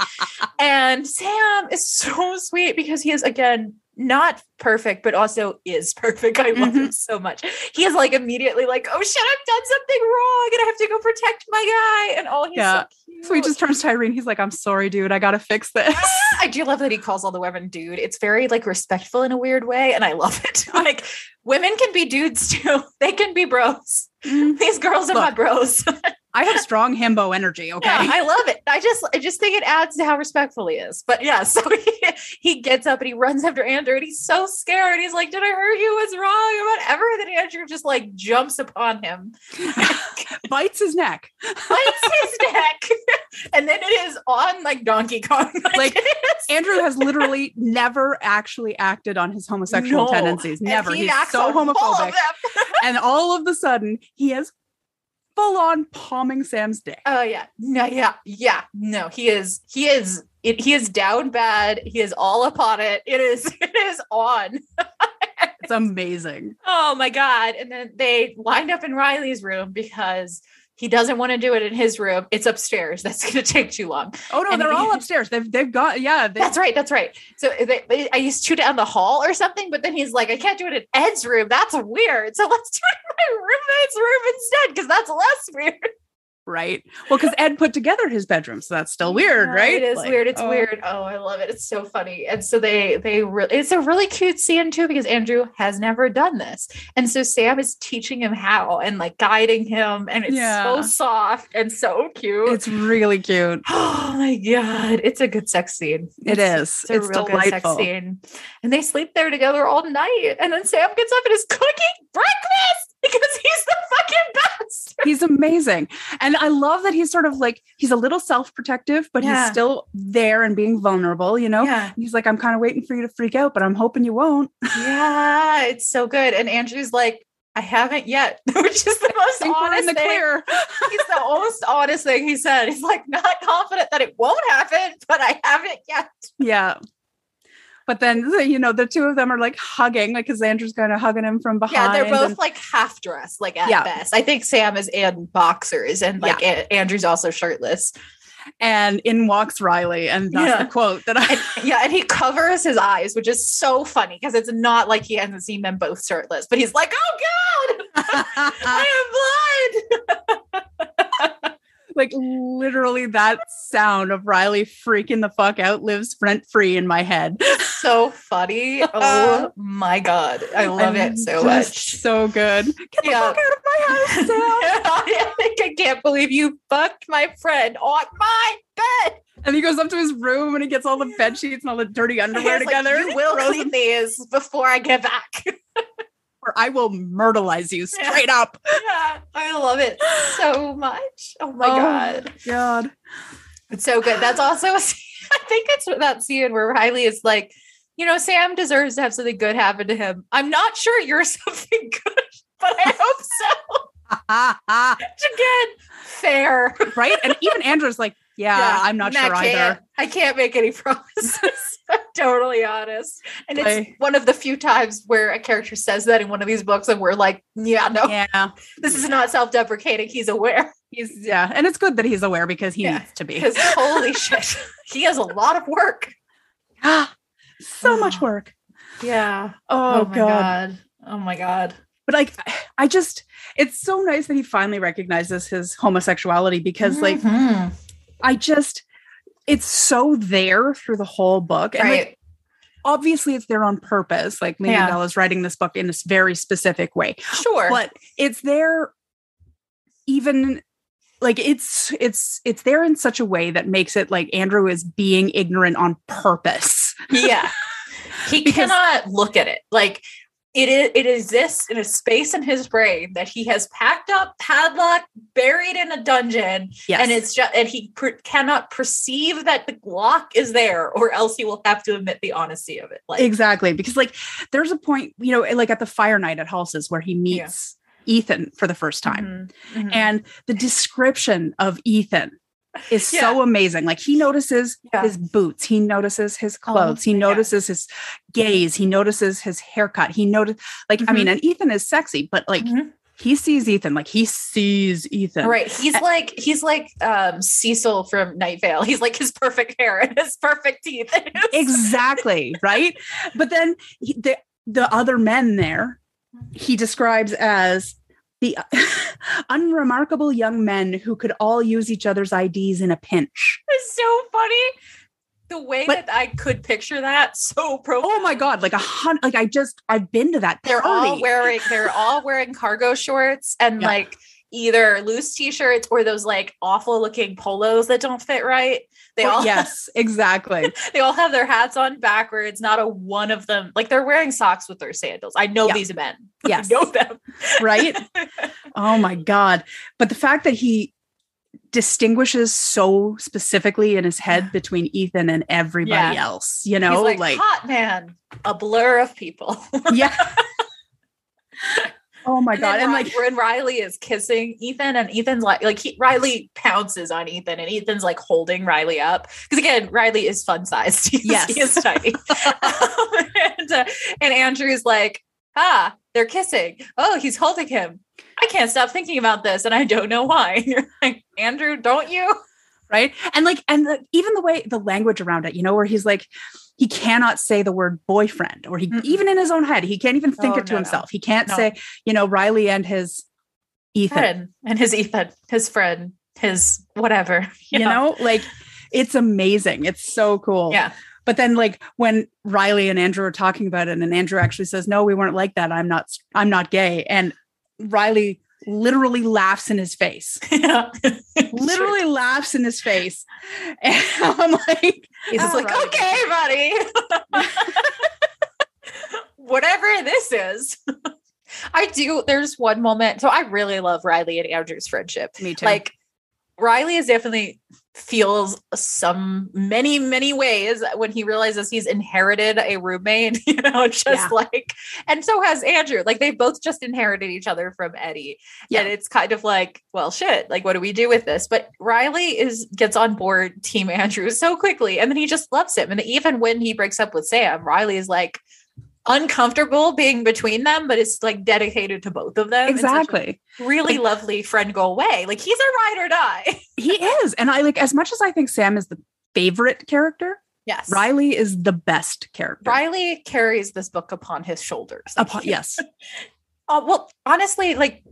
Speaker 1: And Sam is so sweet because he is again not perfect, but also is perfect. I love
Speaker 2: Mm-hmm.
Speaker 1: him so much. He is like immediately like, oh shit, I've done something wrong and I have to go protect my guy. And all he's
Speaker 2: Yeah.
Speaker 1: so cute.
Speaker 2: So he just turns to Irene. He's like, "I'm sorry, dude. I gotta fix
Speaker 1: [LAUGHS]
Speaker 2: this."
Speaker 1: I do love that he calls all the women dude. It's very like respectful in a weird way, and I love it. [LAUGHS] like women can be dudes too. [LAUGHS] They can be bros.
Speaker 2: Mm,
Speaker 1: These girls are my
Speaker 2: Look,
Speaker 1: bros. [LAUGHS]
Speaker 2: I have strong himbo energy. Okay.
Speaker 1: Yeah, I love it. I just I just think it adds to how respectful he is. But yeah, [LAUGHS] so he, he gets up and he runs after Andrew and he's so scared. He's like, Did I hurt you? What's wrong? Or whatever. And then Andrew just like jumps upon him,
Speaker 2: Bites his neck.
Speaker 1: bites
Speaker 2: [LAUGHS]
Speaker 1: his neck, [LAUGHS] and then it is on like Donkey Kong. [LAUGHS]
Speaker 2: Like,
Speaker 1: it is.
Speaker 2: Andrew has literally never actually acted on his homosexual
Speaker 1: No.
Speaker 2: tendencies.
Speaker 1: And
Speaker 2: Never.
Speaker 1: he
Speaker 2: He's
Speaker 1: knocks
Speaker 2: so
Speaker 1: on all of
Speaker 2: homophobic.
Speaker 1: them.
Speaker 2: and all of the sudden, he is full on palming Sam's dick.
Speaker 1: Oh yeah. No, yeah, yeah. No, he is he is it, he is down bad. He is all upon it. It is [LAUGHS] it is on. [LAUGHS]
Speaker 2: It's amazing.
Speaker 1: Oh my God. And then they wind up in Riley's room because he doesn't want to do it in his room. It's upstairs. [LAUGHS] That's going to take too long.
Speaker 2: Oh no,
Speaker 1: And
Speaker 2: they're
Speaker 1: he-
Speaker 2: all upstairs. They've they've got yeah. They,
Speaker 1: That's right. That's right. So they, they- I used to down the hall or something, but then he's like, I can't do it in Ed's room. That's weird. So let's do it in my roommate's room instead because that's less weird.
Speaker 2: right. Well, because Ed put together his bedroom, so that's still weird,
Speaker 1: Yeah,
Speaker 2: right?
Speaker 1: It is
Speaker 2: Like,
Speaker 1: weird. It's
Speaker 2: oh.
Speaker 1: weird. Oh, I love it. It's so funny. And so they, they really, it's a really cute scene too because Andrew has never done this. And so Sam is teaching him how and like guiding him. And it's
Speaker 2: Yeah.
Speaker 1: so soft and so cute.
Speaker 2: oh, It's really cute.
Speaker 1: [GASPS] Oh my god, it's a good sex scene.
Speaker 2: It is.
Speaker 1: It's a
Speaker 2: It's
Speaker 1: real good
Speaker 2: delightful.
Speaker 1: sex scene. And they sleep there together all night. And then Sam gets up and is cooking breakfast [LAUGHS] because he's the fucking best.
Speaker 2: He's amazing. And I love that he's sort of like, he's a little self protective, but
Speaker 1: Yeah.
Speaker 2: he's still there and being vulnerable, you know?
Speaker 1: Yeah.
Speaker 2: And He's like, I'm kind of waiting for you to freak out, but I'm hoping you won't.
Speaker 1: Yeah, it's so good. And Andrew's like, I haven't yet, [LAUGHS] which is the most
Speaker 2: think we're in
Speaker 1: honest
Speaker 2: the
Speaker 1: thing.
Speaker 2: clear.
Speaker 1: He's the most honest thing he said. He's like, not confident that it won't happen, but I haven't yet.
Speaker 2: Yeah. But then, you know, the two of them are like hugging, like, because Andrew's kind of hugging him from behind.
Speaker 1: Yeah, they're both
Speaker 2: and-
Speaker 1: like half dressed, like at
Speaker 2: Yeah.
Speaker 1: best. I think Sam is in boxers and like A- Andrew's also shirtless.
Speaker 2: and in walks Riley. And that's
Speaker 1: Yeah.
Speaker 2: the quote that I.
Speaker 1: And, [LAUGHS] yeah, and he covers his eyes, which is so funny because it's not like he hasn't seen them both shirtless, but he's like, "Oh God,
Speaker 2: [LAUGHS] Uh,
Speaker 1: I am blind."
Speaker 2: like, literally, that sound of Riley freaking the fuck out lives rent free in my head.
Speaker 1: So funny!
Speaker 2: Uh,
Speaker 1: Oh my God, I love
Speaker 2: I'm
Speaker 1: it so
Speaker 2: just
Speaker 1: much.
Speaker 2: So good. Get the
Speaker 1: Yeah.
Speaker 2: fuck out of my house, Sam.
Speaker 1: [LAUGHS] I think I can't believe you fucked my friend on my bed.
Speaker 2: And he goes up to his room and he gets all the bed sheets and all the dirty underwear
Speaker 1: He's like,
Speaker 2: together.
Speaker 1: you will [LAUGHS]
Speaker 2: Throws
Speaker 1: clean these before I get back. [LAUGHS]
Speaker 2: or I will myrtleize you straight up.
Speaker 1: [LAUGHS] yeah, I love it so much. Oh my
Speaker 2: Oh.
Speaker 1: God.
Speaker 2: God.
Speaker 1: It's so good. That's also, a [LAUGHS] scene- I think that's what that scene where Riley is like, you know, Sam deserves to [LAUGHS] have something good happen to him. I'm not sure you're something good, but I hope so. Which [LAUGHS] again, fair.
Speaker 2: right? And even Andrew's like, yeah,
Speaker 1: Yeah,
Speaker 2: I'm not
Speaker 1: And I
Speaker 2: sure
Speaker 1: can't-
Speaker 2: either.
Speaker 1: I can't make any [LAUGHS] promises. I'm totally honest. And it's
Speaker 2: I-
Speaker 1: one of the few times where a character says that in one of these books, and we're like, yeah, no,
Speaker 2: Yeah.
Speaker 1: this is not self deprecating. He's aware.
Speaker 2: [LAUGHS] He's yeah. And it's good that he's aware because he
Speaker 1: Yeah.
Speaker 2: needs to be. [GASPS]
Speaker 1: Because holy shit, he has a lot of work.
Speaker 2: so
Speaker 1: [SIGHS]
Speaker 2: much work.
Speaker 1: Yeah.
Speaker 2: Oh,
Speaker 1: my
Speaker 2: god.
Speaker 1: Oh my God.
Speaker 2: But like I just it's so nice that he finally recognizes his homosexuality because like
Speaker 1: Mhm.
Speaker 2: I just it's so there through the whole book. And like
Speaker 1: right.
Speaker 2: obviously it's there on purpose. Like Lena
Speaker 1: Yeah.
Speaker 2: Bell is writing this book in this very specific way.
Speaker 1: sure.
Speaker 2: But it's there even like it's it's it's there in such a way that makes it like Andrew is being ignorant on purpose. [LAUGHS]
Speaker 1: yeah he
Speaker 2: Because-
Speaker 1: cannot look at it like it is it exists in a space in his brain that he has packed up padlocked buried in a dungeon
Speaker 2: Yes.
Speaker 1: and it's just and he per- cannot perceive that the glock is there or else he will have to admit the honesty of it like
Speaker 2: Exactly. Because like there's a point, you know, like at the fire night at Hals's where he
Speaker 1: Yeah.
Speaker 2: meets Ethan for the first time.
Speaker 1: Mhm, mhm.
Speaker 2: And the description of Ethan is so amazing. Like he notices
Speaker 1: Yeah. Oh,
Speaker 2: his boots, he notices his clothes, he
Speaker 1: my God.
Speaker 2: notices his gaze, he notices his haircut. He noticed like I
Speaker 1: Mm-hmm.
Speaker 2: mean, and Ethan is sexy, but like
Speaker 1: Mhm.
Speaker 2: he sees Ethan, like he sees Ethan.
Speaker 1: right
Speaker 2: [LAUGHS]
Speaker 1: he's like he's like um cecil from night vale he's like his perfect hair and his perfect teeth [LAUGHS] and his-
Speaker 2: exactly right but then he, the the other men there he describes as the [LAUGHS] unremarkable young men who could all use each other's IDs in a pinch.
Speaker 1: it's so funny the way
Speaker 2: But-
Speaker 1: that i could picture that so profound
Speaker 2: Oh my god, like a hundred like I just I've been to that.
Speaker 1: they're all
Speaker 2: party.
Speaker 1: wearing they're all wearing cargo shorts and
Speaker 2: Yeah.
Speaker 1: like either loose t-shirts or those like awful looking polos that don't fit right they
Speaker 2: Well,
Speaker 1: all
Speaker 2: yes, exactly.
Speaker 1: they all have their hats on backwards not a one of them like they're wearing socks with their sandals i know
Speaker 2: Yeah.
Speaker 1: these men [LAUGHS]
Speaker 2: Yes.
Speaker 1: [LAUGHS] i know them
Speaker 2: right? Oh my God. But the fact that he distinguishes so specifically in his
Speaker 1: [SIGHS]
Speaker 2: head between Ethan and everybody else, you know,
Speaker 1: He's like,
Speaker 2: like
Speaker 1: hot man a blur of people
Speaker 2: [LAUGHS] yeah.
Speaker 1: [LAUGHS]
Speaker 2: oh my god!
Speaker 1: then
Speaker 2: And
Speaker 1: Ri-
Speaker 2: like,
Speaker 1: when Riley is kissing Ethan, and Ethan's like, like he, Riley pounces on Ethan, and Ethan's like holding Riley up because again, Riley is fun sized. [LAUGHS]
Speaker 2: Yes.
Speaker 1: he is tiny.
Speaker 2: [LAUGHS]
Speaker 1: [LAUGHS] Um, and uh, and Andrew's like, ah, they're kissing. Oh, he's holding him. I can't stop thinking about this, and I don't know why. [LAUGHS] And you're like, Andrew, don't you?
Speaker 2: right? And like, and the, even the way the language around it, you know, where he's like, he cannot say the word boyfriend, or he
Speaker 1: Mm-mm.
Speaker 2: even in his own head, he can't even think
Speaker 1: Oh,
Speaker 2: it to
Speaker 1: no, no.
Speaker 2: himself. He can't
Speaker 1: No.
Speaker 2: say, you know, Riley and his Ethan.
Speaker 1: Friend and his Ethan, his friend, his whatever. [LAUGHS]
Speaker 2: You know, like it's amazing. It's so cool.
Speaker 1: Yeah.
Speaker 2: But then, like when Riley and Andrew are talking about it, and Andrew actually says, "No, we weren't like that. I'm not. I'm not gay." And Riley literally laughs in his face.
Speaker 1: Yeah. [LAUGHS]
Speaker 2: [LAUGHS] literally laughs in his face. [LAUGHS] And I'm
Speaker 1: [LAUGHS]
Speaker 2: like,
Speaker 1: He's just
Speaker 2: Oh,
Speaker 1: like,
Speaker 2: right.
Speaker 1: okay, buddy. [LAUGHS] Whatever this is. [LAUGHS] I do. There's one moment. So I really love Riley and Andrew's friendship.
Speaker 2: me too.
Speaker 1: Like, Riley is definitely feels some many, many ways when he realizes he's inherited a roommate, [LAUGHS] you know, just
Speaker 2: Yeah.
Speaker 1: like, and so has Andrew. Like, they both just inherited each other from Eddie.
Speaker 2: Yeah.
Speaker 1: And it's kind of like, well, shit, like, what do we do with this? But Riley is gets on board Team Andrew so quickly. And then he just loves him. And even when he breaks up with Sam, Riley is like, uncomfortable being between them but it's like dedicated to both of them in such a
Speaker 2: exactly.
Speaker 1: really lovely friend go away like he's a ride or die [LAUGHS]
Speaker 2: He is. And I like, as much as I think Sam is the favorite character,
Speaker 1: Yes.
Speaker 2: Riley is the best character.
Speaker 1: Riley carries this book upon his shoulders. Like, [LAUGHS]
Speaker 2: Upon, yes.
Speaker 1: uh, well, honestly, like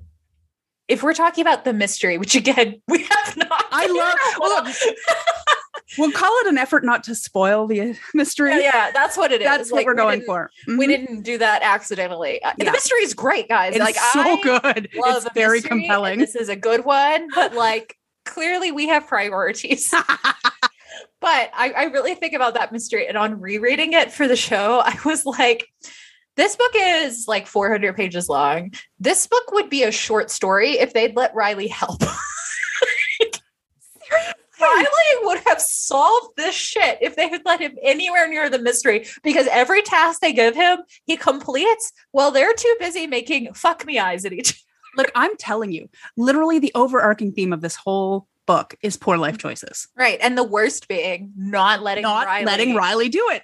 Speaker 1: if we're talking about the mystery, which again [LAUGHS] we have not, [LAUGHS]
Speaker 2: I love- well, We'll call it an effort not to spoil the [LAUGHS] mystery.
Speaker 1: yeah, yeah, that's what it is.
Speaker 2: That's
Speaker 1: Like,
Speaker 2: what we're
Speaker 1: we
Speaker 2: going
Speaker 1: didn't-
Speaker 2: for.
Speaker 1: We
Speaker 2: Mhm.
Speaker 1: didn't do that accidentally. Uh,
Speaker 2: Yeah.
Speaker 1: The mystery is great, guys.
Speaker 2: It's
Speaker 1: like
Speaker 2: so
Speaker 1: I
Speaker 2: good.
Speaker 1: love
Speaker 2: It's
Speaker 1: a mystery,
Speaker 2: very
Speaker 1: and
Speaker 2: compelling.
Speaker 1: This is a good one,
Speaker 2: [LAUGHS]
Speaker 1: but like clearly we have priorities. but I, I really think about that mystery. And on rereading it for the show, [LAUGHS] I was like, this book is like 400 pages long. This book would be a short story if they'd let Riley help. [LAUGHS] Riley would have solved this shit if they had let him anywhere near the mystery because every task they give him, he completes while they're too busy making fuck me eyes at each
Speaker 2: [LAUGHS] Look, I'm telling you, literally the overarching theme of this whole book is poor life choices.
Speaker 1: Right. And the worst being not letting
Speaker 2: Not
Speaker 1: Riley, [LAUGHS]
Speaker 2: letting Riley do it.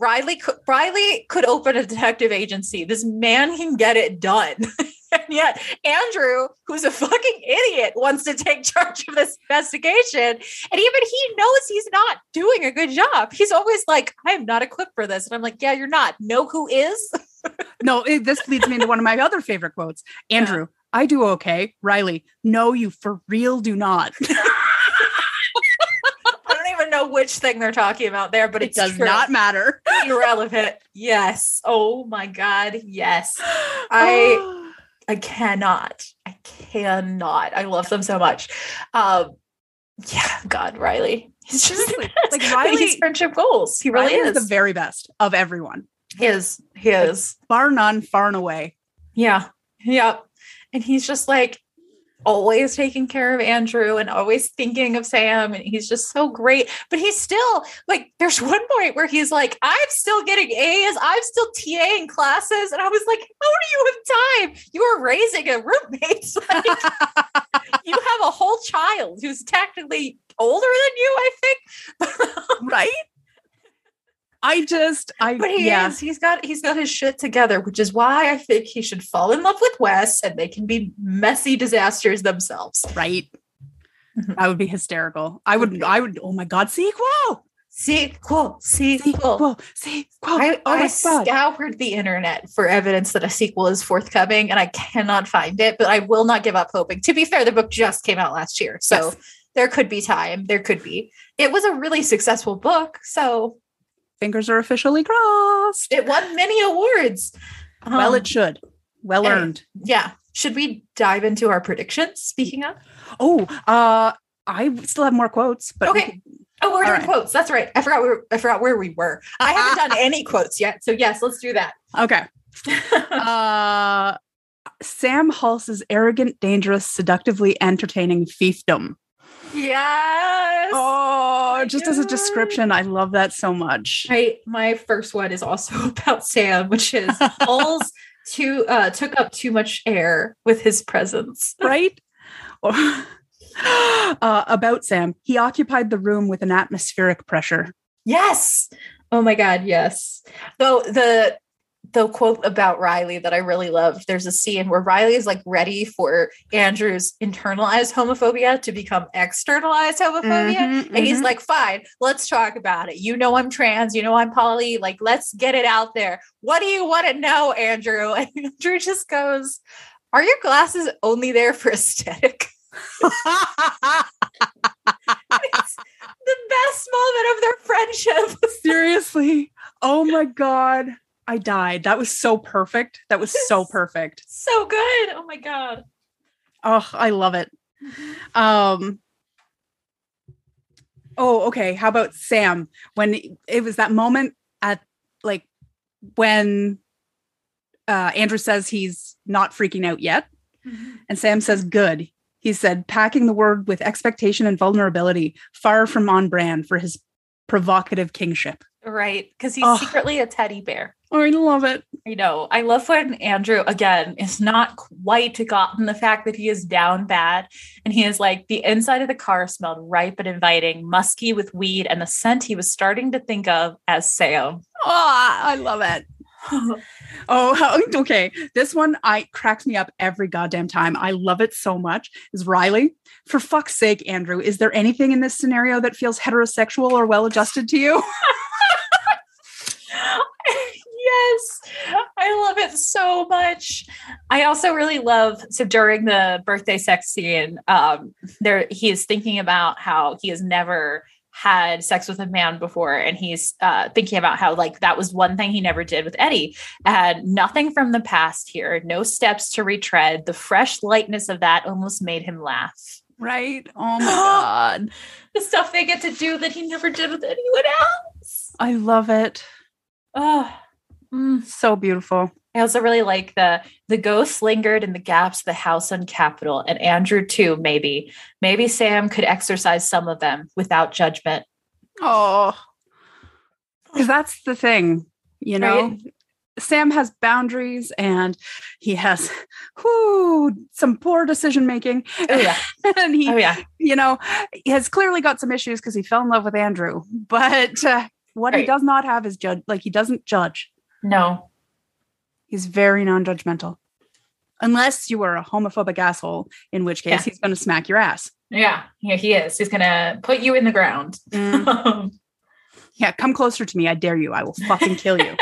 Speaker 1: Riley could, Riley could open a detective agency. This man can get it done. [LAUGHS] and yet Andrew, who's a fucking idiot, wants to take charge of this investigation. And even he knows he's not doing a good job. He's always like, I am not equipped for this. And I'm like, yeah, you're not. Know who is? [LAUGHS]
Speaker 2: No, it, this leads me into one of my other favorite quotes. Andrew, I do okay. Riley, no, you for real do not.
Speaker 1: I don't even know which thing they're talking about there, but
Speaker 2: It
Speaker 1: it's
Speaker 2: does
Speaker 1: true.
Speaker 2: not matter.
Speaker 1: [LAUGHS] irrelevant. Yes. Oh my God.
Speaker 2: [GASPS]
Speaker 1: Yes. I I cannot. I cannot. I love them so much. Um, yeah, God, Riley. He's just [LAUGHS]
Speaker 2: [LAUGHS] Seriously, like,
Speaker 1: like Riley.
Speaker 2: Riley-
Speaker 1: He's friendship goals. He really
Speaker 2: Riley
Speaker 1: is.
Speaker 2: the very best of everyone,
Speaker 1: he is. He is.
Speaker 2: bar none, far and
Speaker 1: [LAUGHS]
Speaker 2: away.
Speaker 1: Yeah. Yep. And he's just like always taking care of Andrew and always thinking of Sam. And he's just so great. But he's still like, there's one point where he's like, I'm still getting A's. I'm still TA in classes. And I was like, how do you have time? You are raising a roommate. [LAUGHS] Like, you have a whole child who's technically older than you, I think.
Speaker 2: right? I just, I,
Speaker 1: But he
Speaker 2: yeah,
Speaker 1: is. He's got he's got his shit together, which is why I think he should fall in love with Wes and they can be messy disasters themselves.
Speaker 2: right.
Speaker 1: Mhm.
Speaker 2: That would be hysterical. I would, I would, oh my God, sequel,
Speaker 1: Sequel, sequel.
Speaker 2: sequel, sequel.
Speaker 1: I,
Speaker 2: oh
Speaker 1: I
Speaker 2: my God.
Speaker 1: scoured the internet for evidence that a sequel is forthcoming and I cannot find it, but I will not give up hoping. To be fair, the book just came out last year. So
Speaker 2: Yes.
Speaker 1: there could be time. There could be. It was a really successful book. So
Speaker 2: Fingers are officially crossed.
Speaker 1: it won many awards.
Speaker 2: well,
Speaker 1: Um,
Speaker 2: it should. Well
Speaker 1: anyway.
Speaker 2: earned.
Speaker 1: yeah. Should we dive into our predictions? Speaking of,
Speaker 2: Oh, uh, I still have more quotes, but we
Speaker 1: Okay.
Speaker 2: could-
Speaker 1: oh, we're
Speaker 2: All
Speaker 1: doing
Speaker 2: right.
Speaker 1: quotes. That's right. I forgot. We were, I forgot where we were. I haven't done
Speaker 2: [LAUGHS]
Speaker 1: any quotes yet. So yes, let's do that.
Speaker 2: [LAUGHS] okay. uh, Sam Hulse's arrogant, dangerous, seductively entertaining fiefdom.
Speaker 1: yes.
Speaker 2: Oh,
Speaker 1: my
Speaker 2: just as a
Speaker 1: God.
Speaker 2: description, I love that
Speaker 1: [LAUGHS]
Speaker 2: so much.
Speaker 1: My my first one is also [LAUGHS] about Sam, which is
Speaker 2: [LAUGHS]
Speaker 1: Paul's too uh took up too much air with his presence.
Speaker 2: right? [LAUGHS] Or- uh, about Sam, he occupied the room with an atmospheric pressure.
Speaker 1: Yes. Oh my god, yes. Though the the quote about Riley that I really love, there's a scene where Riley is like ready for Andrew's internalized homophobia to become externalized homophobia. Oh,
Speaker 2: Mm-hmm,
Speaker 1: And he's like, fine, let's talk about it. You know, I'm trans. You know, I'm poly. Like, let's get it out there. What do you want to know, Andrew? [LAUGHS] And Andrew just goes, Are your glasses only there for [LAUGHS] aesthetic?
Speaker 2: mm-hmm.
Speaker 1: [LAUGHS] It's the best moment of their friendship. [LAUGHS]
Speaker 2: seriously, oh my god, I died. That was so perfect. That was so perfect.
Speaker 1: so good. Oh my God.
Speaker 2: Oh, I love it. Um. Oh, okay. How about Sam? When it was that moment at like when uh, Andrew says he's not freaking out yet.
Speaker 1: Mm-hmm.
Speaker 2: And Sam says, good. He said, packing the word with expectation and vulnerability, far from on brand for his provocative kingship.
Speaker 1: Right. Because he's
Speaker 2: Oh.
Speaker 1: secretly a teddy bear.
Speaker 2: Oh, I love it.
Speaker 1: You know, I love when Andrew again is not quite gotten the fact that he is down bad. And he is like, the inside of the car smelled ripe and inviting, musky with weed and the scent he was starting to think of as Sam. [LAUGHS]
Speaker 2: Oh, I love it. Oh, [LAUGHS] how- okay. This one I cracks me up every goddamn time. I love it so much. Is Riley, for fuck's sake, Andrew, is there anything in this scenario that feels heterosexual or well adjusted to you? [LAUGHS]
Speaker 1: yes, I love it so much. I also really love so during the birthday sex scene, um, there he is thinking about how he has never had sex with a man before, and he's uh, thinking about how like that was one thing he never did with Eddie, and nothing from the past here, no steps to retread. The fresh lightness of that almost made him laugh.
Speaker 2: Right? Oh my god.
Speaker 1: The stuff they get to do that he never did with anyone else.
Speaker 2: I love it.
Speaker 1: Oh. mm.
Speaker 2: So beautiful.
Speaker 1: I also really like the the ghosts lingered in the gaps of the house on Capitol, and Andrew too. Maybe, maybe Sam could exercise some of them without judgment.
Speaker 2: Oh. Because that's the thing, you know? Sam has boundaries and he has whoo, some poor decision making.
Speaker 1: Oh yeah.
Speaker 2: [LAUGHS] and he,
Speaker 1: Oh yeah.
Speaker 2: you know, he has clearly got some issues because he fell in love with Andrew. But uh, what he
Speaker 1: Right.
Speaker 2: does not have is judge. Like he doesn't judge.
Speaker 1: No.
Speaker 2: He's very non-judgmental, unless you are a homophobic asshole, in which case
Speaker 1: Yeah.
Speaker 2: he's going to smack your ass.
Speaker 1: Yeah. Yeah, he is. He's gonna put you in the ground.
Speaker 2: [LAUGHS] yeah, come closer to me. I dare you. I will fucking
Speaker 1: [LAUGHS]
Speaker 2: kill you.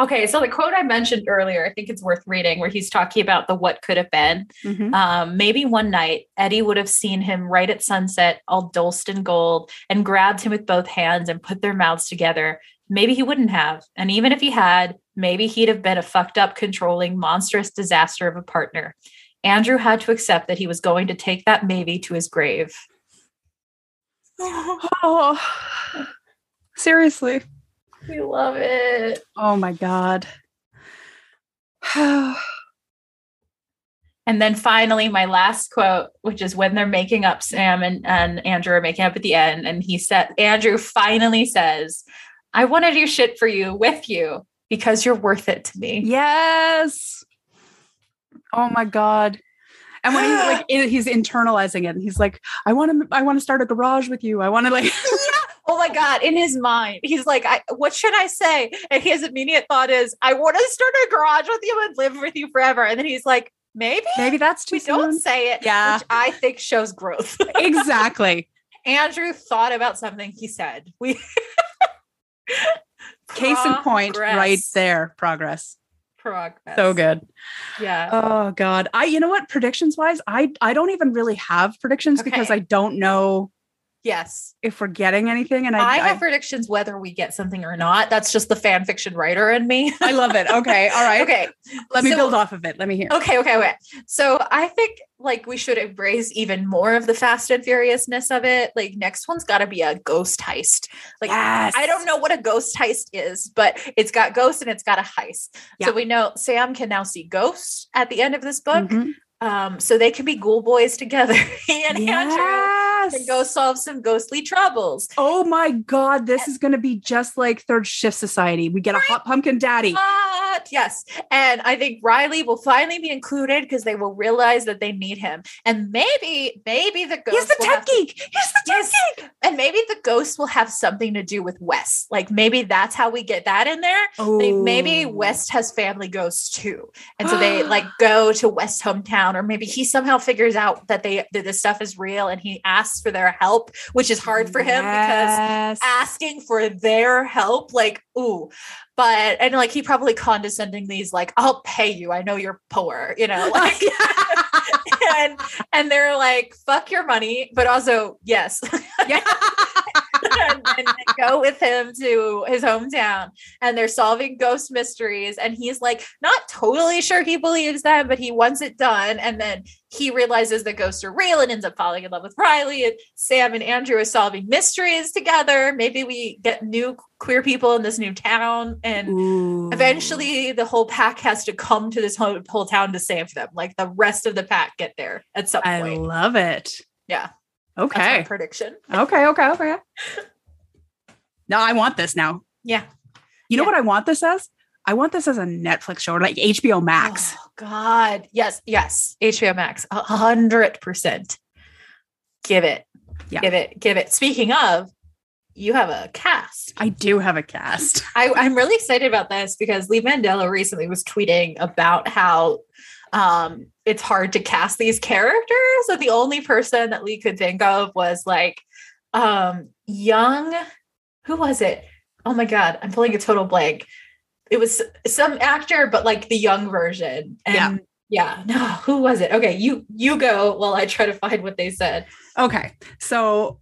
Speaker 1: okay, so the quote I mentioned earlier, I think it's worth reading, where he's talking about the what could have been. [SIGHS]
Speaker 2: Mhm.
Speaker 1: Um, maybe one night Eddie would have seen him right at sunset, all dulcet in gold, and grabbed him with both hands and put their mouths together. Maybe he wouldn't have. And even if he had, maybe he'd have been a fucked up, controlling, monstrous disaster of a partner. Andrew had to accept that he was going to take that maybe to his grave.
Speaker 2: Oh, [SIGHS] seriously.
Speaker 1: We love it.
Speaker 2: Oh my god. [SIGHS]
Speaker 1: [SIGHS] And then finally, my last quote, which is when they're making up, Sam and, and Andrew are making up at the end. And he said, Andrew finally says, I want to do shit for you with you because you're worth it to me.
Speaker 2: Yes. Oh my god. And when he's
Speaker 1: [GASPS]
Speaker 2: like in, he's internalizing it and he's like I want to I want to start a garage with you. I want to like [LAUGHS]
Speaker 1: Oh my God. In his mind, he's like, I, What should I say? And his immediate thought is, I want to start a garage with you and live with you forever. And then he's like, Maybe
Speaker 2: maybe that's too
Speaker 1: we don't
Speaker 2: soon.
Speaker 1: say it.
Speaker 2: Yeah.
Speaker 1: Which I think shows growth. [LAUGHS]
Speaker 2: exactly.
Speaker 1: Andrew thought about something he said. We
Speaker 2: Case in point right
Speaker 1: Progress.
Speaker 2: there. Progress.
Speaker 1: Progress.
Speaker 2: So good.
Speaker 1: Yeah.
Speaker 2: Oh god. I you know what predictions wise I I don't even really have predictions because
Speaker 1: Okay.
Speaker 2: I don't know
Speaker 1: yes.
Speaker 2: if we're getting anything and I
Speaker 1: I,
Speaker 2: I-
Speaker 1: have predictions whether we get something or not. That's just the fan fiction writer in me.
Speaker 2: I love it.
Speaker 1: [LAUGHS]
Speaker 2: Okay. All right.
Speaker 1: okay.
Speaker 2: Let me
Speaker 1: So-
Speaker 2: build off of it. Let me hear.
Speaker 1: Okay. Okay. Okay. So I think like we should embrace even more of the fast and furiousness of it. Like next one's got to be a ghost heist. Like,
Speaker 2: yes.
Speaker 1: I don't know what a ghost heist is, but it's got ghosts and it's got a heist.
Speaker 2: Yeah.
Speaker 1: So we know Sam can now see ghosts at the end of this book.
Speaker 2: Mhm.
Speaker 1: Um, so they can be ghoul boys together. [LAUGHS] he and Andrew
Speaker 2: yes.
Speaker 1: can go solve some ghostly troubles.
Speaker 2: Oh my God, this is going to be just like Third Shift Society. We get a hot pumpkin daddy.
Speaker 1: Hot, Yes. And I think Riley will finally be included because they will realize that they need him. And maybe, maybe the ghost
Speaker 2: He's the
Speaker 1: will
Speaker 2: tech
Speaker 1: have to-
Speaker 2: geek. He's the tech
Speaker 1: Yes.
Speaker 2: geek.
Speaker 1: and maybe the ghost will have something to do with Wes. Like maybe that's how we get that in there. Like maybe
Speaker 2: Oh.
Speaker 1: West has family ghosts too. And so
Speaker 2: [GASPS]
Speaker 1: they like go to West's hometown, or maybe he somehow figures out that they that this stuff is real and he asks for their help, which is hard for him because
Speaker 2: Yes. [LAUGHS]
Speaker 1: asking for their help, like, ooh, but and like he probably condescendingly is like, I'll pay you. I know you're poor, you know, [LAUGHS]
Speaker 2: Oh,
Speaker 1: like [LAUGHS] and and they're like, fuck your money, but also yes.
Speaker 2: Yeah.
Speaker 1: [LAUGHS] and, and they go with him to his hometown and they're solving ghost mysteries. And he's like, not totally sure he believes them, but he wants it done. And then he realizes the ghosts are real and ends up falling in love with Riley. And Sam and Andrew are solving mysteries together. Maybe we get new queer people in this new town. And
Speaker 2: Ooh.
Speaker 1: eventually the whole pack has to come to this whole, whole town to save them. Like the rest of the pack get there at some
Speaker 2: I
Speaker 1: point.
Speaker 2: love it.
Speaker 1: Yeah. That's my
Speaker 2: Oh, Okay.
Speaker 1: prediction.
Speaker 2: Okay. Okay. Okay. No, I want this now.
Speaker 1: Yeah.
Speaker 2: You know
Speaker 1: Yeah.
Speaker 2: what I want this as? I want this as a Netflix show or like HBO Max.
Speaker 1: Oh God. Yes. Yes. HBO Max. A hundred percent. Give it.
Speaker 2: Yeah.
Speaker 1: Give it. Give it. Speaking of, you have a cast.
Speaker 2: I do have a cast.
Speaker 1: I, I'm really excited about this because Lee Mandela recently was tweeting about how um, it's hard to cast these characters. And the only person that Lee could think of was like um, young, who was it? Oh my God, I'm pulling a total blank. It was some actor, but like the young version. And yeah, no, who was it? Okay, you you go while I try to find what they said.
Speaker 2: Okay. So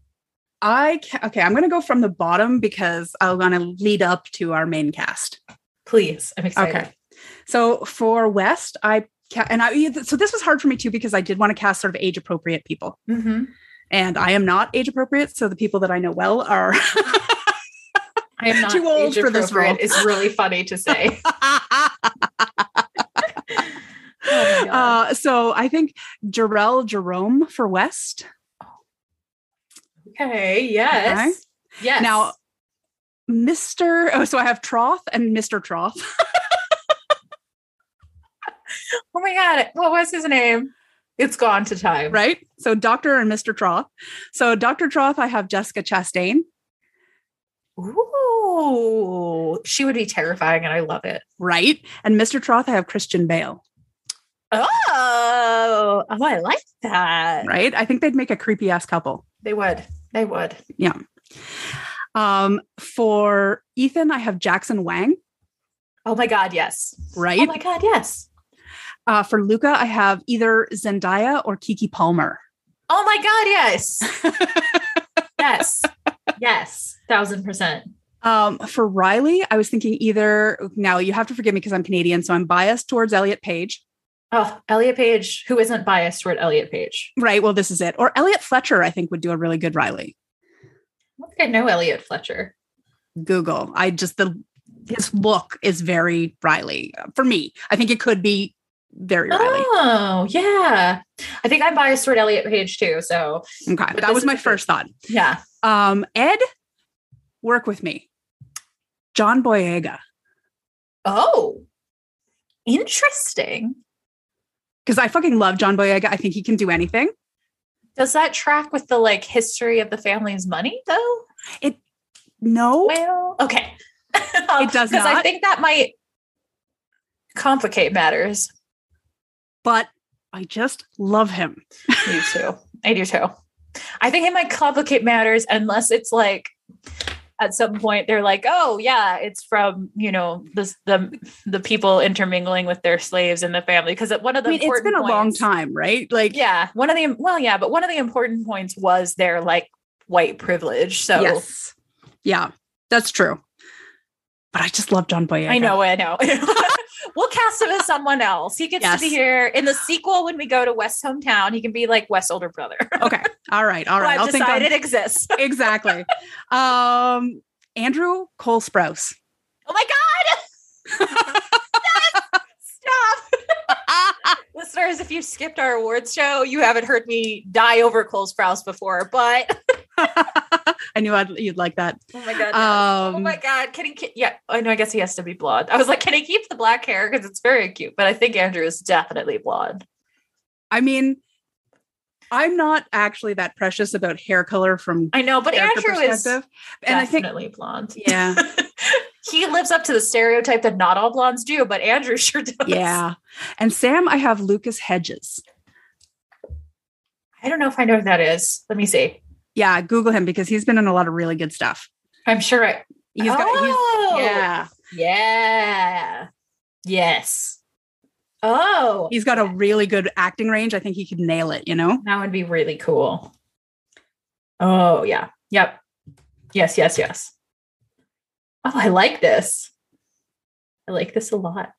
Speaker 2: I ca- okay, I'm going to go from the bottom because I'm going to lead up to our main cast.
Speaker 1: Please, I'm excited.
Speaker 2: Okay. So for West, I ca- and I so this was hard for me too because I did want to cast sort of age appropriate people.
Speaker 1: Mhm.
Speaker 2: And I am not age appropriate, so the people that I know well are [LAUGHS]
Speaker 1: I am not
Speaker 2: Too old for this
Speaker 1: age-appropriate.
Speaker 2: role.
Speaker 1: It's really funny to
Speaker 2: [LAUGHS]
Speaker 1: say. Oh my God.
Speaker 2: uh, so I think Jarrell Jerome for West.
Speaker 1: okay. Yes. Yes.
Speaker 2: Now, Mr. Oh, so I have Troth and Mr. Troth. [LAUGHS]
Speaker 1: Oh my god, what was his name? It's gone to time.
Speaker 2: right? So Dr. and Mr. Troth. So Dr. Troth, I have Jessica Chastain,
Speaker 1: Ooh, she would be terrifying, and I love it.
Speaker 2: right? And Mr. Troth, I have Christian Bale,
Speaker 1: Oh, oh, I like that.
Speaker 2: right? I think they'd make a creepy ass couple.
Speaker 1: They would. They would.
Speaker 2: Um, for Ethan, I have Jackson Wang,
Speaker 1: Oh my god, yes.
Speaker 2: right?
Speaker 1: Oh my god, yes.
Speaker 2: uh, for Luca, I have either Zendaya or Kiki Palmer.
Speaker 1: Oh my god, yes. [LAUGHS] yes. Yes. Thousand percent.
Speaker 2: Um, for Riley, I was thinking either. Now you have to forgive me because I'm Canadian, so I'm biased towards Elliot Page.
Speaker 1: Oh, Elliot Page, who isn't biased toward Elliot Page.
Speaker 2: Right. Well, this is it. Or Elliot Fletcher, I think would do a really good Riley.
Speaker 1: I don't think I know Elliot Fletcher.
Speaker 2: Google. I just the his look is very Riley uh, for me. I think it could be very Riley.
Speaker 1: Oh, yeah. I think I'm biased toward Elliot Page too. So
Speaker 2: Okay,
Speaker 1: but
Speaker 2: that
Speaker 1: this
Speaker 2: was my
Speaker 1: is-
Speaker 2: first thought.
Speaker 1: yeah.
Speaker 2: Um, Ed, work with me. John Boyega,
Speaker 1: Oh, interesting.
Speaker 2: because I fucking love John Boyega. I think he can do anything.
Speaker 1: Does that track with the like history of the family's money though?
Speaker 2: No,
Speaker 1: Well, okay. [LAUGHS]
Speaker 2: It does
Speaker 1: because I
Speaker 2: not?
Speaker 1: think that might complicate matters.
Speaker 2: but I just love him.
Speaker 1: You too. I do too. I think it might complicate matters unless it's like at some point they're like, oh yeah, it's from you know the the the people intermingling with their slaves in the family because one of the
Speaker 2: I mean, it's
Speaker 1: important
Speaker 2: been a long
Speaker 1: points-
Speaker 2: time, right? Like,
Speaker 1: Yeah, one of the well, yeah, but one of the important points was their like white privilege. So
Speaker 2: yes, yeah, that's true. But I just love John Boyega.
Speaker 1: I know, I know. [LAUGHS] we'll cast him as someone else. He gets
Speaker 2: Yes.
Speaker 1: to be here in the sequel when we go to West's hometown. He can be like West's older brother.
Speaker 2: [LAUGHS]
Speaker 1: [LAUGHS]
Speaker 2: Okay, all right, all
Speaker 1: Who
Speaker 2: right.
Speaker 1: I've
Speaker 2: I'll think on
Speaker 1: decided exists. [LAUGHS]
Speaker 2: exactly. Um, Andrew Cole Sprouse.
Speaker 1: Oh my god! Stop,
Speaker 2: [LAUGHS]
Speaker 1: listeners! If you skipped our awards show, you haven't heard me die over Cole Sprouse before.
Speaker 2: [LAUGHS]
Speaker 1: But
Speaker 2: I knew I'd, you'd like that.
Speaker 1: oh my god!
Speaker 2: Um,
Speaker 1: oh my god! Can he? ki- yeah, I know. I guess he has to be blonde. I was like, can he keep the black hair because it's very cute? But I think Andrew is definitely blonde.
Speaker 2: I mean, I'm not actually that precious about hair color from
Speaker 1: I know, but
Speaker 2: character
Speaker 1: Andrew is
Speaker 2: perspective, and I think
Speaker 1: definitely blonde.
Speaker 2: [LAUGHS] yeah,
Speaker 1: he lives up to the stereotype that not all blondes do, but Andrew [LAUGHS] sure does.
Speaker 2: yeah. And Sam, I have Lucas Hedges.
Speaker 1: I don't know if I know who that is. Let me see.
Speaker 2: Yeah, Google him because he's been in a lot of really good stuff.
Speaker 1: I'm sure I.
Speaker 2: He's got he's,
Speaker 1: Oh!
Speaker 2: yeah,
Speaker 1: Yeah. Yes. Oh,
Speaker 2: he's got a really good acting range. I think he could nail it. You know,
Speaker 1: that would be really cool. Oh, yeah. Yep. Yes, yes, yes. Oh, I like this. I like this a lot.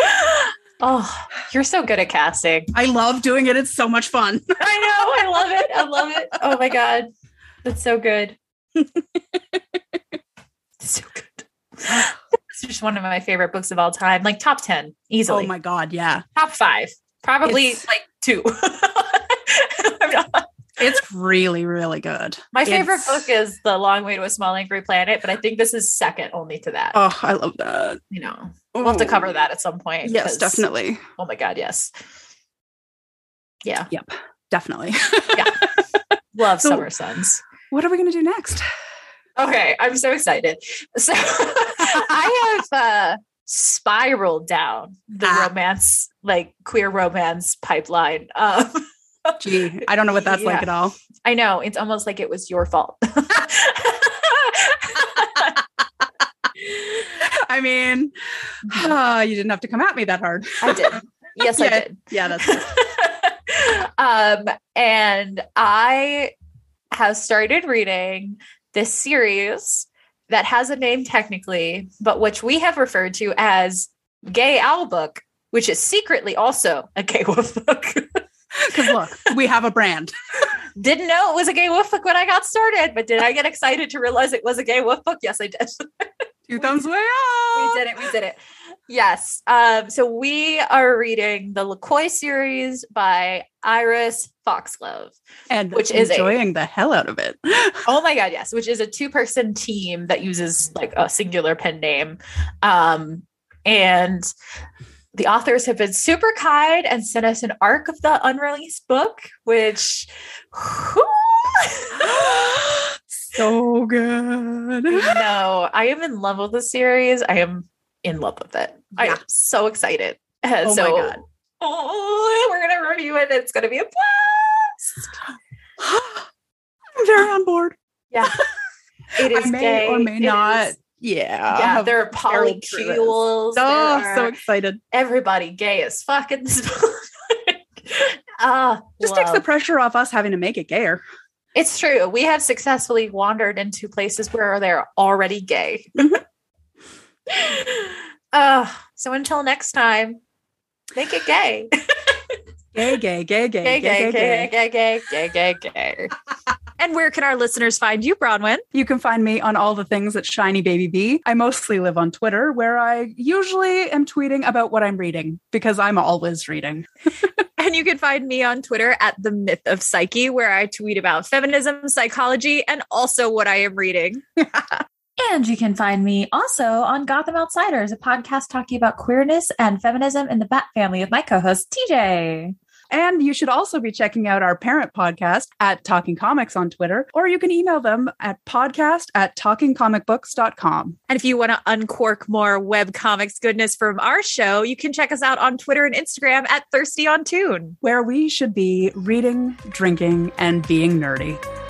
Speaker 1: [LAUGHS] oh, you're so good at casting.
Speaker 2: I love doing it. It's so much fun. [LAUGHS] Oh
Speaker 1: I know. I love it. I love it. Oh my god, that's so
Speaker 2: [LAUGHS]
Speaker 1: good. so good. It's just one of my favorite books of all time. Like top ten easily.
Speaker 2: Oh my god, yeah,
Speaker 1: top five, probably
Speaker 2: It's-
Speaker 1: like two. [LAUGHS] I'm not-
Speaker 2: it's really really good.
Speaker 1: my favorite
Speaker 2: It's-
Speaker 1: book is The Long Way to a Small Angry Planet, but I think this is second only to that.
Speaker 2: Oh, I love that.
Speaker 1: You know, we'll have to cover that at some point.
Speaker 2: Oh. Yes,
Speaker 1: 'cause-
Speaker 2: definitely,
Speaker 1: Oh my god, yes. Yeah,
Speaker 2: definitely. [LAUGHS]
Speaker 1: love
Speaker 2: So-
Speaker 1: Summer Suns.
Speaker 2: what are we gonna do next?
Speaker 1: Okay, I'm so excited. So [LAUGHS] I have uh, spiraled down the
Speaker 2: Ah.
Speaker 1: romance, like queer romance pipeline. Um, [LAUGHS]
Speaker 2: Gee, I don't know what that's like
Speaker 1: Yeah. [LAUGHS]
Speaker 2: at all.
Speaker 1: I know it's almost like it was your
Speaker 2: [LAUGHS]
Speaker 1: fault. [LAUGHS]
Speaker 2: I mean, [SIGHS] ah, you didn't have to come at me that hard.
Speaker 1: I did. Yes, I
Speaker 2: Yeah.
Speaker 1: did.
Speaker 2: Yeah, that's
Speaker 1: [LAUGHS] um, and I have started reading this series that has a name technically, but which we have referred to as Gay Owl Book, which is secretly also a gay [LAUGHS] wolf book.
Speaker 2: because look, we have a [LAUGHS] brand.
Speaker 1: Didn't know it was a gay wolf book when I got started, but did I get excited to realize it was a gay wolf book? Yes, I did. [LAUGHS]
Speaker 2: Two thumbs way
Speaker 1: we
Speaker 2: up.
Speaker 1: did it. We did it. Yes. Um, so we are reading the LaCoy series by Iris Foxglove.
Speaker 2: and
Speaker 1: Which is a-
Speaker 2: enjoying the hell out
Speaker 1: [LAUGHS]
Speaker 2: of it.
Speaker 1: Oh my god, yes, which is a two-person team that uses like a singular pen name. Um, and the authors have been super kind and sent us an arc of the unreleased book, which
Speaker 2: [GASPS] so good. [GASPS]
Speaker 1: no, I am in love with the series. I am in love with it. I am
Speaker 2: Yeah.
Speaker 1: so excited. [LAUGHS]
Speaker 2: my
Speaker 1: so,
Speaker 2: God.
Speaker 1: Oh, [LAUGHS] we're gonna review it. It's gonna be a blast.
Speaker 2: I'm very on board.
Speaker 1: It
Speaker 2: I
Speaker 1: is
Speaker 2: may
Speaker 1: gay.
Speaker 2: or may
Speaker 1: It
Speaker 2: not.
Speaker 1: is-
Speaker 2: yeah.
Speaker 1: yeah, there are
Speaker 2: barreled through this.
Speaker 1: polycules.
Speaker 2: Oh,
Speaker 1: there
Speaker 2: so
Speaker 1: are-
Speaker 2: excited.
Speaker 1: everybody gay as fuck in this [LAUGHS] book. Ah,
Speaker 2: Just takes the
Speaker 1: love.
Speaker 2: pressure off us having to make it gayer.
Speaker 1: it's true. We have successfully wandered into places where they're already gay.
Speaker 2: Mm-hmm.
Speaker 1: [LAUGHS] uh, so until next time, make it gay.
Speaker 2: Gay, gay, gay, gay,
Speaker 1: Gay, gay, gay, gay, gay, gay, gay,
Speaker 2: [LAUGHS]
Speaker 1: gay. And where can our listeners find you, Bronwyn?
Speaker 2: You can find me on all the things at Shiny Baby Bee. I mostly live on Twitter, where I usually am tweeting about what I'm reading because I'm always reading.
Speaker 1: [LAUGHS] And you can find me on Twitter at The Myth of Psyche, where I tweet about feminism, psychology, and also what I am reading.
Speaker 3: [LAUGHS] And you can find me also on Gotham Outsiders, a podcast talking about queerness and feminism in the Bat family with my co host, TJ.
Speaker 2: And you should also be checking out our parent podcast at Talking Comics on Twitter, or you can email them at podcast at talkingcomicbooks.com.
Speaker 1: And if you want to uncork more web comics goodness from our show, you can check us out on Twitter and Instagram at Thirsty on Tune.
Speaker 2: where we should be reading, drinking, and being nerdy.